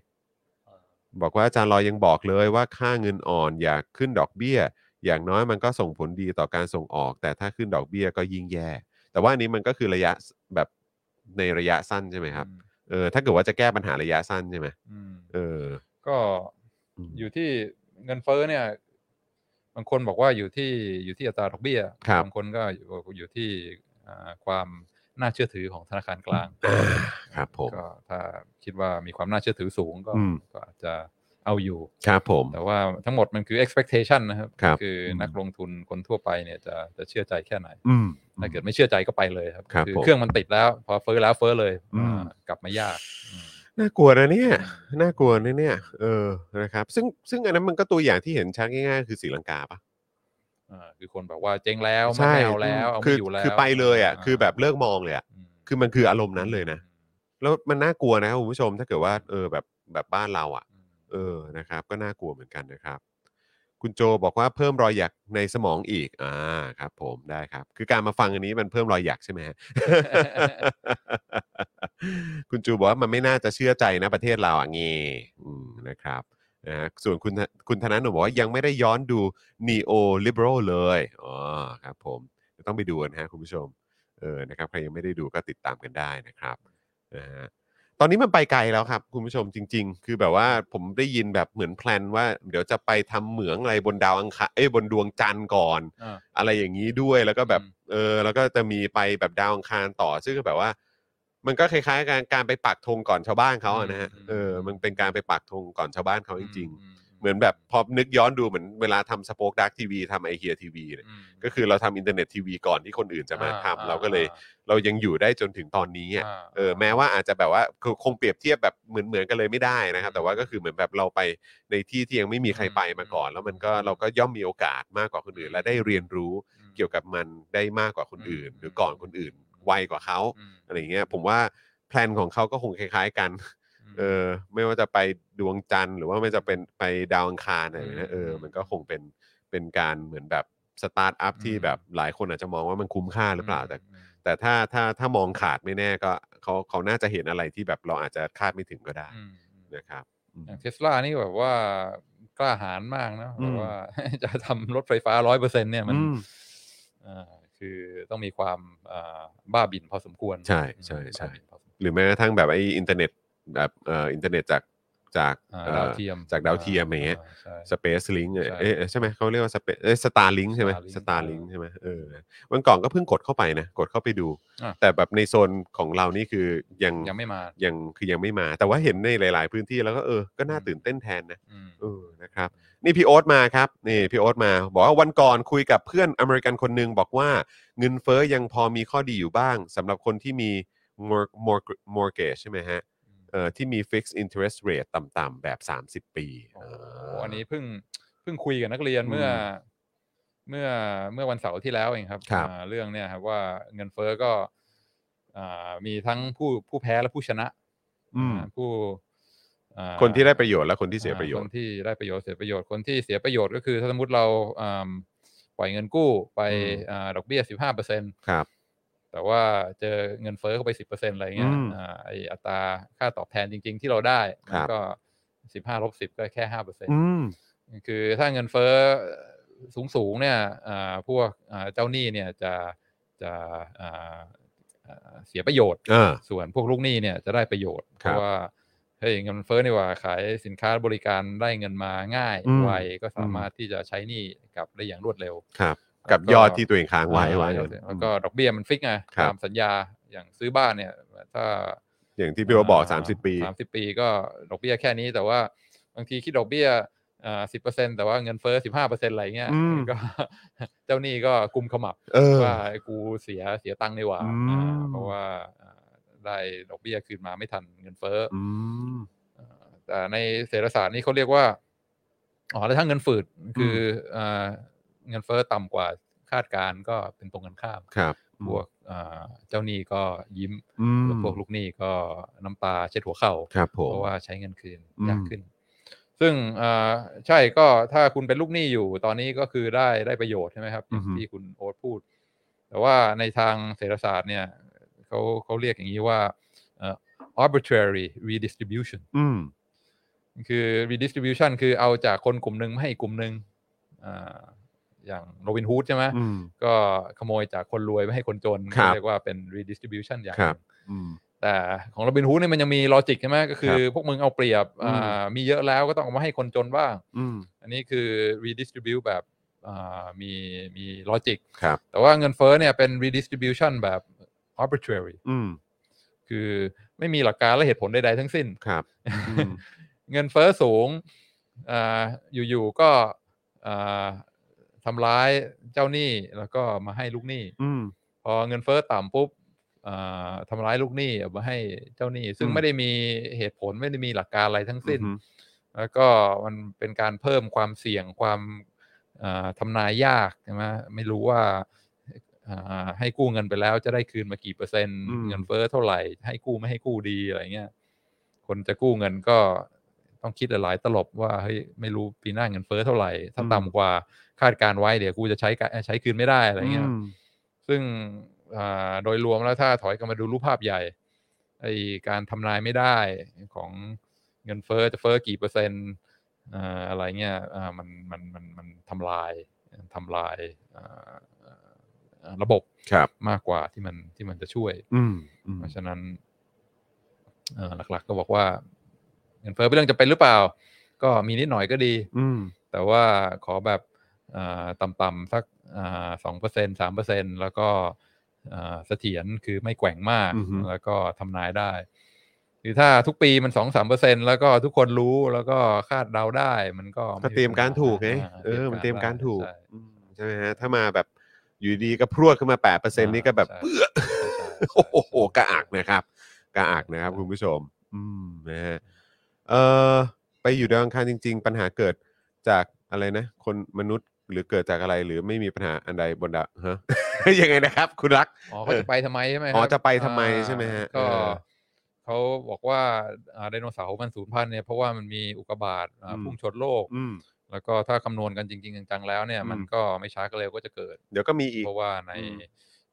S1: บอกว่าอาจารย์ลอยยังบอกเลยว่าค่าเงินอ่อนอยากขึ้นดอกเบี้ย อย่างน้อยมันก็ส่งผลดีต่อการส่งออก แต่ถ้าขึ้นดอกเบี้ยก็ยิ่งแย่ แต่ว่าอันนี้มันก็คือระยะแบบในระยะสั้นใช่ไหมครับเออถ้าเกิดว่าจะแก้ปัญหาระยะสั้นใช่ไหม
S2: อืม
S1: เออ
S2: ก็
S1: อืม
S2: อยู่ที่เงินเฟ้อเนี่ย บางคนบอกว่าอยู่ที่อยู่ที่อัตราดอกเบี้ย
S1: ครับ
S2: บางคนก็อยู่อยู่ที่อ่าความน่าเชื่อถือของธนาคารกลาง
S1: อ่าครับผม
S2: ก็ถ้าคิดว่ามีความน่าเชื่อถือสูงก็
S1: อืม
S2: ก็อาจจะเอาอยู่
S1: ครับผม
S2: แต่ว่าทั้งหมดมันคือ expectation นะครับ
S1: ครับ
S2: ออ
S1: ม
S2: นักลงทุนคนทั่วไปเนี่ยจะจะเชื่อใจแค่ไหน
S1: อืม
S2: ถ้าเกิดไม่เชื่อใจก็ไปเลยครับ
S1: ครับ
S2: อ
S1: ผม
S2: เครื่องมันติดแล้ว พอเฟ้อแล้วเฟ้อเลย
S1: อืม
S2: อ่ากลับมายากอืม
S1: น่ากลัวนะเนี่ย น่ากลัวนะเนี่ย เออ นะครับ ซึ่งซึ่งอันนั้นมันก็ตัวอย่างที่เห็นชัดง่ายๆ คือศรีลังกาปะ
S2: อ่าคือคนบอกว่าเจ๊งแล้วไม่
S1: ใช่
S2: ไม่เอาแล้วเอา
S1: คื
S2: ไม่อยู่แล้ว
S1: คือไปเลยอ่ะ คือแบบเลิกมองเลยอ่ะ
S2: ม
S1: คือมันคืออารมณ์นั้นเลยนะ แล้วมันน่ากลัวนะครับคุณผู้ชม ถ้าเกิดว่า เออ แบบแบบบ้านเราอ่ะ
S2: อืม
S1: เออ นะครับ ก็น่ากลัวเหมือนกันนะครับ คุณโจบอกว่าเพิ่มรอยหยักในสมองอีก อ่า ครับ ผม ได้ครับ คือการมาฟังอันนี้มันเพิ่มรอยหยักใช่ไหมฮะ คุณจูบอกว่ามันไม่น่าจะเชื่อใจนะประเทศเราอ่ะเงี้อืมนะครับนะฮะส่วนคุณธคุณธนาหนูบอกว่ายังไม่ได้ย้อนดู neo liberal เลย อ๋อ ครับผม ต้องไปดูกันฮะคุณผู้ชม เออ นะครับ ใครยังไม่ได้ดูก็ติดตามกันได้นะครับ นะฮะ ตอนนี้มันไปไกลแล้วครับ คุณผู้ชมจริง ๆ คือแบบว่าผมได้ยินแบบเหมือนแพลนว่า เดี๋ยวจะไปทำเหมืองอะไรบนดาวอังคารเอ้ยบนดวงจันทร์ก่อน
S2: อ่า
S1: อะไรอย่างนี้ด้วยแล้วก็แบบ
S2: อืม
S1: เออแล้วก็จะมีไปแบบดาวอังคารต่อ ซึ่งก็แบบว่า มันก็คล้าย ๆ การการไปปักธงก่อนชาวบ้านเขาอะนะฮะเออมันเป็นการไปปักธงก่อนชาวบ้านเขาจริง
S2: ม
S1: ๆ เหมือนแบบพอนึกย้อนดูเหมือนเวลาทำสป็อกดักทีวีทำไอเฮียทีวีเนี่ย
S2: ม
S1: ก็คือเราทำอินเทอร์เน็ตทีวีก่อนที่คนอื่นจะมา
S2: อ่
S1: ทำเราก็เลยเรายังอยู่ได้จนถึงตอนนี้อะ
S2: อ่า
S1: เออแม้ว่าอาจจะแบบว่าคือคงเปรียบเทียบแบบเหมือนเหมือนกันเลยไม่ได้นะครับ แต่ว่าก็คือเหมือนแบบเราไปในที่ที่ยังไม่มีใครไปมาก่อน แล้วมันก็เราก็ย่อมมีโอกาสมากกว่าคนอื่น และได้เรียนรู้เกี่ยวกับมันได้มากกว่าคนอื่น หรือก่อนคนอื่น ไวกว่าเขา
S2: อืม
S1: อะไรเงี้ยผมว่าแพลนของเขาก็คงคล้าย ๆ กัน เออไม่ว่าจะไปดวงจันทร์หรือว่าไม่จะเป็นไปดาวอังคารอะไรแบบเนะเออ
S2: อืม
S1: มันก็คงเป็นเป็นการเหมือนแบบสตาร์ทอัพ
S2: อืม
S1: ที่แบบหลายคนอาจจะมองว่ามันคุ้มค่าหรือเปล่าแต่
S2: ม
S1: แต่ถ้าถ้าถ้ามองขาดไม่แน่ก็เขาเขาน่าจะเห็นอะไรที่แบบเราอาจจะคาดไม่ถึงก็ได้
S2: อืมอืม
S1: นะครับอืม
S2: อย่างเทสลานี่แบบว่ากล้าหาญมากนะ
S1: อืม
S2: แบบว่า จะทำรถไฟฟ้าร้อยเปอร์เซ็นเนี่ยมัน
S1: อืม
S2: เอ่อคือต้องมีความเอ่อบ้าบินพอสมควร
S1: ใช่ใช่ใช่
S2: บ้าบิ่นพอสมควร
S1: หรือแม้กระทั่งแบบไอ้อินเทอร์เน็ตแบบเอ่ออินเทอร์เน็ตจากจาก
S2: อ่า
S1: เอ่อ
S2: ดาวเทียม
S1: จากดาวเทียมอย่างเงี้ย
S2: ใช่
S1: สเปซลิงเ
S2: ใช่
S1: อ๊ะใช่ไหมเขาเรียกว่าสเปซสตาร์ลิงใช่ไหม
S2: Starlink
S1: สตาร์ลิงใช่ไหมเออวันก่อนก็เพิ่งกดเข้าไปนะ กดเข้าไปดู
S2: อ่ะ
S1: แต่แบบในโซนของเรานี่คือยัง
S2: ยังไม่มา
S1: ยังคือยังไม่มา แต่ว่าเห็นในหลาย ๆ พื้นที่แล้วก็เออก็น่าตื่นเต้นแทนนะ
S2: อืม
S1: เออนะครับ นี่พี่โอ๊ตมาครับนี่พี่โอ๊ตมาบอกว่าวันก่อนคุยกับเพื่อนอเมริกันคนหนึ่งบอกว่าเงินเฟ้อยังพอมีข้อดีอยู่บ้างสำหรับคนที่มี mor- mor- mortgage ใช่ไหมฮะเอ่อที่มี fixed interest rate ต่ำๆแบบ 30 ปีเอ
S2: โอ้โห
S1: ออั
S2: อันนี้เพิ่งเพิ่งคุยกับนักเรียน
S1: อืม
S2: เมื่อ เมื่อเมื่อวันเสาร์ที่แล้วเองครับ
S1: ครับ
S2: อ่าเรื่องเนี่ยครับว่าเงินเฟ้อก็อ่ามีทั้งผู้ผู้แพ้และผู้ชนะ
S1: อืม
S2: อ่าผู้อ่า
S1: คนที่ได้ประโยชน์และคนที่เสียประโยช
S2: ค
S1: น์
S2: นที่ได้ประโยชน์เสียประโยชน์คนที่เสียประโยชน์ก็คือถ้าสมมติเราอ่าปล่อยเงินกู้ไป
S1: อืม
S2: อ่าดอกเบี้ยสิบห้าเปอร์เซ็นต์
S1: ครับ
S2: แต่ว่าเจอเงินเฟ้อเข้าไปสิบเปอร์เซ็นต์อะไรเงี้ย
S1: อืม
S2: อ่าไออัตราค่าตอบแทนจริง ๆ ที่เราได้
S1: ค
S2: มั
S1: รั
S2: น
S1: บ
S2: ก็สิบห้าลบสิบก็แค่ห้าเปอร์เซ็นต์
S1: อืม
S2: คือถ้าเงินเฟ้อสูงสูงๆเนี่ยอ่าพวกอ่าเจ้าหนี้เนี่ยจะจะอ่าอ่าเสียประโยชน์
S1: เออ
S2: ส่วนพวกลูกหนี้เนี่ยจะได้ประโยชน์ เพ
S1: ครับ
S2: ราะว่าเฮ้ยเงินเฟ้อนี่หว่าขายสินค้าบริการได้เงินมาง่าย
S1: อืม
S2: ไวก็สามารถที่จะใช้หนี้กลับได้อย่างรวดเร็ว
S1: ครับ กับยอดที่ตัวเองค้างไว้
S2: อ่
S1: ไว้
S2: แล้วก็ดอกเบี้ยมันฟิกไง
S1: ครับ
S2: ตามสัญญาอย่างซื้อบ้านเนี่ยถ้า
S1: อย่างที่พี่โรตบอก 30 ปี
S2: สามสิบปีก็ดอกเบี้ยแค่นี้แต่ว่าบางทีคิดดอกเบี้ยสิบเปอร์เซ็นแต่ว่าเงินเฟ้อสิบห้าเปอร์เซ็นต์อะไรเงี้ย
S1: อืม
S2: ก็ เจ้าหนี้ก็กุมขมับ
S1: เออ
S2: ว่าไอ้กูเสียเสียตังค์ดีกว่า
S1: อื
S2: อ่าม เพราะว่าอ่าได้ดอกเบี้ยคืนมาไม่ทันเงินเฟ้ออ
S1: อืม
S2: อ่าแต่ในเศรษฐศาสตร์นี่เขาเรียกว่าอ๋อแล้วถ้าเงินฝืดคืออ่าเงินเฟ้อต่ำกว่าคาดการณ์ก็เป็นตรงกันข้าม
S1: ครับ
S2: พวกอ่าเจ้าหนี้ก็ยิ้ม
S1: อืม
S2: ส่วนพวกลูกหนี้ก็น้ำตาเช็ดหัวเข่า
S1: ครับผม
S2: เพราะว่าใช้เงินคืน
S1: อืม
S2: ยากขึ้น ซึ่งอ่าใช่ก็ถ้าคุณเป็นลูกหนี้อยู่ตอนนี้ก็คือได้ได้ประโยชน์ใช่ไหมครับอย่างที่คุณโอ๊ตพูด แต่ว่าในทางเศรษฐศาสตร์เนี่ยเขาเขาเรียกอย่างนี้ว่าเอ่อ arbitrary redistribution
S1: อืม
S2: คือ redistribution คือเอาจากคนกลุ่มหนึ่งมาให้กลุ่มหนึ่งอ่าอย่างโรบินฮูดใช่ไหม
S1: อืม
S2: ก็ขโมยจากคนรวยมาให้คนจน
S1: ครับ
S2: เรียกว่าเป็น redistribution อย่างห
S1: ครั
S2: นึ่
S1: บ
S2: ง
S1: อืม
S2: แต่ของโรบินฮูดเนี่ยมันยังมีลอจิกใช่ไหมก็คือ พวกมึงเอาเปรียบ
S1: อืม
S2: อ่ามีเยอะแล้วก็ต้องเอามาให้คนจนบ้าง
S1: อืม
S2: อันนี้คือ redistribute แบบอ่ามีมีลอจิก
S1: ครับ
S2: แต่ว่าเงินเฟ้อเนี่ยเป็น redistribution แบบ arbitrary
S1: อืม
S2: คือไม่มีหลักการและเหตุผลใดๆทั้งสิ้น
S1: ครับ อืม
S2: เงินเฟ้อสูงอ่าอยู่ๆก็อ่าทำร้ายเจ้าหนี้แล้วก็มาให้ลูกหนี้
S1: อืม
S2: พอเงินเฟ้อต่ำปุ๊บอ่าทำร้ายลูกหนี้เอามาให้เจ้าหนี้ ซึ่ง
S1: อืม
S2: ไม่ได้มีเหตุผลไม่ได้มีหลักการอะไรทั้งสิ้น
S1: อือฮึ
S2: แล้วก็มันเป็นการเพิ่มความเสี่ยงความอ่าทำนายยากใช่ไหมไม่รู้ว่าอ่าให้กู้เงินไปแล้วจะได้คืนมากี่เปอร์เซ็นต์
S1: อืม
S2: เงินเฟ้อเท่าไหร่ ให้กู้ไม่ให้กู้ดีอะไรเงี้ยคนจะกู้เงินก็ต้องคิดหลายตลบว่าเฮ้ยไม่รู้ปีหน้าเงินเฟ้อเท่าไหร่ ถ้าต่ำกว่าคาดการไว้เดี๋ยวกูจะใช้กะใช้คืนไม่ได้อะไรเงี้ย
S1: อืม
S2: ซึ่งอ่าโดยรวมแล้วถ้าถอยกลับมาดูรูปภาพใหญ่ไอการทำนายไม่ได้ของเงินเฟ้อจะเฟ้อกี่เปอร์เซ็นต์อ่าอะไรเงี้ยอ่ามันมันมันมันทำลายทำลายอ่าอ่าระบบ
S1: ครับ
S2: มากกว่าที่มันที่มันจะช่วย
S1: อืมอืม
S2: เพราะฉะนั้นเอ่อหลักๆก็บอกว่า เงินเฟ้อเป็นเรื่องจะเป็นหรือเปล่า ก็มีนิดหน่อยก็ดี
S1: อืม
S2: แต่ว่าขอแบบอ่าต่ำๆสักสองเปอร์เซ็นสามเปอร์เซ็นแล้วก็อ่าเสถียรคือไม่แกว่งมาก
S1: อือฮึ
S2: แล้วก็ทำนายได้หรือถ้าทุกปีมันสองสามเปอร์เซ็นแล้วก็ทุกคนรู้แล้วก็คาดเดาได้ มันก็ไ
S1: ก็เตรียมการถูกไง
S2: อ่า
S1: เออ มันเตรียมการ
S2: ได้
S1: ถูก
S2: ใช่
S1: อืมใช่ไหมฮะ ถ้ามาแบบอยู่ดีก็พรวดขึ้นมาแปดเปอร์เซ็นต์นี่ก็แบบ
S2: ใช่
S1: โอ้โหกระอักนะครับกระอักนะครับ คุณผู้ชม อืมนะฮะเอ่อไปอยู่ดาวอังคารจริง ๆ ปัญหาเกิดจากอะไรนะ คนมนุษย์ หรือเกิดจากอะไรหรือไม่มีปัญหาอันใดบนดาวฮะ ยังไงนะครับ คุณรัก
S2: อ๋อเขาจะไปทำไมใช่ไหมครับ
S1: อ๋อจะไปทำไมใช่ไหมฮะ
S2: ก็
S1: เออ
S2: เขาบอกว่าอ่าไดโนเสาร์มันสูญพันธุ์เนี่ยเพราะว่ามันมีอุกกาบาตอ่า
S1: อืม
S2: พุ่งชนโลก
S1: อืม
S2: แล้วก็ถ้าคำนวณกันจริง ๆ จังๆแล้วเนี่ย
S1: อืม
S2: มันก็ไม่ช้าก็เร็วก็จะเกิด
S1: เดี๋ยวก็มีอีก
S2: เพราะว่าใน
S1: อืม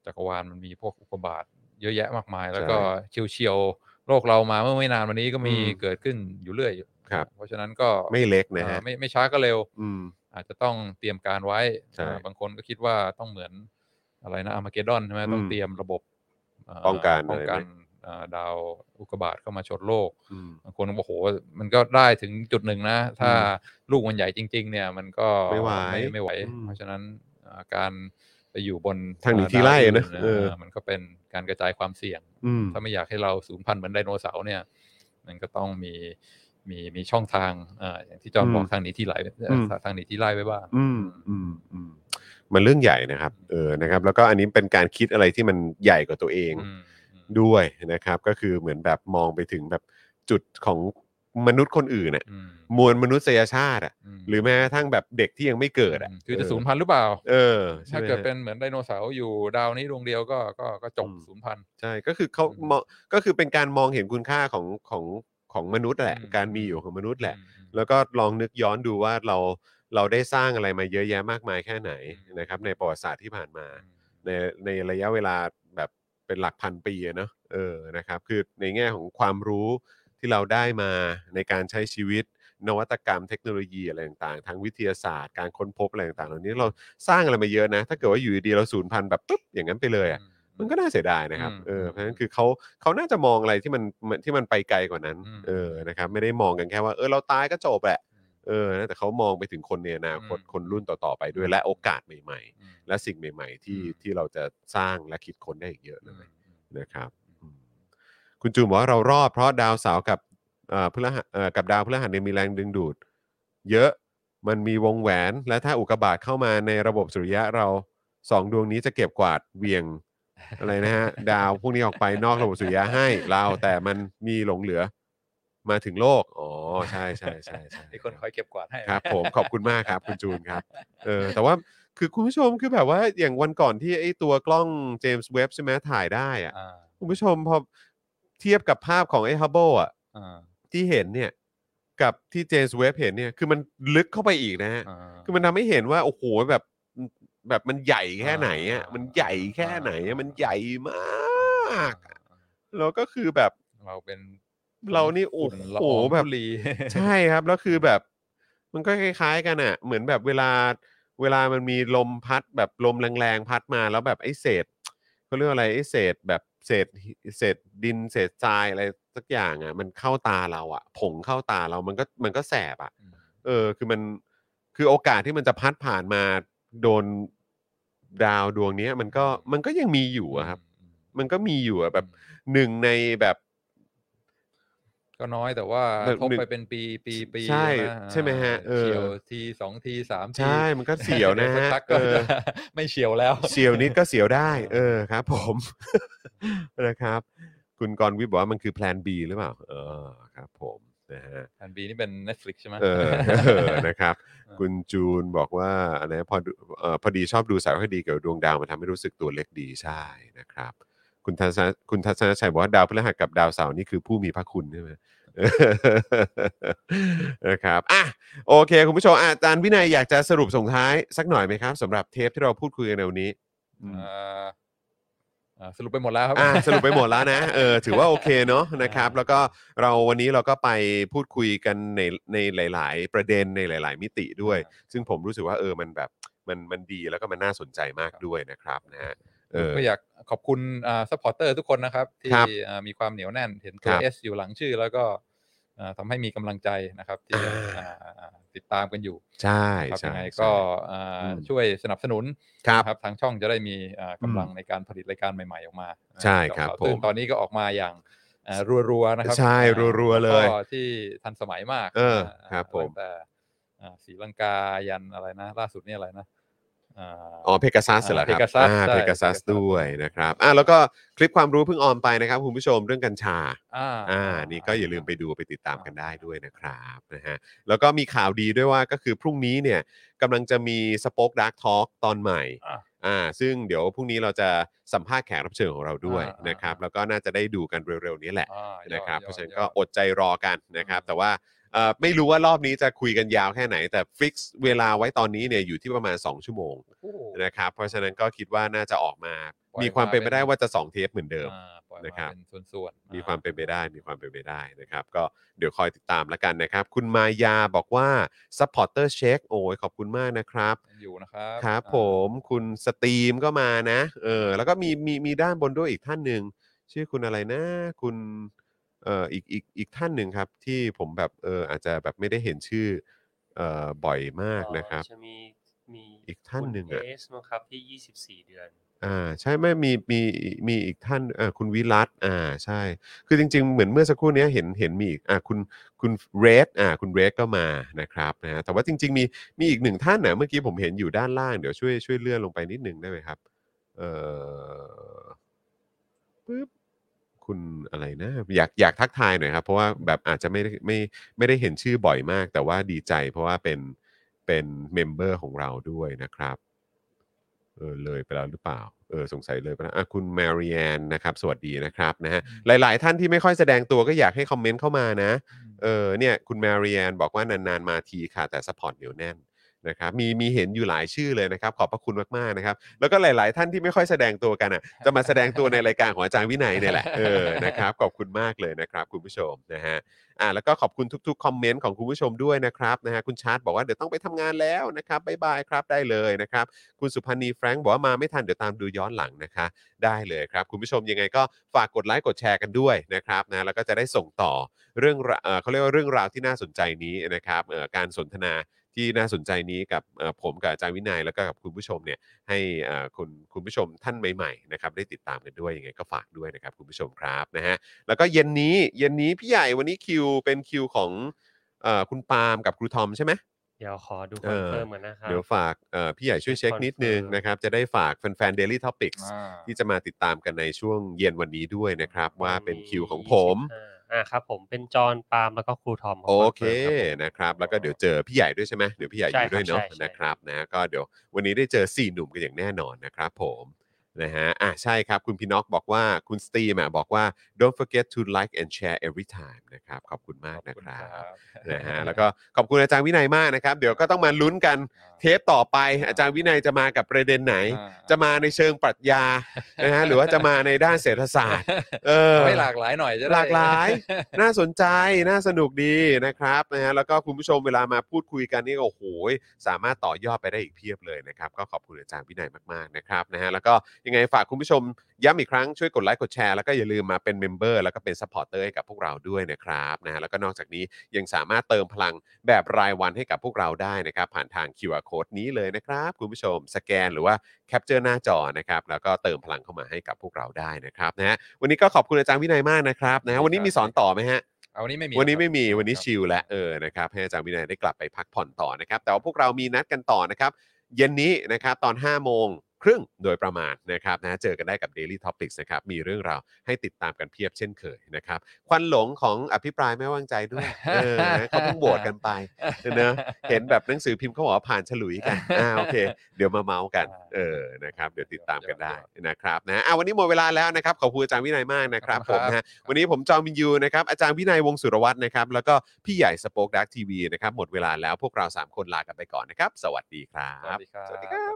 S2: จักรวาลมันมีพวกอุกกาบาตเยอะแยะมากมาย แล้ว
S1: ใช่
S2: ก็เฉียวเฉียวๆโลกเรามาเมื่อไม่นานวันนี้ก็มี
S1: อืม
S2: เกิดขึ้นอยู่เรื่อย
S1: ครับ
S2: เพราะฉะนั้นก็
S1: ไม่เล็กนะ
S2: อ่า
S1: ฮะ
S2: ไม่ไม่ช้าก็เร็ว
S1: อืม
S2: อาจจะต้องเตรียมการไว้
S1: ใช่
S2: อ่าบางคนก็คิดว่าต้องเหมือนอะไรนะอามาเกดอนใช่ไหม
S1: อืม
S2: ต้องเตรียมระบบเ
S1: ป้องกัน
S2: ป้องกัน
S1: อะไรไหม
S2: อ่าดาวอุกกาบาตเข้ามาชนโลก
S1: อืม
S2: บางคนก็บอกโหมันก็ได้ถึงจุดหนึ่งนะ ถ้าลูกมันใหญ่จริง ๆ เนี่ย มันก็
S1: ไม่ไหว
S2: ไม่ไหว
S1: อืม
S2: เพราะฉะนั้นอ่าการไปอยู่บน
S1: ทางหนี
S2: อ่
S1: ทีไล่
S2: ดาวอื่
S1: นะ
S2: เย
S1: เออ
S2: เออมันก็เป็นการกระจายความเสี่ยง
S1: อืม
S2: ถ้าไม่อยากให้เราสูญพันธุ์เหมือนไดโนเสาร์เนี่ย มันก็ต้องมีมีมีช่องทางอ่าอย่างที่จอห์น
S1: อืม
S2: บอกทางหนีที่ไหล
S1: อืม
S2: ทางหนีที่ไล่ไว้บ้าง
S1: อืมอืมอืมมันเรื่องใหญ่นะครับ เออนะครับ แล้วก็อันนี้เป็นการคิดอะไรที่มันใหญ่กว่าตัวเอง
S2: อืม
S1: ด้วยนะครับ ก็คือเหมือนแบบมองไปถึงแบบจุดของมนุษย์คนอื่นน่ะ
S2: อืม
S1: มวลมนุษยชาติอ่ะ
S2: ม
S1: หรือแม้กระทั่งแบบเด็กที่ยังไม่เกิดอ่ะ
S2: คือจะสูญพันธุ์หรือเปล่า
S1: เออใช่
S2: ถ้า
S1: ไหม
S2: เกิด
S1: ฮะ
S2: เป็นเหมือนไดโนเสาร์อยู่ดาวนี้ดวงเดียวก็ก็ก็จบ
S1: อืม
S2: สูญพันธุ์
S1: ใช่ก็คือเขา
S2: อืม
S1: มองก็คือเป็นการมองเห็นคุณค่าของของของมนุษย์แหละ
S2: อืม
S1: การมีอยู่ของมนุษย์แหละ
S2: อืมอืม
S1: แล้วก็ลองนึกย้อนดูว่าเราเราได้สร้างอะไรมาเยอะแยะมากมายแค่ไหน
S2: อืม
S1: นะครับ ในประวัติศาสตร์ที่ผ่านมา ในในระยะเวลาแบบเป็นหลักพันปีอะเนอะเออนะครับคือในแง่ของความรู้ที่เราได้มาในการใช้ชีวิต นวัตกรรมเทคโนโลยีอะไรต่างๆทางวิทยาศาสตร์ การค้นพบอะไรต่างๆเหล่านี้เราสร้างอะไรมาเยอะนะ ถ้าเกิดว่าอยู่ดีๆเราสูญพันธุ์แบบปุ๊บอย่างนั้นไปเลยอะมันก็น่าเสียดายนะครับ
S2: อืม
S1: เออ
S2: อืม
S1: เพราะฉะนั้นคือเขาเขาน่าจะมองอะไรที่มันมันที่มันไปไกลกว่านั้น
S2: อืม
S1: เออนะครับไม่ได้มองกันแค่ว่าเออเราตายก็จบแหละเออนะแต่เขามองไปถึงคนในอนาคตคนรุ่นต่อๆไปด้วยและโอกาสใหม่ ๆ
S2: อืม
S1: และสิ่งใหม่ ๆ ที่
S2: อืม
S1: ที่เราจะสร้างและคิดค้นได้อีกเยอะ
S2: อื
S1: เล
S2: ม
S1: ยนะครับอืมคุณจูนบอกว่าเรารอดเพราะดาวเสาร์กับเอ่อพฤหัสเอ่อกับดาวพฤหัสเนี่ยมีแรงดึงดูด เยอะมันมีวงแหวน และถ้าอุกกาบาตเข้ามาในระบบสุริยะเราสองดวงนี้จะเก็บกวาดเหวียงอะไรนะฮะ ดาวพวกนี้ออกไปนอกระบบสุริยะให้เราแต่มันมีหลงเหลือมาถึงโลก อ๋อใช่ใช่ใช่ใช่
S2: มีคนคอยเก็บกวาดให้
S1: ครับผมขอบคุณมากครับคุณจูนครับ เออแต่ว่าคือคุณผู้ชมคือแบบว่าอย่างวันก่อนที่ไอ้ตัวกล้องเจมส์เว็บใช่ไหมถ่ายได้อะ
S2: อ่า
S1: คุณผู้ชมพอเทียบกับภาพของไอ้ฮับเบิลอะ
S2: อ่า
S1: ที่เห็นเนี่ยกับที่เจมส์เว็บเห็นเนี่ยคือมันลึกเข้าไปอีกนะฮะ
S2: อ่า
S1: คือมันทำให้เห็นว่า โอ้โหแบบแบบมันใหญ่แค่ไหนอะ
S2: อ่ามั
S1: มันใหญ่แค่ไหนอะ
S2: อ่ามั
S1: มันใหญ่มากแล้วก็คือแบบ
S2: เราเป็น
S1: เรานี่โอ้
S2: ฝุ่ ละ
S1: โห
S2: ง
S1: แบบ
S2: ธุลี
S1: ใช่ครับ แล้วคือแบบมันก็คล้าย ๆ กันอ่ะ เหมือนแบบเวลาเวลามันมีลมพัดแบบลมแรงๆพัดมาแล้วแบบไอ้เศษเขาเรียกว่าอะไรไอ้เศษแบบเศษเศษดินเศษทรายอะไรสักอย่างอ่ะ มันเข้าตาเราอ่ะ ผงเข้าตาเรามันก็มันก็แสบอ่ะ เออ คือมันคือโอกาสที่มันจะพัดผ่านมาโดนดาวดวงเนี้ย มันก็มันก็ยังมีอยู่อะครับ มันก็มีอยู่อะแบบหนึ่งในแบบ
S2: ก็น้อยแต่ว่า
S1: แบบ
S2: ทบ
S1: หนึ่ง
S2: ไปเป็นปีปีปี
S1: ใช่
S2: อ่า
S1: ใช่ไหมฮะเออ
S2: เฉียวทีสองทีสามที
S1: ใช่มันก็เสียวนะ
S2: ดี๋สัก
S1: ฮะ
S2: พัก
S1: เอ
S2: ก็
S1: อ
S2: จะ ไม่เฉียวแล้ว
S1: เสียวนิดก็เสียวได้ เออครับผม นะครับ คุณกรณ์วิทย์บอกว่ามันคือแพลน B หรือเปล่า เออครับผมนะฮะ
S2: อันบีนี่เป็น Netflix ใช่ไหม
S1: เอ อเออนะครับ คุณจูนบอกว่าอะไรนะพอดูเอ่อพอดีชอบดูสารคดีเกี่ยวกับดวงดาวมันทำให้รู้สึกตัวเล็กดีใช่นะครับ คุณทัศนคุณทัศนชัยบอกว่าดาวพฤหัสกับดาวเสาร์นี่คือผู้มีพระคุณใช่ไหม เออนะครับอ่ะโอเค คุณผู้ชมอะอาจารย์วินัยอยากจะสรุปส่งท้ายสักหน่อยไหมครับสำหรับเทปที่เราพูดคุยกันในวันนี้อืม
S2: เอ่ออ่าสรุปไปหมดแล้วครับ
S1: อ่ะสรุปไปหมดแล้วนะเออถือว่าโอเคเนาะนะครับแล้วก็เราวันนี้เราก็ไปพูดคุยกันในในหลาย ๆ ประเด็นในหลาย ๆ มิติด้วย ซึ่งผมรู้สึกว่าเออมันแบบมันมันดีแล้วก็มันน่าสนใจมากด้วยนะครับนะฮะเออ
S2: ก็อยากขอบคุณอ่า s u p p อร์เตอร์ทุกคนนะครับ ที่
S1: ครับ
S2: อ่ามีความเหนียวแน่นเห็น
S1: ค
S2: ตั
S1: ว รับ
S2: S อยู่หลังชื่อแล้วก็อ่าทำให้มีกำลังใจนะครับ ที่
S1: อ่า
S2: อ่าอ่าติดตามกันอยู่
S1: ใช่
S2: ครับ
S1: ใช่
S2: ยังไง
S1: ใช่
S2: ก็อ่า
S1: อืม
S2: ช่วยสนับสนุน
S1: ครับ
S2: นะครับทางช่องจะได้มีอ่ากำลัง
S1: อืม
S2: ในการผลิตรายการใหม่ ๆ ออกมา
S1: ใช่ครับ
S2: ข่าวตื่น
S1: ผม
S2: ตอนนี้ก็ออกมาอย่างอ่ารัวๆนะครับ
S1: ใช่
S2: อ่า
S1: รัวๆเลย
S2: แก็ที่ทันสมัยมาก
S1: เออครับผม
S2: ตั้งแต่อ่าศรีลังกายันอะไรนะ ล่าสุดนี่อะไรนะ อ่า
S1: อ๋อเพกาซัสเหรอครับ
S2: Pegasus ใช่
S1: เพกาซัส
S2: Pegasus
S1: ด้วยนะครับอ่าแล้วก็คลิปความรู้เพิ่งออนไปนะครับคุณผู้ชมเรื่องกัญชา
S2: อ่า
S1: อ่า นี่ก็อย่าลืมไปดูไปติดตามกันได้ด้วยนะครับนะฮะ แล้วก็มีข่าวดีด้วยว่าก็คือพรุ่งนี้เนี่ยกำลังจะมีสป็อคดักทอล์กตอนใหม่
S2: อ่ะ
S1: อ่า ซึ่งเดี๋ยวพรุ่งนี้เราจะสัมภาษณ์แขกรับเชิญของเราด้วย
S2: อ่าอ่าน
S1: นะครับ แล้วก็น่าจะได้ดูกันเร็วๆนี้แหละ
S2: อ่ายอด
S1: นะครับ
S2: ย
S1: เพ
S2: อด
S1: ราะฉะนั้น
S2: ย
S1: ก็
S2: อด
S1: อดใจรอกันนะครับ
S2: อืม
S1: แต่ว่าเอ่อไม่รู้ว่ารอบนี้จะคุยกันยาวแค่ไหน แต่ฟิกซ์เวลาไว้ตอนนี้เนี่ยอยู่ที่ประมาณ 2 ชั่วโมง
S2: โอ้โห
S1: นะครับ เพราะฉะนั้นก็คิดว่าน่าจะออกมา
S2: ปล่อย
S1: มีความเป็นไปได้
S2: มาเป็น
S1: ว่าจะสองเทปเหมือนเดิม
S2: อ่าปล่อยมา
S1: นะครับ
S2: เป็นส่วนๆ
S1: มีความเป็นไปได้ มีความเป็นไปได้นะครับ ก็เดี๋ยวคอยติดตามแล้วกันนะครับ คุณมายาบอกว่า supporter check โอ้ยขอบคุณมากนะครับ
S2: อยู่นะครับ
S1: ครับ
S2: อ่า
S1: ผมคุณสตรีมก็มานะ เออ แล้วก็มีมีมีด้านบนด้วยอีกท่านหนึ่ง ชื่อคุณอะไรนะ คุณ เอ่อ อีกอีกอีกท่านหนึ่งครับ ที่ผมแบบ เออ อาจจะแบบไม่ได้เห็นชื่อ เอ่อ บ่อยมากนะครับ
S3: จะมีมี
S1: อีกท่านหนึ่ง
S3: เอ
S1: อะ
S3: สมั้งครับที่ยี่สิบสี่เดือน
S1: อ่าใช่ไม่มีมีมีอีกท่านอ่าคุณวิรัตอ่าใช่ คือจริง ๆ เหมือนเมื่อสักครู่เนี้ยเห็นเห็นมีอีกอ่าคุณคุณเรดอ่าคุณเรดก็มานะครับนะฮะแต่ว่าจริง ๆ มีมีอีกหนึ่งท่านนะเมื่อกี้ผมเห็นอยู่ด้านล่างเดี๋ยวช่วยช่วยเลื่อนลงไปนิดนึงได้ไหมครับเอ่อปึ๊บคุณอะไรนะอยากอยากทักทายหน่อยครับ เพราะว่าแบบอาจจะไม่ได้ไม่ไม่ได้เห็นชื่อบ่อยมาก แต่ว่าดีใจ เพราะว่าเป็นเป็นเมมเบอร์ของเราด้วยนะครับ เออเลยไปแล้วหรือเปล่า เออสงสัยเลยไปแล้วอ่ะคุณมารีแอนนะครับ สวัสดีนะครับนะฮะหลาย ๆ ท่านที่ไม่ค่อยแสดงตัวก็อยากให้คอมเมนต์เข้ามานะ เออเนี่ยคุณมารีแอนบอกว่านาน ๆ มาทีค่ะ แต่สปอร์ตเหนียวแน่นนะครับมีมีเห็นอยู่หลายชื่อเลยนะครับ ขอบพระคุณมาก ๆ นะครับ แล้วก็หลาย ๆ ท่านที่ไม่ค่อยแสดงตัวกันอ่ะจะมาแสดงตัวในรายการของอาจารย์วินัยเนี่ยแหละเออนะครับขอบคุณมากเลยนะครับ คุณผู้ชมนะฮะอ่ะแล้วก็ขอบคุณทุก ๆ คอมเมนต์ของคุณผู้ชมด้วยนะครับนะฮะคุณชาร์ตบอกว่าเดี๋ยวต้องไปทำงานแล้วนะครับบ๊ายบายครับได้เลยนะครับ คุณสุพันธ์นีแฟรงค์บอกว่ามาไม่ทันเดี๋ยวตามดูย้อนหลังนะคะ ได้เลยครับ คุณผู้ชมยังไงก็ฝากกดไลค์กดแชร์กันด้วยนะครับนะแล้วก็จะได้ส่งต่อเรื่องราวเอ่อเขาเรียกว่าเรื่องราวที่น่าสนใจนี้นะครับเอ่อการสนทนาที่น่าสนใจนี้กับเอ่อผมกับอาจารย์วินัยแล้วก็กับคุณผู้ชมเนี่ยให้เอ่อคุณคุณผู้ชมท่านใหม่ๆนะครับได้ติดตามกันด้วยยังไงก็ฝากด้วยนะครับคุณผู้ชมครับนะฮะแล้วก็เย็นนี้เย็นนี้พี่ใหญ่วันนี้คิวเป็นคิวของเอ่อคุณปาล์มกับครูทอมใช่ไหม
S3: เดี๋ยวขอดู
S1: เอ
S3: คอน
S1: อ
S3: เฟิร์มก่อนนะครับ
S1: เดี๋ยวฝากเอ่อพี่ใหญ่ช่วยเช็คนิดนึง
S3: Confirm
S1: นะครับ จะได้ฝากแฟนๆ Daily Topics
S2: อ่า
S1: ที่จะมาติดตามกันในช่วงเย็นวันนี้ด้วยนะครับ ว่าเป็นคิวของผม
S3: 25อ่าครับผมเป็นจอห์นปาล์มแล้วก็ครูทอม
S1: โอเค
S3: นะ
S1: นะครับ แล้วก็เดี๋ยวเจอพี่ใหญ่ด้วยใช่ไหมเดี๋ยวพี่ใหญ่อยู่ด้วยเนาะ
S3: ใช่ครับใช่
S1: นะครับนะก็เดี๋ยววันนี้ได้เจอ 4 หนุ่มกันอย่างแน่นอนนะครับผมนะฮะอ่ะใช่ครับคุณพี่น็อกบอกว่าคุณสตีมอ่ะบอกว่า don't forget to like and share every time นะครับขอบคุณมากนะครับ นะฮะแล้วก็ขอบคุณอาจารย์วินัยมากนะครับ เดี๋ยวก็ต้องมาลุ้นกันเทปต่อไป อาจารย์วินัยจะมากับประเด็นไหน จะมาในเชิงปรัชญานะฮะหรือว่าจะมาในด้านเศรษฐศาสตร์ เออ
S2: ไม่หลากหลายหน่อยจะได้
S1: หลากหลาย น่าสนใจน่าสนุกดีนะครับนะฮะแล้วก็คุณผู้ชมเวลามาพูดคุยกันนี่ก็โอ้โหสามารถต่อยอดไปได้อีกเพียบเลยนะครับ ก็ขอบคุณอาจารย์วินัยมากๆนะครับนะฮะแล้วก็ยังไงฝากคุณผู้ชมย้ำอีกครั้งช่วยกดไลค์กดแชร์แล้วก็อย่าลืมมาเป็นเมมเบอร์แล้วก็เป็นซัพพอร์เตอร์ให้กับพวกเราด้วยนะครับนะฮะแล้วก็นอกจากนี้ยังสามารถเติมพลังแบบรายวันให้กับพวกเราได้นะครับ ผ่านทาง QR code นี้เลยนะครับคุณผู้ชมสแกนหรือว่าแคปเจอร์หน้าจอนะครับแล้วก็เติมพลังเข้ามาให้กับพวกเราได้นะครับนะฮะ วันนี้ก็ขอบคุณอาจารย์วินัยมากนะครับนะฮะวันนี้มีสอนต่อไหมฮะ
S2: เอาวันนี้ไม่มี
S1: วันนี้ไม่มี
S2: ครับ
S1: วันนี้
S2: ครับ
S1: ชิลและเออนะครับให้อาจารย์วินัยได้กลับไปพักผ่อนต่อนะครับ แต่ว่าพวกเรามีนัดกันต่อนะครับ เย็นนี้นะครับตอน 5 โมงครึ่งโดยประมาณนะครับนะเจอกันได้กับ Daily Topics นะครับ มีเรื่องราวให้ติดตามกันเพียบเช่นเคยนะครับ ควันหลงของอภิปรายไม่ว่างใจด้วยเออนะเขาเพิ่งโหวตกันไป เนอะเห็นแบบหนังสือพิมพ์เขาบอกว่าผ่านฉลุยกันอ่าโอเค เดี๋ยวมาเมาส์กัน
S2: อ่า
S1: เออนะครับเดี๋ยวติดตามกันได้
S2: ยอด
S1: นะครับนะอ่ะวันนี้หมดเวลาแล้วนะครับขอบคุณอาจารย์วินัยมากนะครับ
S2: ขอบ
S1: ผ
S2: คุณ
S1: มนะ
S2: ครับ
S1: ฮะวันนี้ผมจอมินยูนะครับอาจารย์วินัยวงศ์สุรวัตรนะครับแล้วก็พี่ใหญ่สป็อคดักทีวีนะครับหมดเวลาแล้วพวกเราสามคนลากันไปก่อนนะครับ สวัสดีครั
S2: สวั
S1: บ
S2: สดีครับ
S1: สวัสดีครับ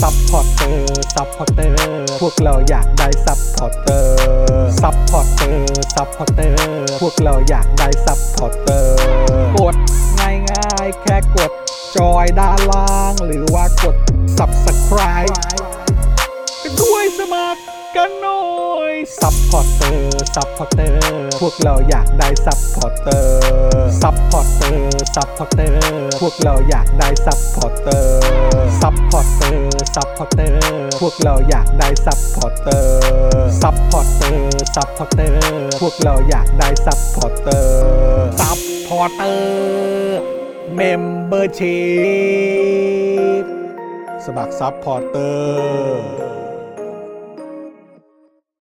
S4: ซัพพอร์เตอร์ ซัพพอร์เตอร์ พวกเราอยากได้ซัพพอร์เตอร์ ซัพพอร์เตอร์ ซัพพอร์เตอร์ พวกเราอยากได้ซัพพอร์เตอร์ กดง่ายๆแค่กด จอยด้านล่าง หรือว่ากด subscribe ไปด้วยสมัครกันหน่อย ซัพพอร์เตอร์ ซัพพอร์เตอร์ พวกเราอยากได้ซัพพอร์เตอร์ ซัพพอร์เตอร์ ซัพพอร์เตอร์ พวกเราอยากได้ซัพพอร์เตอร์ ซัพพอร์เตอร์ ซัพพอร์เตอร์ พวกเราอยากได้ซัพพอร์เตอร์ ซัพพอร์เตอร์ ซัพพอร์เตอร์ พวกเราอยากได้ซัพพอร์เตอร์ ซัพพอร์เตอร์เมมเบอร์ชีพสมัครซัพพอร์เตอร์